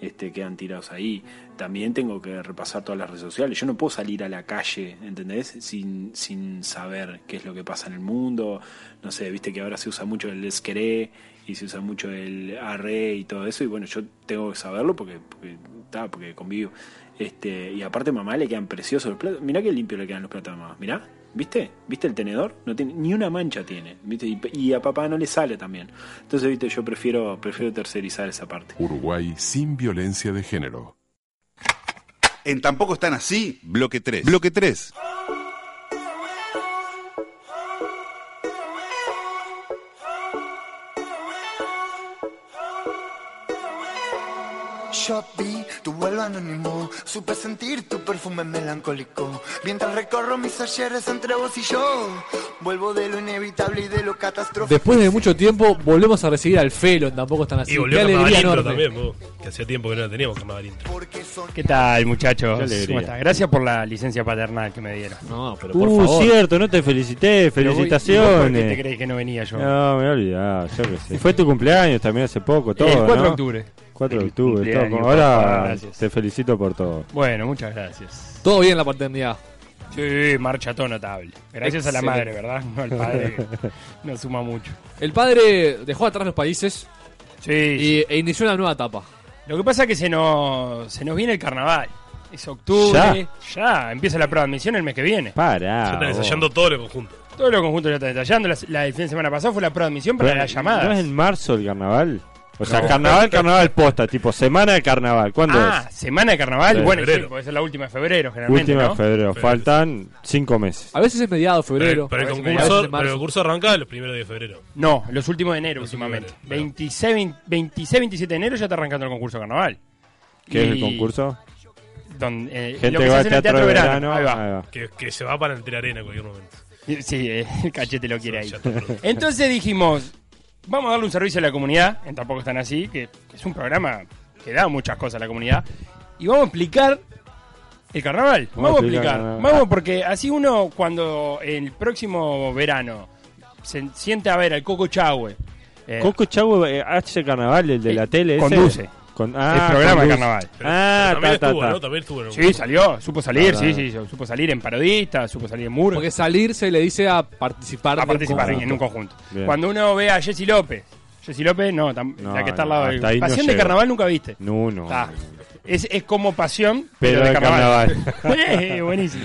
S15: este, quedan tirados ahí. También tengo que repasar todas las redes sociales. Yo no puedo salir a la calle, ¿entendés? Sin, sin saber qué es lo que pasa en el mundo. No sé, viste que ahora se usa mucho el esqueré y se usa mucho el arre y todo eso. Y bueno, yo tengo que saberlo porque, porque, ta, porque convivo. Este, y aparte, a mamá le quedan preciosos los platos. Mirá que limpio le quedan los platos a mamá. Mirá, ¿viste? ¿Viste el tenedor? No tiene, ni una mancha tiene. ¿viste? Y, y a papá no le sale también. Entonces, viste, yo prefiero, prefiero tercerizar esa parte.
S22: Uruguay sin violencia de género.
S3: En Tampoco están así, bloque 3. Bloque 3.
S23: Yo vi tu vuelo anónimo, supe sentir tu perfume melancólico. Mientras recorro mis ayeres entre vos y yo, vuelvo de lo inevitable y de lo catastrófico.
S5: Después de mucho tiempo, volvemos a recibir al Felon. Tampoco están así.
S4: Y volvió
S5: Qué
S4: Carnaval
S5: alegría
S4: Intro
S5: enorme.
S4: también, vos, que hacía tiempo que no la teníamos Carnaval Intro.
S24: ¿Qué tal, muchachos?
S4: Qué alegría.
S24: ¿Cómo están? Gracias por la licencia paternal que me dieron.
S5: No, pero
S6: Uh, cierto, no te felicité,
S24: Pero voy- ¿y vos por qué te
S6: felicitaciones.
S24: crees que no venía yo?
S6: No, me he olvidado, yo qué sé. Fue tu cumpleaños también hace poco, todo.
S24: El 4 de
S6: ¿no?
S24: octubre.
S6: 4 de
S24: Feliz
S6: octubre, todo.
S24: cumpleaños, papá,
S6: Ahora
S24: gracias.
S6: te felicito por todo.
S24: Bueno, muchas gracias.
S5: Todo bien la paternidad.
S24: Sí, marcha todo notable. Gracias a la madre, ¿verdad? No al padre. que no suma mucho.
S5: El padre dejó atrás los países. Y, e inició una nueva etapa.
S24: Lo que pasa es que se nos, se nos viene el carnaval. Es octubre. Ya, empieza la preadmisión el mes que viene.
S6: Para.
S24: Ya
S4: Están ensayando todo el conjunto.
S24: Todo lo conjunto ya está detallando. La, la del fin de semana pasado fue la preadmisión para
S6: Pero,
S24: las llamadas.
S6: ¿No es en marzo el carnaval? O sea,
S24: No.
S6: carnaval, carnaval posta, tipo semana de carnaval. ¿Cuándo
S24: ah,
S6: es?
S24: semana de carnaval.
S6: Sí.
S24: Bueno,
S6: Febrero.
S24: sí, puede ser la última de febrero, generalmente.
S6: Última
S24: ¿no?
S6: de febrero, faltan cinco meses.
S5: A veces es mediado
S24: febrero,
S4: Pero,
S24: a
S4: el
S24: veces
S4: concurso,
S24: mediados de marzo.
S4: pero el concurso arranca los primeros días de febrero.
S24: No, los últimos de enero últimamente. 26, 20 26, 27 de enero ya está arrancando el concurso de carnaval.
S6: ¿Qué es el
S24: Y
S6: concurso?
S24: donde, eh,
S6: Gente
S24: lo que
S6: que
S24: se
S6: va
S24: hace en el
S6: al
S24: Teatro
S6: Teatro de
S24: Verano.
S6: Verano,
S24: Ahí va.
S6: ahí va.
S4: Que, que se va para el arena en cualquier momento.
S24: Sí, eh, el cachete lo quiere ahí.
S4: perdón.
S24: Entonces dijimos, vamos a darle un servicio a la comunidad, en tampoco están así, que, que es un programa que da muchas cosas a la comunidad, y vamos a explicar el carnaval.
S6: Vamos
S24: Vamos,
S6: a
S24: a
S6: explicar
S24: explicar,
S6: el carnaval.
S24: vamos porque así uno cuando el próximo verano se siente a ver al Coco Chagüe, eh,
S6: Coco Chagüe eh, hace carnaval, el de la tele. ese.
S24: conduce.
S6: Con- ah,
S24: el programa de
S6: conduce.
S24: carnaval.
S6: Ah, ta, ta, ta.
S24: Sí, salió, supo salir,
S6: Ah,
S24: sí,
S6: ah.
S24: sí, supo salir en parodista, supo salir en muro.
S5: Porque salir se le dice a participar, de
S24: a
S5: un
S24: participar
S5: conjunto.
S24: en un conjunto. Cuando uno ve a Jessy López, Jessy López no, tam-
S6: No,
S24: la que está al
S6: no,
S24: lado
S6: hasta
S24: del-
S6: ahí no
S24: Pasión de
S6: llego.
S24: carnaval nunca viste.
S6: No, no.
S24: Ah, es, es como pasión,
S6: Pero
S24: pero, de
S6: de
S24: carnaval.
S6: carnaval.
S24: Eh, buenísimo.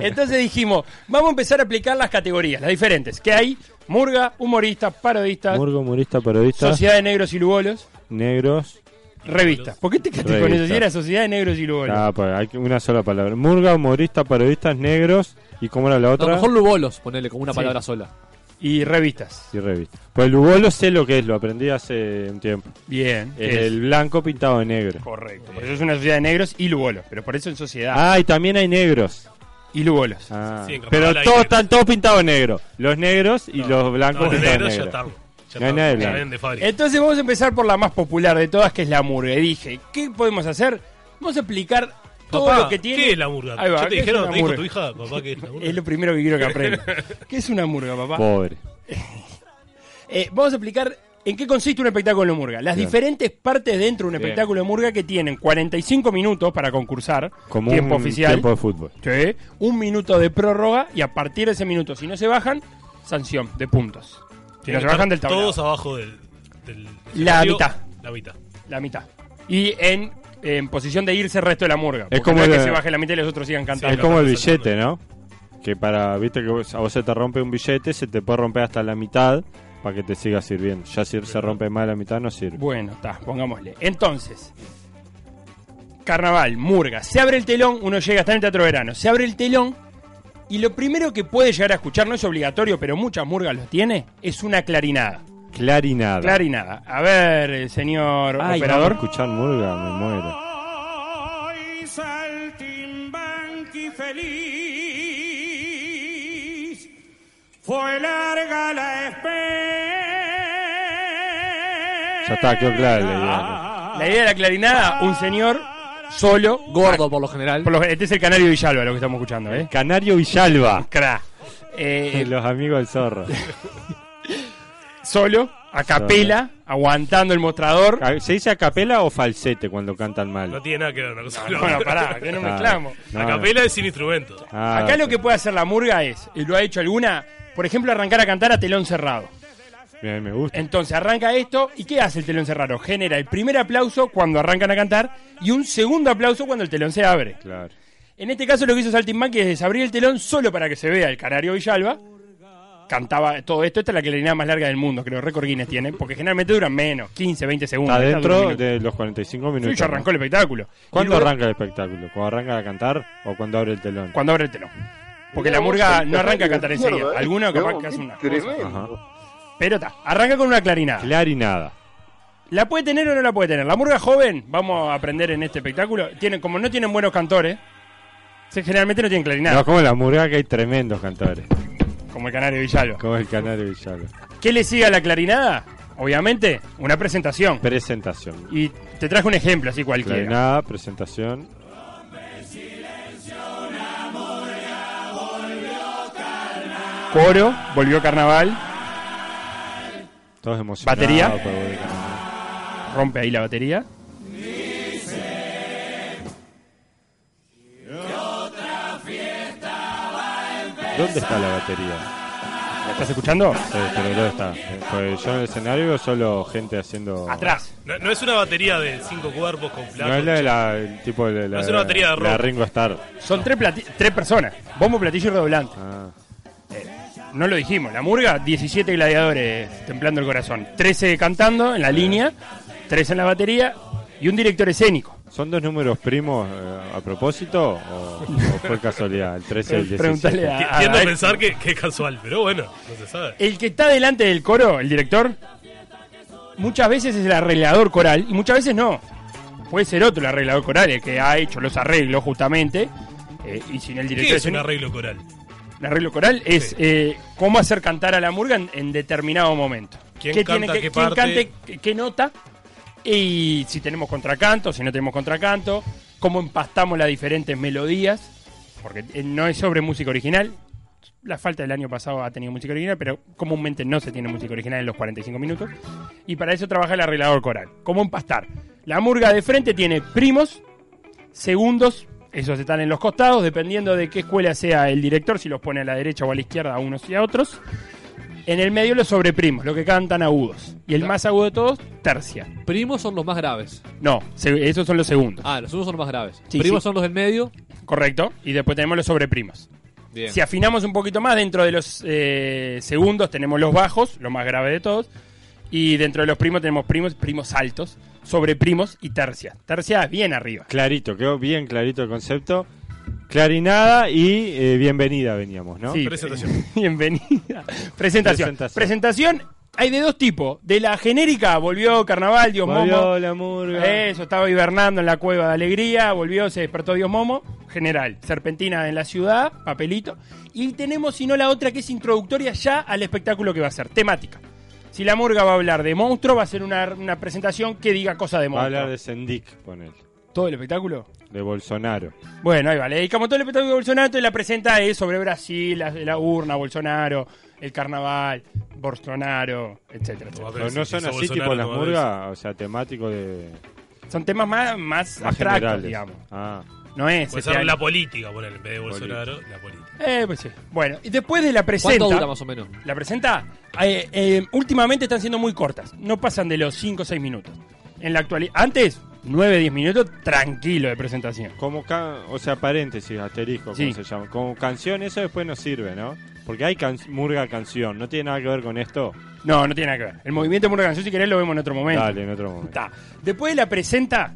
S24: Entonces dijimos, vamos a empezar a aplicar las categorías, las diferentes. Que hay murga, humorista, parodista,
S6: Murgo, humorista, periodista.
S24: sociedad de negros y lugolos,
S6: Negros.
S24: revistas. ¿Por qué te quedaste con
S6: Revista.
S24: eso? Si era sociedad de negros y lugolos.
S6: Ah, pues hay que- una sola palabra. Murga, humorista, periodistas, negros. ¿Y cómo era la
S5: A
S6: otra?
S5: lo mejor lubolos, ponerle como una
S6: Sí.
S5: palabra sola.
S24: Y revistas.
S6: Y revistas. Pues el Lugolo sé lo que es, lo aprendí hace un tiempo.
S24: Bien,
S6: Es
S24: ¿qué es?
S6: el blanco pintado de negro.
S24: Correcto. Por eso es una sociedad de negros y lugolos. Pero por eso en sociedad.
S6: Ah, y también hay negros.
S24: Y lugolos.
S6: Ah.
S24: Sí, en Campana
S6: Pero
S24: la
S6: todos
S24: hay
S6: están todos pintados de negro. Los negros y los blancos
S24: no, los
S6: pintados
S24: negros
S6: de negro.
S24: ya están-
S6: No hay nadie blanco.
S24: Entonces vamos a empezar por la más popular de todas, que es la murga. Y dije, ¿qué podemos hacer? Vamos a explicar todo
S4: Papá,
S24: lo que tiene.
S4: ¿qué es la murga?
S24: Ahí va,
S4: ¿Ya te
S24: ¿qué es
S4: dijeron,
S24: una
S4: te dijo
S24: murga?
S4: tu hija, papá, qué es la murga?
S24: Es lo primero que quiero que aprenda. ¿Qué es una murga, papá?
S6: Pobre.
S24: Eh, vamos a explicar en qué consiste un espectáculo de murga. Las
S6: Bien.
S24: diferentes partes dentro de un
S6: Bien.
S24: espectáculo de murga que tienen 45 minutos para concursar,
S6: Como
S24: tiempo
S6: un
S24: oficial,
S6: tiempo de fútbol.
S24: Sí, un minuto de prórroga y a partir de ese minuto, si no se bajan, sanción de puntos. Si no
S4: Tienen
S24: se
S4: que estar
S24: bajan del tablado.
S4: Todos abajo del. del
S24: La
S4: escenario,
S24: mitad.
S4: La mitad.
S24: La mitad. Y en, en posición de irse el resto de la murga. Porque
S6: como
S24: no
S6: el-
S24: que se baje la mitad y los otros sigan cantando.
S6: es como el billete, ¿no? Que para, viste que vos- a vos se te rompe un billete, se te puede romper hasta la mitad para que te siga sirviendo. Ya si se rompe más de la mitad no sirve.
S24: Bueno, está, pongámosle. Entonces, carnaval, murga. Se abre el telón, uno llega hasta el Teatro Verano. Se abre el telón y lo primero que puede llegar a escuchar, no es obligatorio, pero muchas murgas lo tiene, es una clarinada.
S6: Clarinada.
S24: Clarinada. A ver, el señor
S6: Ay,
S24: operador.
S6: vamos a escuchar murga, me muero.
S1: Saltimbanqui feliz, fue larga la
S6: Ya está, quedó clara la idea.
S24: La idea de la clarinada, un señor solo. Gordo por lo general. este es el Canario Villalba lo que estamos escuchando, ¿eh?
S6: Canario Villalba.
S24: Cra. Eh,
S6: Los amigos del zorro.
S24: solo, a capela, aguantando el mostrador.
S6: ¿Se dice a capela o falsete cuando cantan mal?
S4: No tiene nada que ver una cosa con la
S24: Bueno,
S4: otra.
S24: pará, que no mezclamos.
S6: no,
S4: La
S6: no.
S4: capela es sin instrumento.
S6: Ah,
S24: Acá lo que puede hacer la murga es, y lo ha hecho alguna, por ejemplo, arrancar a cantar a telón cerrado.
S6: bien, me gusta.
S24: Entonces arranca esto, ¿y qué hace el telón cerrado? Genera el primer aplauso cuando arrancan a cantar y un segundo aplauso cuando el telón se abre.
S6: Claro.
S24: En este caso lo que hizo Saltimbanqui es desabrir el telón solo para que se vea el canario Villalba. Cantaba todo esto, esta es la clarinada más larga del mundo, creo, récord Guinness tiene, porque generalmente duran menos, 15, 20 segundos.
S6: Está
S24: esta dura un
S6: dentro
S24: minuto.
S6: de los 45 minutos.
S24: Sí, ya arrancó el espectáculo.
S6: ¿Cuándo
S24: Y luego-
S6: arranca el espectáculo? ¿Cuando arranca a cantar o cuando abre el telón?
S24: Cuando abre el telón. Porque la murga no arranca a cantar enseguida. Alguna capaz que hace una. cosa. Pero está, arranca con una clarinada.
S6: Clarinada.
S24: ¿La puede tener o no la puede tener? La murga joven, vamos a aprender en este espectáculo. Tiene, como no tienen buenos cantores, se- generalmente no tienen clarinada,
S6: No, como la murga que hay tremendos cantores.
S24: como el canario Villalba.
S6: Como el canario Villalba.
S24: ¿Qué le sigue a la clarinada? Obviamente, una presentación.
S6: Presentación.
S24: Y te traje un ejemplo así cualquiera.
S6: Clarinada, Ah, presentación.
S24: Coro, volvió carnaval.
S6: Todos emocionados.
S24: Batería.
S6: por volver a cantar.
S24: Rompe ahí la batería.
S6: ¿Dónde está la batería?
S24: ¿La estás escuchando?
S6: Sí, pero ¿dónde está? Pues yo en el escenario veo solo gente haciendo...
S4: No, no es una batería de cinco cuerpos con platos.
S6: No es la de la, el tipo de la,
S4: No es una batería de rock.
S6: la Ringo Starr.
S24: Son tres, plati- tres personas. Bombo, platillo y redoblante.
S6: Ah.
S24: Eh, no lo dijimos. La murga, 17 gladiadores templando el corazón. 13 cantando en la línea, 3 en la batería y un director escénico.
S6: ¿Son dos números primos eh, a propósito o, o fue casualidad? El 13 y el 17.
S24: Preguntale a-
S4: Ti- Tiendo a
S24: a-
S4: pensar que, que es casual, pero bueno, no se sabe.
S24: El que está delante del coro, el director, muchas veces es el arreglador coral y muchas veces no. Puede ser otro el arreglador coral, el que ha hecho los arreglos justamente. eh, y sin el director
S4: ¿Qué es un
S24: escénico-
S4: arreglo coral?
S24: Un arreglo coral es eh, cómo hacer cantar a la murga en, en determinado momento.
S4: ¿Quién
S24: ¿Qué tiene
S4: canta,
S24: que-
S4: qué
S24: quién
S4: parte?
S24: cante qué- qué nota? Y si tenemos contracanto, si no tenemos contracanto, cómo empastamos las diferentes melodías, porque eh, no es sobre música original. La falta del año pasado ha tenido música original, pero comúnmente no se tiene música original en los 45 minutos. Y para eso trabaja el arreglador coral. ¿Cómo empastar? La murga de frente tiene primos, segundos, esos están en los costados, dependiendo de qué escuela sea el director, si los pone a la derecha o a la izquierda a unos y a otros. En el medio los sobreprimos, los que cantan agudos. Y el más agudo de todos, tercia.
S5: Primos son los más graves.
S24: No, se- esos son los segundos.
S5: Ah, los unos son los más graves.
S24: Sí,
S5: Primos
S24: sí.
S5: son los del medio.
S24: Correcto. Y después tenemos los sobreprimos.
S5: Bien.
S24: Si afinamos un poquito más, dentro de los eh, segundos tenemos los bajos, lo más grave de todos. Y dentro de los primos tenemos primos, primos altos, sobreprimos y tercia. Tercia bien arriba.
S6: Clarito, quedó bien clarito el concepto. Clarinada y eh, bienvenida veníamos, ¿no?
S24: Sí, Presentación. bienvenida. Presentación.
S6: Presentación.
S24: Presentación. Hay de dos tipos. De la genérica, volvió Carnaval, Dios
S6: Volvió
S24: Momo.
S6: la murga.
S24: Eso, estaba hibernando en la cueva de alegría, volvió, se despertó Dios Momo. General, serpentina en la ciudad, papelito. Y tenemos, si no, la otra que es introductoria ya al espectáculo que va a ser, temática. Si la murga va a hablar de monstruo, va a ser una, una presentación que diga cosa de
S6: Va a
S24: monstruo.
S6: hablar de Sendik, ponele.
S24: ¿Todo el espectáculo?
S6: De Bolsonaro.
S24: Bueno, ahí va. Le dedicamos todo el espectáculo de Bolsonaro y la presenta es sobre Brasil, la, la urna, Bolsonaro, el carnaval, Bolsonaro, etcétera. etcétera.
S6: Pero no son así tipo las murgas, o sea, temático de.
S24: Son temas más, más
S6: más
S24: abstractos,
S6: generales.
S24: digamos.
S6: Ah.
S24: No es.
S4: Puede
S24: este
S4: ser
S24: año.
S4: la política, poner en vez de Bolsonaro, la política.
S24: Eh, pues sí. Bueno, y después de la presenta.
S4: dura más o menos?
S24: La presenta, eh, eh, últimamente están siendo muy cortas. No pasan de los 5 o 6 minutos. En la actualidad. Antes, 9 10 minutos, tranquilo de presentación.
S6: Como ca- o sea, paréntesis, asterisco,
S24: Sí.
S6: como se llama. Como canción, eso después nos sirve, ¿no? Porque hay can- murga canción, ¿no tiene nada que ver con esto?
S24: No, no tiene nada que ver. El movimiento Murga Canción, si querés, lo vemos en otro momento.
S6: Dale, en otro momento.
S24: Está. Después de la presenta,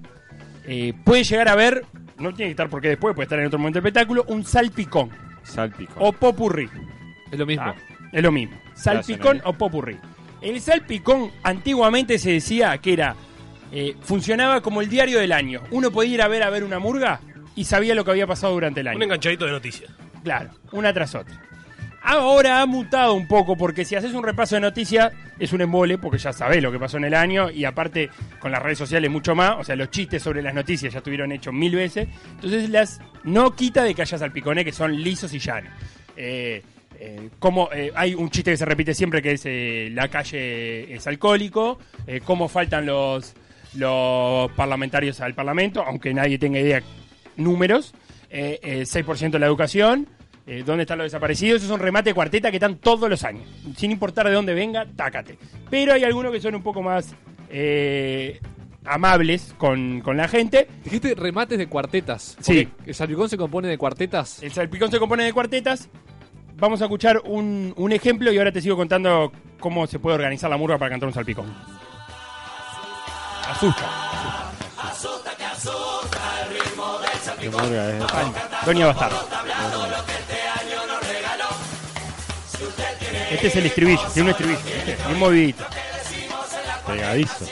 S24: eh, puede llegar a ver, no tiene que estar porque después puede estar en otro momento del espectáculo, un salpicón
S6: Salpico.
S24: o popurrí. Ah,
S5: Es lo mismo.
S24: Es lo mismo. Salpicón o popurrí. El salpicón antiguamente se decía que era eh, funcionaba como el diario del año. Uno podía ir a ver a ver una murga y sabía lo que había pasado durante el año.
S4: Un enganchadito de noticias.
S24: Claro, una tras otra. Ahora ha mutado un poco porque si haces un repaso de noticias es un embole porque ya sabés lo que pasó en el año y aparte con las redes sociales mucho más, o sea, los chistes sobre las noticias ya estuvieron hechos mil veces, entonces las no quita de que haya salpicones que son lisos y llanos. Eh, eh, como eh, hay un chiste que se repite siempre que es eh, la calle es alcohólico, eh, cómo faltan los, los parlamentarios al parlamento, aunque nadie tenga idea números, eh, eh, 6% de la educación, eh, dónde están los desaparecidos, esos son remate de cuarteta que están todos los años, sin importar de dónde venga, tácate. Pero hay algunos que son un poco más eh, amables con, con la gente.
S5: Dijiste remates de cuartetas.
S24: Sí.
S5: Porque ¿El salpicón se compone de cuartetas?
S24: El salpicón se compone de cuartetas. Vamos a escuchar un, un ejemplo y ahora te sigo contando cómo se puede organizar la murga para cantar un salpicón. Asusta.
S6: ¿Qué murga es esta?
S24: Doña Bastardo. Este es el estribillo, tiene un estribillo, ¿viste? bien movidito.
S6: Pegadizo.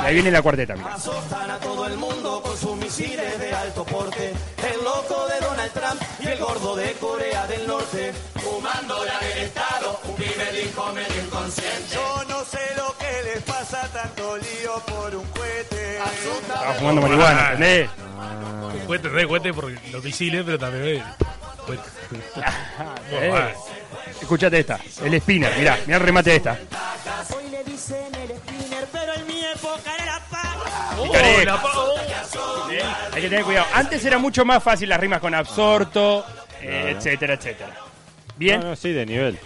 S24: Y ahí viene la cuarteta. mirá.
S16: Asustan a todo el mundo con sus misiles de alto porte. El loco de Donald Trump y el gordo de Corea del Norte. Fumando la del Estado, un pibe dijo medio inconsciente. Yo no sé lo que les pasa tanto lío por un cohete.
S24: Estaba Ah, fumando marihuana, ¿entendés?
S4: Ah. Cuete, re cuete porque los misiles, pero también. eh, cuete.
S24: Eh. Escuchate esta, el spinner, mirá, mirá el remate de esta.
S16: Hoy le dicen el spinner, pero en mi época era paz.
S24: Picaré. Hay que tener cuidado. Antes era mucho más fácil las rimas con absorto, eh,
S6: Claro.
S24: etcétera, etcétera. Bien.
S6: No, no, sí, de nivel.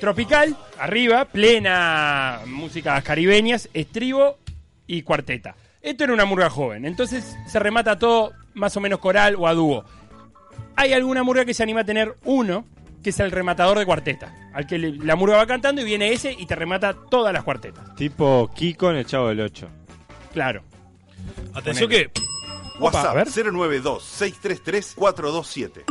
S24: Tropical, arriba, plena músicas caribeñas, estribo y cuarteta. Esto era una murga joven, entonces se remata todo más o menos coral o a dúo. Hay alguna murga que se anima a tener uno, que es el rematador de cuarteta, al que le- la murga va cantando y viene ese y te remata todas las cuartetas.
S6: Tipo Kiko en el Chavo del 8.
S24: Claro.
S4: Atención
S24: Ponele.
S4: que.
S8: WhatsApp 092-633-427.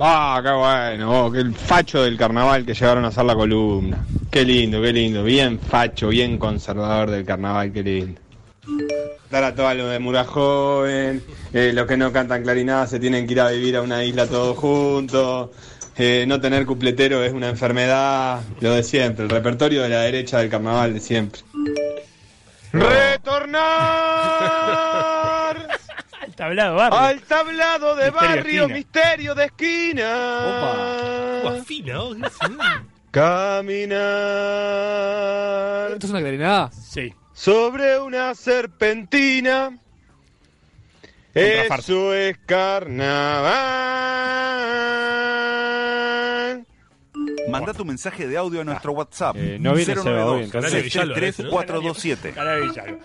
S2: Ah, qué bueno, oh, que el facho del carnaval que llegaron a hacer la columna. Qué lindo, qué lindo, bien facho, bien conservador del carnaval, qué lindo.
S24: oh.
S2: Dar a todos los de Mura Joven, eh, los que no cantan clarinada se tienen que ir a vivir a una isla todos juntos, eh, no tener cupletero es una enfermedad, lo de siempre, el repertorio de la derecha del carnaval de siempre. ¡Retornar!
S24: Al tablado, barrio.
S2: Al tablado de
S24: Misterio de
S2: barrio,
S24: esquina.
S2: misterio de esquina.
S24: Uh, oh,
S2: Caminar.
S5: ¿Esto es una clarinada?
S24: Sí.
S2: Sobre una serpentina.
S24: Farsa.
S2: Eso es carnaval.
S8: Manda tu mensaje de audio a nuestro WhatsApp.
S6: Ah, eh, no viene Seba hoy,
S8: 092
S6: entonces.
S8: 633 427.
S24: Canal Villalba.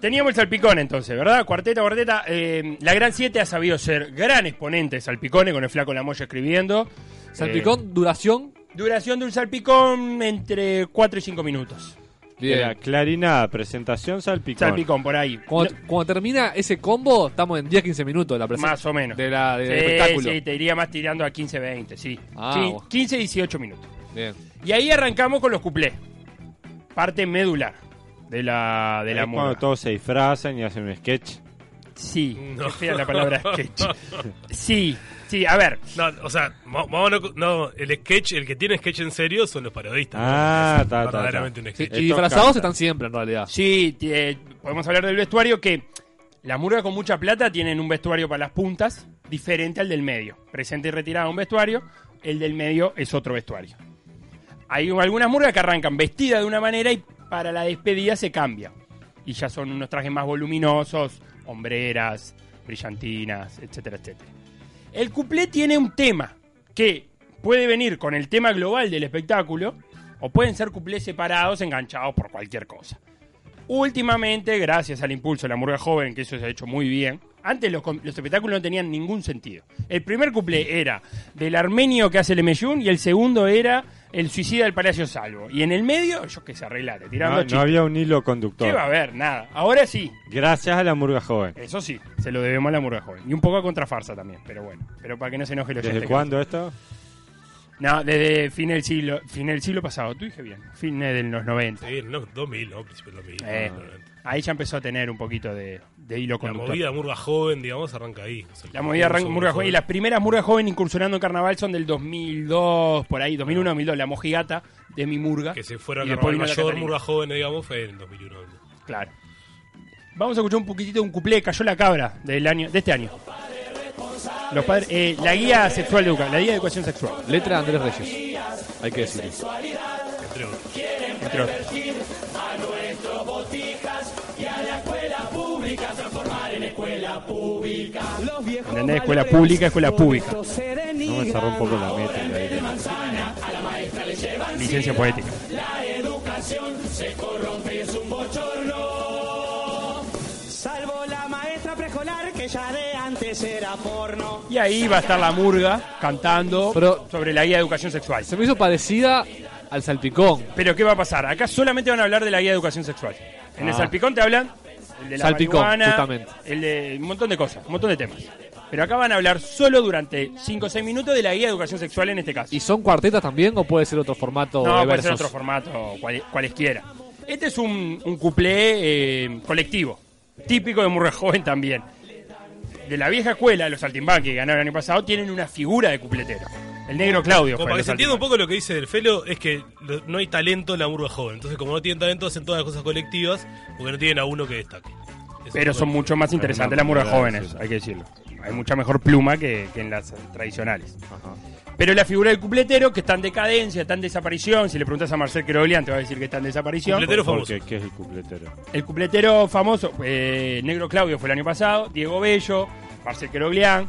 S24: Teníamos el salpicón entonces, ¿verdad? Cuarteta, cuarteta. eh, la Gran 7 ha sabido ser gran exponente de salpicones, con el flaco La Moya escribiendo.
S5: Eh, ¿Salpicón? ¿Duración?
S24: Duración de un salpicón entre 4 y 5 minutos.
S6: Era clarinada, presentación, salpicón.
S24: Salpicón, por ahí.
S5: Cuando, cuando termina ese combo, estamos en 10-15 minutos de la presentación.
S24: Más o menos.
S5: De la, del
S24: sí,
S5: espectáculo.
S24: sí, te iría más tirando a 15, 20, sí.
S5: Ah,
S24: Sí,
S5: bueno.
S24: 15, 18 minutos.
S5: Bien.
S24: Y ahí arrancamos con los cuplés. Parte medular de la, de la
S6: Es cuando
S24: murga.
S6: todos se disfrazan y hacen un sketch.
S24: Sí, qué fea la palabra sketch. Sí, sí, a ver.
S4: No, o sea, ma- ma- no, no, el sketch, el que tiene sketch en serio son los parodistas.
S6: Ah,
S4: ¿no?
S6: está, está,
S4: verdaderamente un sketch.
S24: Estos cantan.
S5: siempre, en realidad.
S24: Sí, ti- eh, podemos hablar del vestuario que las murgas con mucha plata tienen un vestuario para las puntas diferente al del medio. Presente y retirada un vestuario, el del medio es otro vestuario. Hay algunas murgas que arrancan vestidas de una manera y para la despedida se cambia. Y ya son unos trajes más voluminosos, hombreras, brillantinas, etcétera, etcétera. El cuplé tiene un tema que puede venir con el tema global del espectáculo o pueden ser cuplés separados enganchados por cualquier cosa. Últimamente, gracias al impulso de la murga joven, que eso se ha hecho muy bien, antes los, com- los espectáculos no tenían ningún sentido. El primer cuplé era del armenio que hace el Emeyun y el segundo era el suicida del Palacio Salvo. Y en el medio, yo que se arregla, te tiran
S6: No,
S24: dos
S6: no
S24: chistes.
S6: había un hilo
S24: ¿Qué va a
S6: conductor.
S24: haber? Nada. Ahora sí,
S6: Gracias a la murga joven.
S24: eso sí, se lo debemos a la murga joven. Y un poco a contrafarsa también, pero bueno. Pero para que no se enoje el oyente.
S6: ¿Desde
S24: que-
S6: cuándo esto?
S24: No, desde fin del siglo, fin del siglo pasado. Tú dije bien. Fin de los 90.
S4: Sí, no, 2000, no, principio del
S6: Ah,
S4: 2000.
S24: Eh,
S4: no, no, no.
S24: ahí ya empezó a tener un poquito de, de hilo
S4: La
S24: conductor.
S4: movida murga joven, digamos, arranca ahí. O sea, el
S24: La movida arranca-
S4: concurso
S24: murga joven. Y las primeras murgas joven incursionando en carnaval son del 2002, por ahí, 2001, 2002. La mojigata de mi murga.
S4: Que se fuera
S24: Y
S4: a
S24: después
S4: Carnaval
S24: vino la
S4: Mayor,
S24: Catarina.
S4: murga joven, digamos, fue en el 2001.
S24: Claro. Vamos a escuchar un poquitito de un cuplé Cayó la cabra del año, de este año. Los padres, eh, la guía sexual de educa- la guía de educación sexual.
S5: Letra de Andrés Reyes. Hay que decirlo.
S4: Entre otros.
S24: Entre otros.
S16: a nuestros boticas y a la escuela pública, transformar en escuela pública. Los viejos
S24: ¿Entendés? Escuela pública, escuela pública.
S16: No me cerró un poco la manzana, a la maestra le llevan
S24: Licencia
S16: sida.
S24: poética.
S16: La educación se corrompe, es un bochorno. Salvo la maestra preescolar que ya de antes era porno.
S24: Y ahí va a estar la murga cantando sobre la guía de educación sexual.
S5: Se me hizo parecida al salpicón.
S24: Pero ¿qué va a pasar? Acá solamente van a hablar de la guía de educación sexual. En el
S5: Ah.
S24: salpicón te hablan el de la
S5: Salpicón,
S24: marihuana,
S5: justamente.
S24: el de un montón de cosas, un montón de temas. Pero acá van a hablar solo durante 5 o 6 minutos de la guía de educación sexual en este caso.
S5: ¿Y son cuartetas también o puede ser otro formato
S24: No,
S5: de
S24: puede ser
S5: versos?
S24: otro formato, cual- cualesquiera. Este es un, un cuplé eh, colectivo, típico de Murga Joven también. De la vieja escuela, los saltimbanqui que ganaron el año pasado, tienen una figura de cupletero. El negro Claudio.
S4: Como
S24: fue
S4: para
S24: el
S4: que se
S24: de
S4: entienda un poco lo que dice el Felo, es que lo- no hay talento en la murga joven. Entonces, como no tienen talento, hacen todas las cosas colectivas porque no tienen a uno que destaque.
S24: Saltimbanqui. Pero son mucho más interesantes las Murgas Jóvenes, hay que decirlo. Hay mucha mejor pluma que, que en las eh, tradicionales. Pero la figura del cupletero, que está en decadencia, está en desaparición. Si le preguntas a Marcel Querolian, te va a decir que está en desaparición.
S6: Porque, ¿Qué es el cupletero?
S24: El cupletero famoso, eh, Negro Claudio fue el año pasado, Diego Bello, Marcel Queroglián.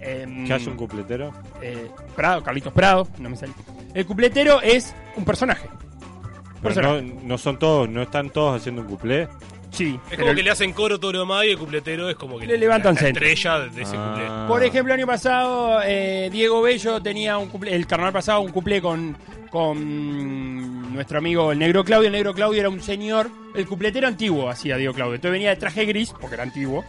S24: em,
S6: ¿Qué hace un cupletero?
S24: eh, Prado, Carlitos Prado, no me sale. El cupletero es un personaje.
S6: Pero no, no son todos, no están todos haciendo un cuplé.
S24: Sí.
S4: Es como que le hacen coro todo lo demás y el cupletero es como que
S24: Le levantan
S4: la
S24: centro. Ah.
S4: estrella de ese cuplé.
S24: Por ejemplo, el año pasado eh, Diego Bello tenía un cuplé, el carnaval pasado un cuplé con, con nuestro amigo el Negro Claudio. El Negro Claudio era un señor, el cupletero antiguo hacía Diego Claudio. Entonces venía de traje gris, porque era antiguo.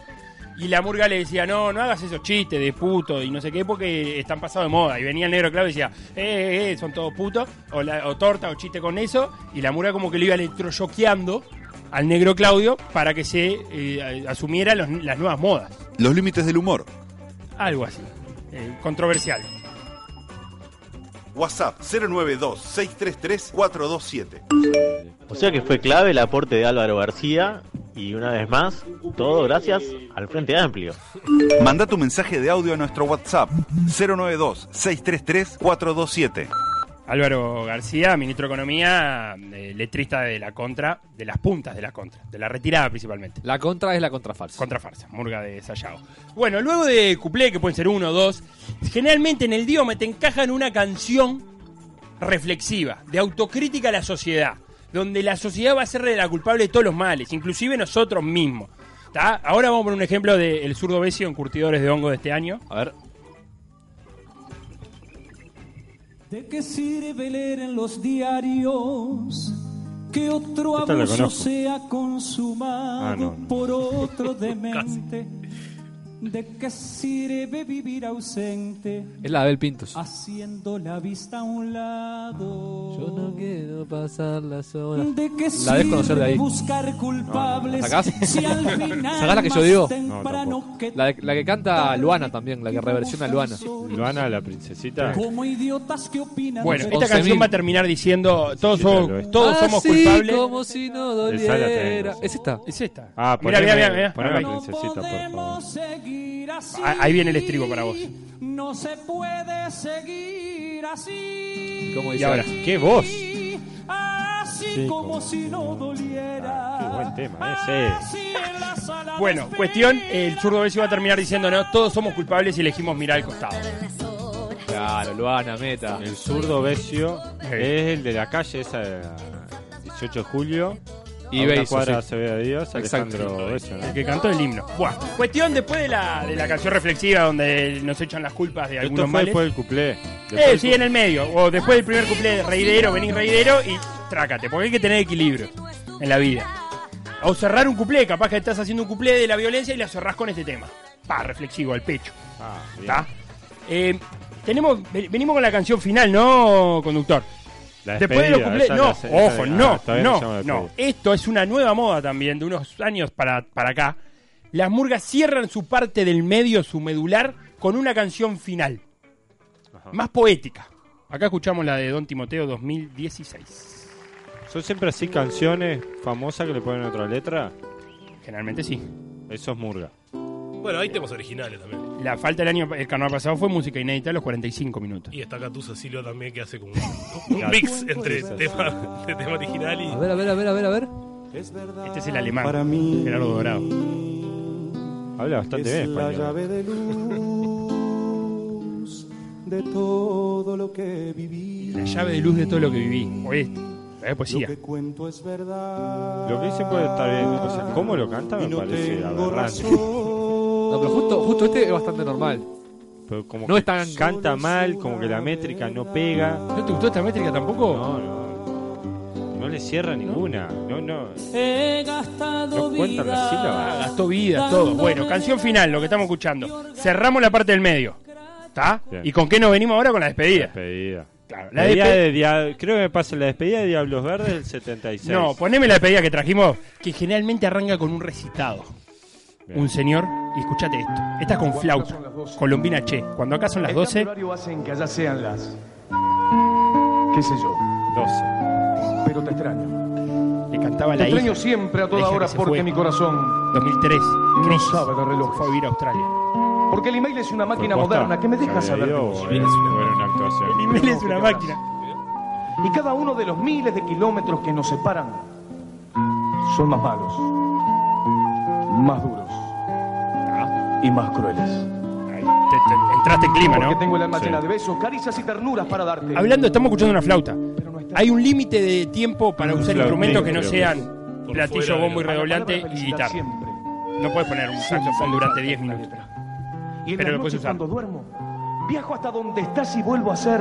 S24: Y la murga le decía, no, no hagas esos chistes de puto y no sé qué, porque están pasados de moda. Y venía el negro Claudio y decía, eh, eh, eh, son todos putos, o, la- o torta, o chiste con eso. Y la murga como que lo iba electrochoqueando al negro Claudio para que se eh, asumiera los- las nuevas modas.
S3: Los límites del humor.
S24: Algo así. Eh, controversial.
S8: WhatsApp 092-633-427.
S7: O sea que fue clave el aporte de Álvaro García y una vez más, todo gracias al Frente Amplio.
S8: Manda tu mensaje de audio a nuestro WhatsApp 092-633-427.
S24: Álvaro García, ministro de Economía, eh, letrista de la contra, de las puntas de la contra, de la retirada principalmente.
S5: La contra es la contrafarsa.
S24: Contrafarsa, murga de Sayago. Bueno, luego de cuplé, que pueden ser uno o dos, generalmente en el diome te encajan una canción reflexiva, de autocrítica a la sociedad, donde la sociedad va a ser la culpable de todos los males, inclusive nosotros mismos. ¿tá? Ahora vamos a poner un ejemplo del zurdo Besio en Curtidores de Hongo de este año.
S5: A ver.
S10: ¿De qué sirve leer en los diarios que otro
S6: Esta la
S10: abuso
S6: conozco.
S10: sea consumado
S6: Ah, no, no.
S10: por otro demente? ¿De qué sirve vivir ausente?
S5: Es la Abel Pintos.
S10: Haciendo la vista a un lado.
S5: Yo no quiero pasar las horas.
S10: ¿De qué
S5: La
S10: sirve
S5: debes conocer de ahí.
S10: buscar
S5: ¿La
S10: culpables?
S5: sacás?
S10: Si al final
S5: ¿Sacás la que yo
S10: más
S5: digo?
S10: temprano que
S5: La, de- la que canta Luana también, la que reversiona a Luana.
S6: Luana, la princesita.
S10: Como idiotas que opinan.
S24: Bueno,
S10: de-
S24: esta canción va a terminar diciendo todos
S6: Sí, claro,
S24: somos,
S6: es.
S24: todos
S5: Así
S24: somos culpables.
S5: como si
S6: Esa la
S5: no doliera.
S6: tenemos.
S5: ¿Es esta?
S24: Es esta.
S6: Ah,
S24: Mirá,
S6: poneme,
S24: mirá, mirá.
S6: poneme
S24: No
S6: princesita, por favor.
S10: seguir así.
S24: Ah, Ahí viene el estribo para vos.
S10: No se puede seguir así.
S5: ¿Cómo
S24: Y ahora,
S6: ¿Qué voz?
S10: Así
S6: Sí,
S10: como,
S6: como-
S10: si no doliera.
S6: Qué buen tema ¿eh? ese.
S10: Así en la sala
S24: Bueno, cuestión, el zurdo Bessi va a terminar diciendo, no, todos somos culpables y elegimos mirar al costado.
S5: Claro, Luana, meta.
S6: El zurdo Besio es el de la calle, esa eh, 18 de julio.
S5: Y
S6: a una
S5: Beiso,
S6: cuadra
S5: sí.
S6: se ve a Dios,
S5: Exacto.
S6: Alejandro Besio, ¿no?
S24: El que cantó el himno. Bueno, cuestión después de la, de la canción reflexiva donde nos echan las culpas de
S6: Esto
S24: algunos
S6: fue
S24: males.
S6: después del cuplé. Después
S24: Eh,
S6: del
S24: sí, en el medio. O después del primer cumple de reidero, venís reidero y trácate. Porque hay que tener equilibrio en la vida. O cerrar un cuplé, capaz que estás haciendo un cuplé de la violencia y la cerrás con este tema. Pa, reflexivo, al pecho.
S6: Ah, bien.
S24: ¿Está? Eh, tenemos, ve- venimos con la canción final, ¿no, conductor?
S6: La
S24: Después de los
S6: despedida,
S24: cumple...
S6: esa
S24: No,
S6: es la- esa
S24: ojo,
S6: es la- ah,
S24: no,
S6: todavía se llama
S24: no,
S6: despedida.
S24: no. Esto es una nueva moda también, de unos años para, para acá. Las murgas cierran su parte del medio, su medular, con una canción final. Más poética. Acá escuchamos la de Don Timoteo 2016.
S6: Son siempre así canciones famosas que le ponen otra letra.
S24: Generalmente sí.
S6: Eso es murga.
S4: Bueno, hay temas originales también.
S24: La falta el año, el carnaval pasado fue música inédita a los 45 minutos.
S4: Y está Catusa Silva también que hace como un, un mix entre tema, de tema original y.
S5: A ver, a ver, a ver, a ver, a ver.
S24: Este es el alemán, Gerardo Dorado.
S6: Habla bastante bien
S9: la
S6: español.
S9: llave de luz de todo lo que viví.
S24: La llave de luz de todo lo que viví. Oye, es poesía.
S9: Lo que cuento es verdad.
S6: Lo que dice puede estar bien. O sea, cómo lo canta me
S9: Y no
S6: parece
S9: tengo
S6: aberrante.
S5: No, pero justo, justo este es bastante normal.
S6: Pero como
S5: No
S6: que
S5: es tan-
S6: canta mal, como que la métrica no pega. ¿No
S24: te gustó esta métrica tampoco?
S6: No, no. No le cierra ninguna. No, no.
S10: He gastado
S6: No cuentan las
S24: Ah,
S6: sílabas.
S24: Gastó vida, todo. Bueno, canción final, lo que estamos escuchando. Cerramos la parte del medio. ¿Está?
S6: Bien.
S24: ¿Y con qué nos venimos ahora? Con la despedida.
S6: Despedida.
S24: Claro, la
S6: La despedida
S24: despe-
S6: de Dia- Creo que me pasa la despedida de Diablos Verdes del 76.
S24: No, poneme la despedida que trajimos, que generalmente arranca con un recitado.
S6: Bien.
S24: Un señor, y escúchate esto. Esta es con flauta. Colombina Che. Cuando acá son las 12,
S9: hacen que allá sean las. qué sé yo.
S6: 12.
S9: Pero te extraño.
S24: le cantaba
S9: Te
S24: la
S9: extraño
S24: hija.
S9: siempre a toda
S24: La hija
S9: hora
S24: que se
S9: porque
S24: fue.
S9: mi corazón
S24: 2003.
S9: no
S24: Crisis.
S9: sabe de reloj.
S24: Fue a vivir a Australia.
S9: Porque el email es una máquina
S6: ¿Posta?
S9: moderna que me deja
S6: ¿Se había
S9: saber.
S6: ido
S9: de
S6: o
S5: eh.
S9: vos.
S6: era- o era una actuación?
S24: El email es una máquina.
S9: Y cada uno de los miles de kilómetros que nos separan son más malos, más duros y más crueles.
S24: Ahí, te- te- entraste en Ah. clima,
S9: Porque
S24: ¿no?
S9: tengo el alma
S24: Sí.
S9: llena de besos, caricias y ternuras para darte.
S24: Hablando, estamos escuchando una flauta. Hay un límite de tiempo para usar
S6: flautín,
S24: instrumentos que no
S6: creo que
S24: sean
S4: Por fuera
S24: platillo,
S4: de
S24: bombo y
S4: la-
S24: redoblante y
S9: Felicitar
S24: guitarra.
S9: siempre.
S24: No puedes poner un saxofón durante 10 minutos.
S9: Y en
S24: Pero
S9: la
S24: lo puedes
S9: noche
S24: usar.
S9: cuando duermo, viajo hasta donde estás y vuelvo a ser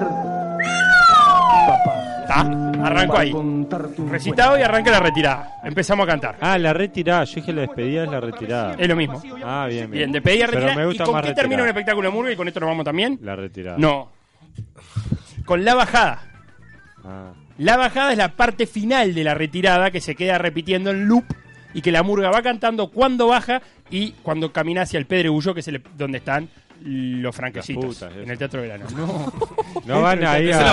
S9: papá.
S24: ¿Está? Arranco
S9: Para
S24: ahí.
S9: contarte un
S24: Recitado y arranca la retirada. Empezamos a cantar.
S6: Ah, la retirada. Yo dije la despedida es la retirada.
S24: Es lo mismo.
S6: Ah, bien, bien.
S24: Bien, de pedir a
S6: Pero
S24: retirada.
S6: me gusta
S24: ¿Y con
S6: más
S24: qué
S6: retirada.
S24: termina un espectáculo de murga? Y con esto nos vamos también.
S6: La retirada.
S24: No. Con la bajada.
S6: Ah,
S24: La bajada es la parte final de la retirada que se queda repitiendo en loop y que la murga va cantando cuando baja y cuando camina hacia el pedregullo, que es el- donde están los franquecitos
S6: Las putas,
S24: en
S6: eso.
S24: el Teatro Verano. No.
S6: No van ahí
S4: Es
S6: a,
S4: una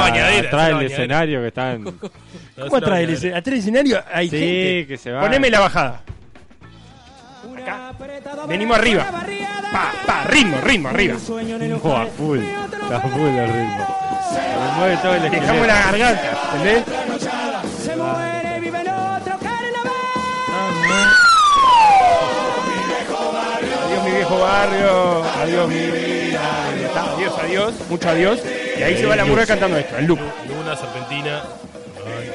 S6: atrás
S4: bañadera, es una
S6: del
S4: bañadera.
S6: escenario que están.
S24: ¿Cómo atrás del escen- atrás del escenario hay
S6: Sí,
S24: gente?
S6: que se va.
S24: Poneme la bajada. Acá. Venimos arriba. Pa, pa, ritmo, ritmo, arriba.
S6: Oh, a full. Está full el ritmo. Me mueve todo el esqueleto.
S24: Dejamos la garganta, ¿entendés?
S10: Se muere, vive en otro carnaval.
S24: Adiós mi viejo barrio, adiós mi vida. Ahí está, Adiós, adiós, mucho adiós. Y ahí se va la murga cantando esto, el loop.
S4: Luna, serpentina.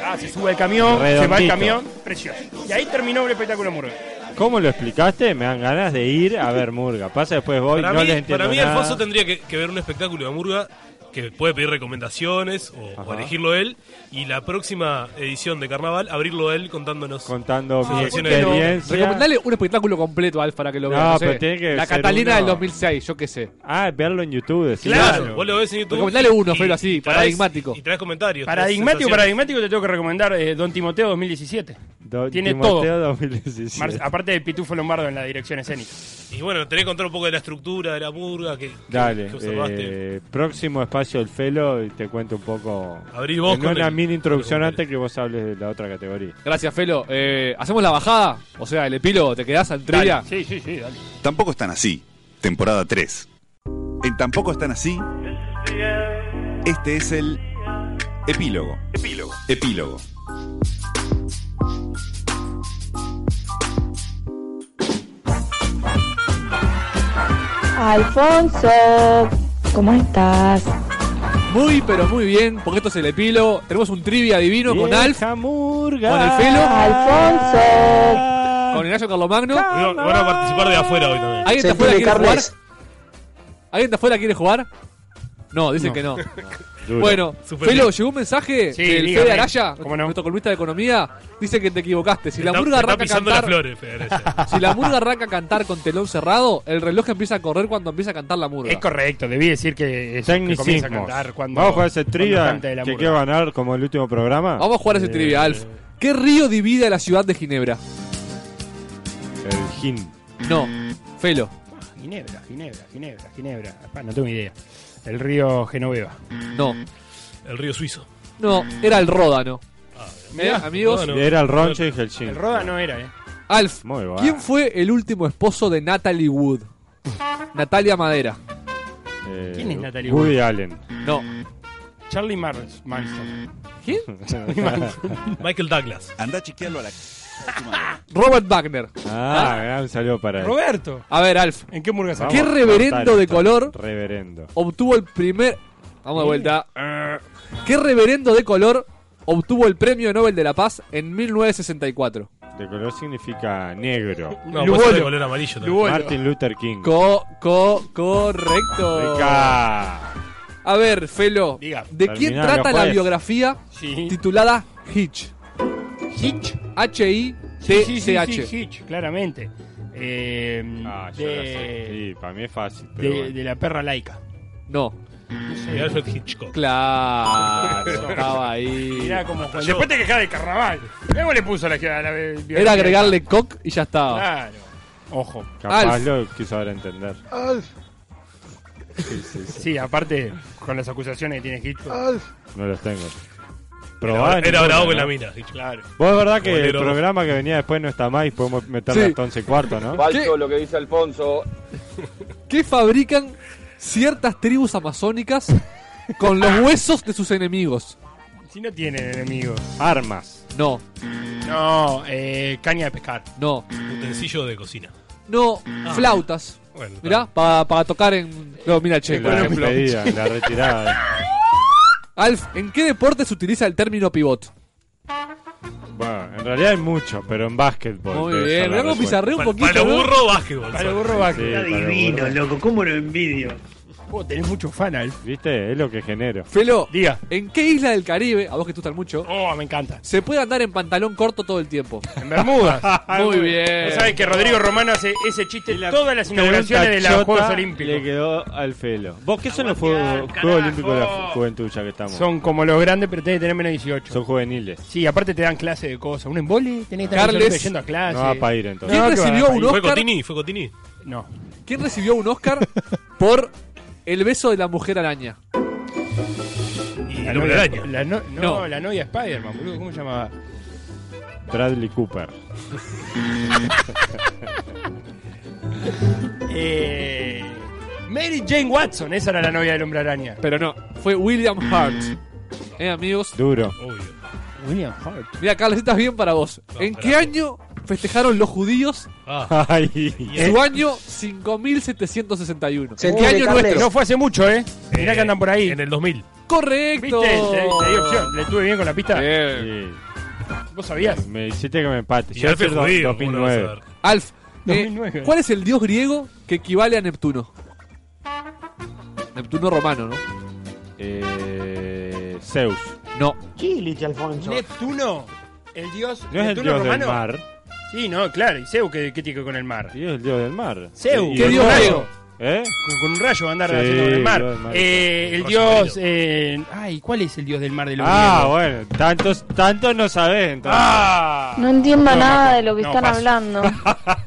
S24: Ah, se sube el camión, se va el
S6: Redondito.
S24: camión, precioso. Y ahí terminó el espectáculo murga.
S6: ¿Cómo lo explicaste? Me dan ganas de ir a ver Murga. Pasa después voy,
S4: Para
S6: no
S4: mí,
S6: les entiendo
S4: para mí
S6: nada.
S4: Alfonso tendría que, que ver un espectáculo de Murga que puede pedir recomendaciones o, o
S6: Ajá.
S4: elegirlo él. Y la próxima edición de Carnaval, abrirlo él contándonos.
S6: Contando
S4: sus
S6: mi
S4: acciones.
S6: experiencia.
S5: Recomendale un espectáculo completo, Alf, para que lo
S6: No,
S5: vea. sé.
S6: pero tiene que
S5: La
S6: ser
S5: Catalina
S6: uno-
S5: del 2006, yo qué sé.
S6: Ah, verlo en YouTube. decís.
S4: Claro, vos lo ves en YouTube.
S5: Recomendale uno,
S4: y-
S5: Felo, así,
S4: y traes-
S5: paradigmático.
S4: Y traes comentarios. traes
S24: Paradigmático,
S4: sensaciones.
S24: paradigmático, te tengo que recomendar eh, Don Timoteo 2017.
S6: Don
S24: Tiene
S6: Timoteo
S24: todo.
S6: 2017.
S24: Mar- aparte de Pitufo Lombardo en la dirección escénica.
S4: Y bueno, tenés que contar un poco de la estructura de la murga que, que-
S6: Dale,
S4: que observaste.
S6: eh, próximo espacio del Felo y te cuento un poco.
S4: Abrí vos
S6: en
S4: con
S6: una
S4: el-
S6: mini introducción antes que vos hables de la otra categoría.
S5: Gracias, Felo. Eh, ¿Hacemos la bajada? O sea, el epílogo, ¿te quedás al trivia?
S24: Sí, sí, sí, dale.
S3: Tampoco están así. Temporada 3. En Tampoco están así. Este es el epílogo. Epílogo. Epílogo.
S12: Alfonso, ¿cómo estás?
S5: Muy, pero muy bien, porque esto es el epílogo. Tenemos un trivia divino con
S6: Vieja
S5: Alf,
S6: murga.
S5: con el Felo,
S12: Alfonso.
S5: con Ignacio Carlomagno.
S4: Van a- van a participar de afuera hoy también.
S5: ¿Alguien de afuera quiere jugar? ¿Alguien de afuera quiere jugar? No, dicen
S4: No.
S5: que no.
S4: Duro.
S5: Bueno,
S4: Super
S5: Felo,
S4: bien.
S5: llegó un mensaje
S4: Sí,
S5: del
S4: dígame,
S5: Fede Araya,
S4: ¿cómo no?
S5: nuestro columnista de economía. Dice que te equivocaste. Si
S4: Te
S5: la
S4: está-
S5: murga
S4: te está
S5: arranca a
S4: pisando
S5: cantar.
S4: las flores, Fede Araya.
S5: Si la murga arranca a cantar con telón cerrado, el reloj empieza a correr cuando empieza a cantar la murga.
S24: Es correcto, debí decir que, es- que comienza a
S6: Tecnicismos.
S24: cantar cuando.
S6: Vamos a jugar ese
S24: cuando
S6: trivia
S24: canta de la
S6: que
S24: murga.
S6: quiero ganar como el último programa.
S5: Vamos a jugar a ese
S6: Eh,
S5: trivia, Alf. ¿Qué río divide a la ciudad de Ginebra?
S6: El Gin.
S5: No, Felo.
S24: Ginebra, Ginebra, Ginebra, Ginebra. Apá, no tengo ni idea. El río Genoveva.
S5: No.
S4: El río suizo.
S5: No, era el Ródano.
S24: Mirá,
S5: ¿Eh, amigos?
S24: Ródano.
S6: Era el Ronche y el Gin.
S24: El Roda no era, ¿eh?
S5: Alf,
S6: Muy bueno.
S5: ¿quién fue el último esposo de Natalie Wood? Natalia Madera.
S6: Eh,
S24: ¿Quién es Natalie
S6: Woody
S24: Wood?
S6: Allen.
S5: No.
S24: Charlie Mar- Manson.
S5: ¿Quién?
S4: Michael Douglas.
S3: Anda a chequearlo a la.
S5: Robert Wagner.
S6: Ah, mirá, un saludo para él.
S24: Roberto.
S5: A ver, Alf.
S24: ¿En qué murga
S6: Vamos,
S5: ¿Qué reverendo
S6: cortale,
S5: de color
S6: Reverendo.
S5: obtuvo el primer. Vamos de vuelta. ¿Qué reverendo de color obtuvo el premio Nobel de la Paz en 1964?
S6: De color significa negro.
S4: No, puede ser de color amarillo también.
S5: Lugolo.
S6: Martin Luther King.
S5: Co, co, correcto.
S6: Venga.
S5: A ver, Felo,
S6: Diga.
S5: ¿de
S6: Terminá,
S5: quién trata
S6: capaz.
S5: la biografía titulada Hitch?
S24: Hitch. Sí, sí, sí,
S5: H-I-T-C-H.
S24: sí, Hitch, claramente. Eh,
S6: Ah, yo la sé.
S24: de,
S6: Sí, para mí es fácil.
S24: de-
S6: Pero bueno.
S24: de la perra laica.
S5: No.
S4: Y Alfred Hitchcock.
S5: Claro, Ah, estaba ahí.
S24: Mirá cómo Juan- Después te quejás de carnaval. Luego le puso la, la, la
S5: Era agregarle cock y ya estaba.
S24: Claro. Ojo.
S6: Capaz
S5: Alf.
S6: lo quiso dar a entender. Sí, sí, sí.
S24: Sí, aparte, con las acusaciones que tiene Hitchcock.
S6: No los tengo.
S4: Era,
S6: Probá
S4: era
S6: ninguna,
S4: bravo con
S6: ¿no?
S4: la mina. Hitchcock.
S6: Vos es verdad
S4: Como
S6: que el
S4: negro.
S6: programa que venía después no está más y podemos meterle
S5: Sí.
S6: hasta 11 y cuarto, ¿no?
S19: Falso lo que dice Alfonso.
S5: ¿Qué fabrican ciertas tribus amazónicas con los huesos de sus enemigos?
S24: Si no tiene enemigos.
S6: Armas.
S5: No,
S24: No, eh, caña de pescar.
S5: no,
S4: Utensilio de cocina.
S5: no,
S6: Ah.
S5: flautas.
S4: Bueno,
S5: Mirá, para tocar en. No, mira, che, por
S6: la
S5: ejemplo.
S6: despedida, la retirada.
S5: Alf, ¿en qué deporte se utiliza el término pivot?
S6: bueno, en realidad hay mucho, pero en básquetbol.
S5: Muy
S6: debe
S5: bien,
S6: ser la
S5: mirá cómo
S6: respuesta.
S5: pizarré un
S4: Para,
S5: poquito.
S4: para lo
S5: ¿no?
S4: burro, básquetbol.
S24: Para el burro vaca.
S6: Sí, para los burros.
S24: loco. ¿Cómo lo envidio? Vos tenés mucho fan, Alf.
S6: ¿Viste? Es lo que genero.
S5: Felo,
S24: Diga.
S5: ¿en qué isla del Caribe, a vos que te gustan mucho,
S24: Oh, me encanta.
S5: se puede andar en pantalón corto todo el tiempo?
S24: En Bermudas.
S5: Muy bien.
S24: ¿No saben que Rodrigo Romano hace ese chiste todas las inauguraciones de
S6: Pregunta
S24: los Juegos
S6: chota
S24: Olímpicos?
S6: Le quedó al Felo. ¿Vos qué son los Juegos,
S24: carajo.
S6: Juegos Olímpicos de la ju- Juventud ya que estamos?
S24: Son como los grandes, pero tenés que tener menos 18.
S6: Son juveniles.
S24: Sí, aparte te dan clase de cosas. Un embole, tenés que estar
S5: Carles.
S24: siempre yendo a clase.
S6: No va para ir entonces.
S5: ¿Quién
S24: que
S5: recibió
S24: va,
S5: un
S4: Fue
S5: Oscar?
S4: Cotini, fue Cotini.
S24: No.
S5: ¿Quién recibió un Oscar por el beso de la mujer araña?
S4: Y
S24: La
S4: el hombre
S24: novia,
S4: araña.
S24: la no, no,
S5: No.
S24: la novia de Spider-Man, boludo. ¿Cómo se llamaba?
S6: Bradley Cooper.
S24: Eh, Mary Jane Watson. Esa era la novia del hombre araña.
S5: Pero no, fue William Hart. ¿Eh, amigos?
S6: Duro.
S4: Obvio.
S24: William Hart.
S5: Mira, Carlos, estás bien para vos. ¿En qué año festejaron los judíos
S4: Ah,
S6: Ay.
S5: su año 5761? ¿En qué
S11: Sentite,
S5: año
S11: Carles.
S5: nuestro?
S24: No fue hace mucho, ¿eh? Mirá
S4: Eh,
S24: que andan por ahí.
S4: en el 2000.
S5: ¡Correcto!
S24: ¿Viste? Le, le di opción. ¿Le estuve bien con la pista?
S5: Bien.
S6: Sí.
S24: ¿Vos sabías?
S6: Me hiciste que me empate.
S4: Y
S6: Yo
S4: Alfred
S6: decir do-
S4: judío, ¿cómo no vas a
S6: 2009.
S4: ver?
S5: Alf, eh,
S24: 2009.
S5: ¿cuál es el dios griego que equivale a Neptuno? Neptuno romano, ¿no?
S6: Eh, Zeus.
S5: No.
S24: Chilich, Alfonso. Neptuno, el dios.
S6: ¿No es el
S24: Neptuno
S6: dios del
S24: romano.
S6: mar?
S24: Sí, no, claro. ¿Y Zeus qué, qué tiene que ver con el mar?
S6: Dios del dios del mar.
S24: Zeus.
S6: Y-
S24: ¿Qué
S6: y-
S24: dios rayo?
S6: ¿Eh?
S24: Con, con un rayo va a andar
S6: Sí,
S24: haciendo con el mar.
S6: dios del mar.
S24: Eh, el
S6: Rayo
S24: dios. eh, ay, ¿cuál es el dios del mar de los
S6: Ah,
S24: griegos?
S6: bueno, tantos, tantos no sabés entonces.
S4: Ah.
S12: No entiendo
S24: Ah, No,
S12: nada
S24: Majo,
S12: de lo que
S24: no,
S12: están
S24: paso.
S12: hablando.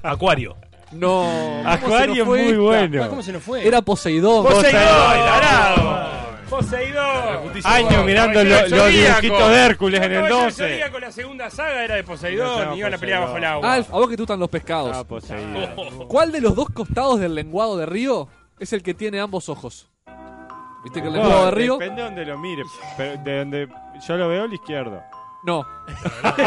S4: Acuario.
S5: No.
S6: Acuario es muy bueno.
S24: ¿Cómo se nos fue?
S5: Era Poseidón.
S24: Poseidón.
S6: Año mirando
S24: Caballero
S6: lo-
S24: del
S6: los
S24: Zodíaco.
S6: dibujitos de Hércules en el
S24: Caballero del
S6: 12.
S24: Zodíaco, la segunda saga era de Poseidón
S6: No,
S24: y iban a pelear
S6: Poseidón.
S24: bajo el agua.
S5: Alf, a vos que te gustan los pescados. ¿Cuál de los dos costados del lenguado de río es el que tiene ambos ojos? ¿Viste que el lenguado de río?
S6: Depende de donde lo mire. Pero de donde yo lo veo, el izquierdo.
S5: No.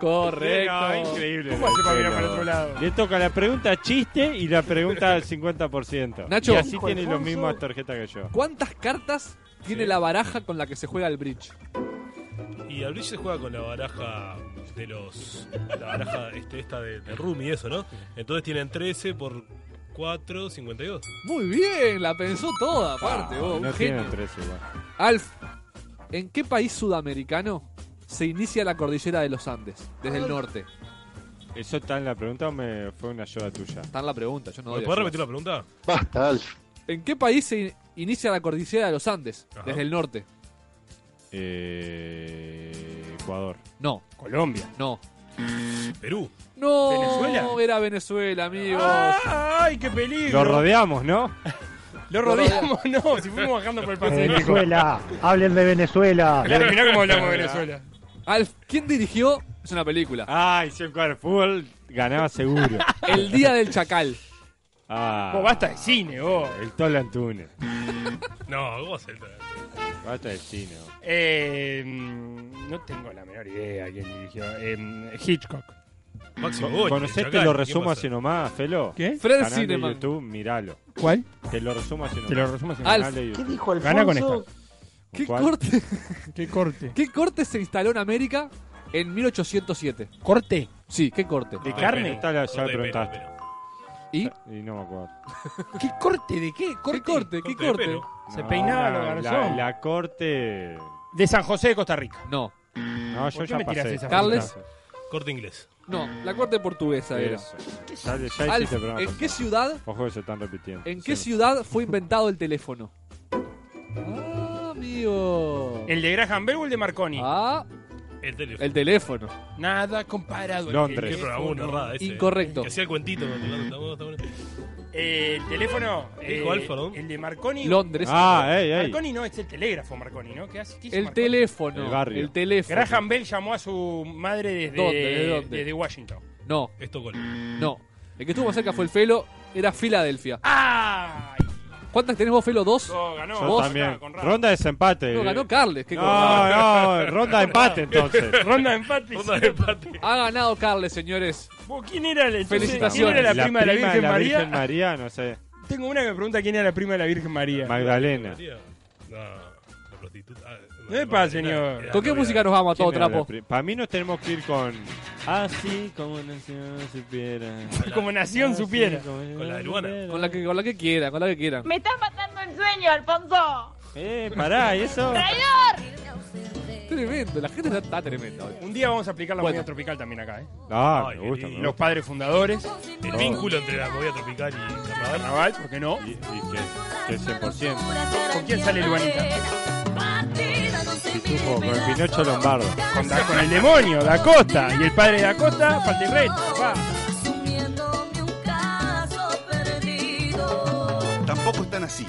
S5: Correcto.
S6: No, increíble.
S5: ¿Cómo hace para mirar para el otro
S24: lado?
S6: Le toca la pregunta chiste y la pregunta al 50%.
S5: Nacho.
S6: y así
S5: Hijo
S6: tiene las
S5: Alfonso.
S6: mismas tarjetas que yo.
S5: ¿Cuántas cartas tiene la baraja con la que se juega el bridge?
S4: Y Abril se juega con la baraja de los. La baraja este, esta de, de Rumi, eso, ¿no? Entonces tienen 13 por 4, 52.
S5: Muy bien, la pensó toda, aparte, vos,
S6: Ah, no
S5: un
S6: tiene
S5: genio.
S6: tres igual.
S5: Alf, ¿en qué país sudamericano se inicia la cordillera de los Andes? Desde el norte.
S6: ¿Eso está en la pregunta o me fue una ayuda tuya?
S5: Está en la pregunta, yo no
S4: ¿Me
S5: doy
S4: puedes
S5: ayudas.
S4: repetir la pregunta?
S5: Basta, Alf. ¿En qué país se in- inicia la cordillera de los Andes?
S4: Ajá.
S5: Desde el norte.
S6: Eh, Ecuador.
S5: No.
S24: Colombia.
S5: No.
S4: Perú.
S5: No,
S24: ¿Venezuela? Ah,
S5: era Venezuela, amigos.
S24: ¡Ay, qué peligro!
S6: Lo rodeamos, ¿no? Eh,
S24: Lo rodeamos, no, si fuimos bajando por el Pacífico.
S14: hablen de Venezuela.
S24: Claro, mirá cómo hablamos de Venezuela.
S5: Alf, ¿quién dirigió? Es una película.
S6: Ay, si el fútbol ganaba seguro.
S5: El día del chacal.
S6: Ah,
S24: Vos basta de cine, vos.
S6: El Tola Antune.
S4: No, vos el.
S6: Basta de cine. vos.
S24: Eh, mm, no tengo la menor idea quién dirigió. Eh, Hitchcock.
S4: Máximo
S6: Con- ¿Conocés Te lo resumo así nomás, Felo?
S24: ¿Qué? Fred
S6: Fred canal
S24: Cineman.
S6: de YouTube, miralo.
S24: ¿Cuál?
S6: Te lo resumo así nomás.
S24: Te lo resumo así nomás.
S6: Canal
S5: Alf,
S6: de YouTube.
S5: ¿qué dijo
S24: Gana con
S5: Alfonso?
S24: esta.
S5: ¿Qué
S6: ¿Cuál?
S5: corte?
S24: ¿Qué corte?
S5: ¿Qué corte se instaló en América en 1807?
S24: ¿Corte? Ah,
S5: Sí, ¿qué corte?
S6: ¿De carne? Esta la, ya la preguntaste.
S5: ¿Y?
S6: Y no me acuerdo.
S24: ¿Qué corte de qué? ¿Corte? ¿Qué corte?
S5: ¿Qué Corte de corte? pelo.
S24: Se
S6: No,
S24: peinaba
S6: la-
S24: los
S6: la,
S24: garzón.
S6: la corte.
S24: De San José de Costa Rica.
S5: No.
S6: No, yo
S24: ¿Por qué
S6: ya
S24: me tirás
S6: pasé.
S24: esa
S5: Carles.
S4: Corte inglés.
S5: No, la corte portuguesa era.
S6: Eso. Ya, ya hiciste
S5: Alf,
S6: el programa
S5: ¿en
S6: pasado.
S5: qué ciudad?
S6: Ojo que se están repitiendo.
S5: ¿En qué
S6: Sí.
S5: ciudad fue inventado el teléfono? Ah, amigo.
S24: ¿El de Graham Bell o el de Marconi?
S5: Ah,
S4: El teléfono.
S5: el teléfono.
S24: Nada comparado.
S5: Londres.
S4: Qué programa, una errada ese. ¿eh?
S5: Incorrecto.
S4: Que hacía el cuentito. con tu- está bueno, está bueno.
S24: Eh, el teléfono. eh,
S4: Dijo Alfa, ¿no?
S24: El de Marconi.
S5: Londres.
S6: Ah, ey, ey.
S24: Marconi no, es el telégrafo Marconi, ¿no? ¿Qué hace? ¿Qué hizo
S5: El
S24: Marconi?
S5: teléfono.
S6: El barrio.
S5: teléfono.
S24: Graham Bell llamó a su madre desde,
S5: ¿Dónde? ¿De dónde?
S24: desde Washington.
S5: No,
S4: Estocolmo.
S5: no. El que estuvo más cerca fue el Felo. Era Filadelfia.
S24: ¡Ah!
S5: ¿Cuántas tenés vos, Felo? ¿Dos?
S24: No, ganó.
S6: Yo
S5: ¿Vos?
S6: también. Ronda de desempate.
S5: No, ganó Carles. Qué
S6: Eh, No,
S5: cosa.
S6: no, ronda de empate entonces.
S24: Ronda de empate.
S4: Ronda de empate.
S5: Ha ganado Carles, señores.
S24: ¿Vos ¿Quién era, el,
S5: Felicitaciones.
S24: ¿quién era la, prima de la Virgen María?
S6: Virgen María, no sé.
S24: Tengo una que me pregunta quién era la prima de la Virgen María.
S6: Magdalena.
S4: No, la prostituta. ah,
S24: No me pasa, señor.
S5: ¿Con qué música nos vamos a todo trapo?
S6: Para mí nos tenemos que ir con. Así como nación supiera.
S24: Como
S6: Ah,
S24: nación supiera.
S4: Con la de Luana.
S5: Con la que, con la que quieran, con la que quieran.
S12: Me estás matando el sueño, Alfonso.
S6: Eh, pará,
S24: Ah,
S6: ¿y eso?
S12: ¡Traidor!
S5: Tremendo, la gente está, está tremenda hoy.
S24: Un día vamos a aplicar la
S5: Bueno.
S24: movida tropical también acá, ¿eh?
S6: Ah,
S4: Ay,
S6: me gusta.
S4: querido.
S6: me
S24: Los
S6: gusta.
S24: padres fundadores,
S4: El vínculo entre la movida tropical y carnaval.
S24: carnaval, ¿por qué no?
S6: Y, y que, que 100%.
S24: ¿Con quién sale Luanita?
S6: Pitufo, con el Pinocho Lombardo.
S24: Con, Da- con el demonio, Dakota. Y el padre de Dakota, Patirret.
S8: Tampoco están así.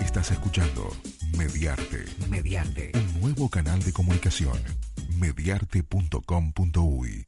S22: Estás escuchando Mediarte. Mediarte. Un nuevo canal de comunicación. Mediarte.com.uy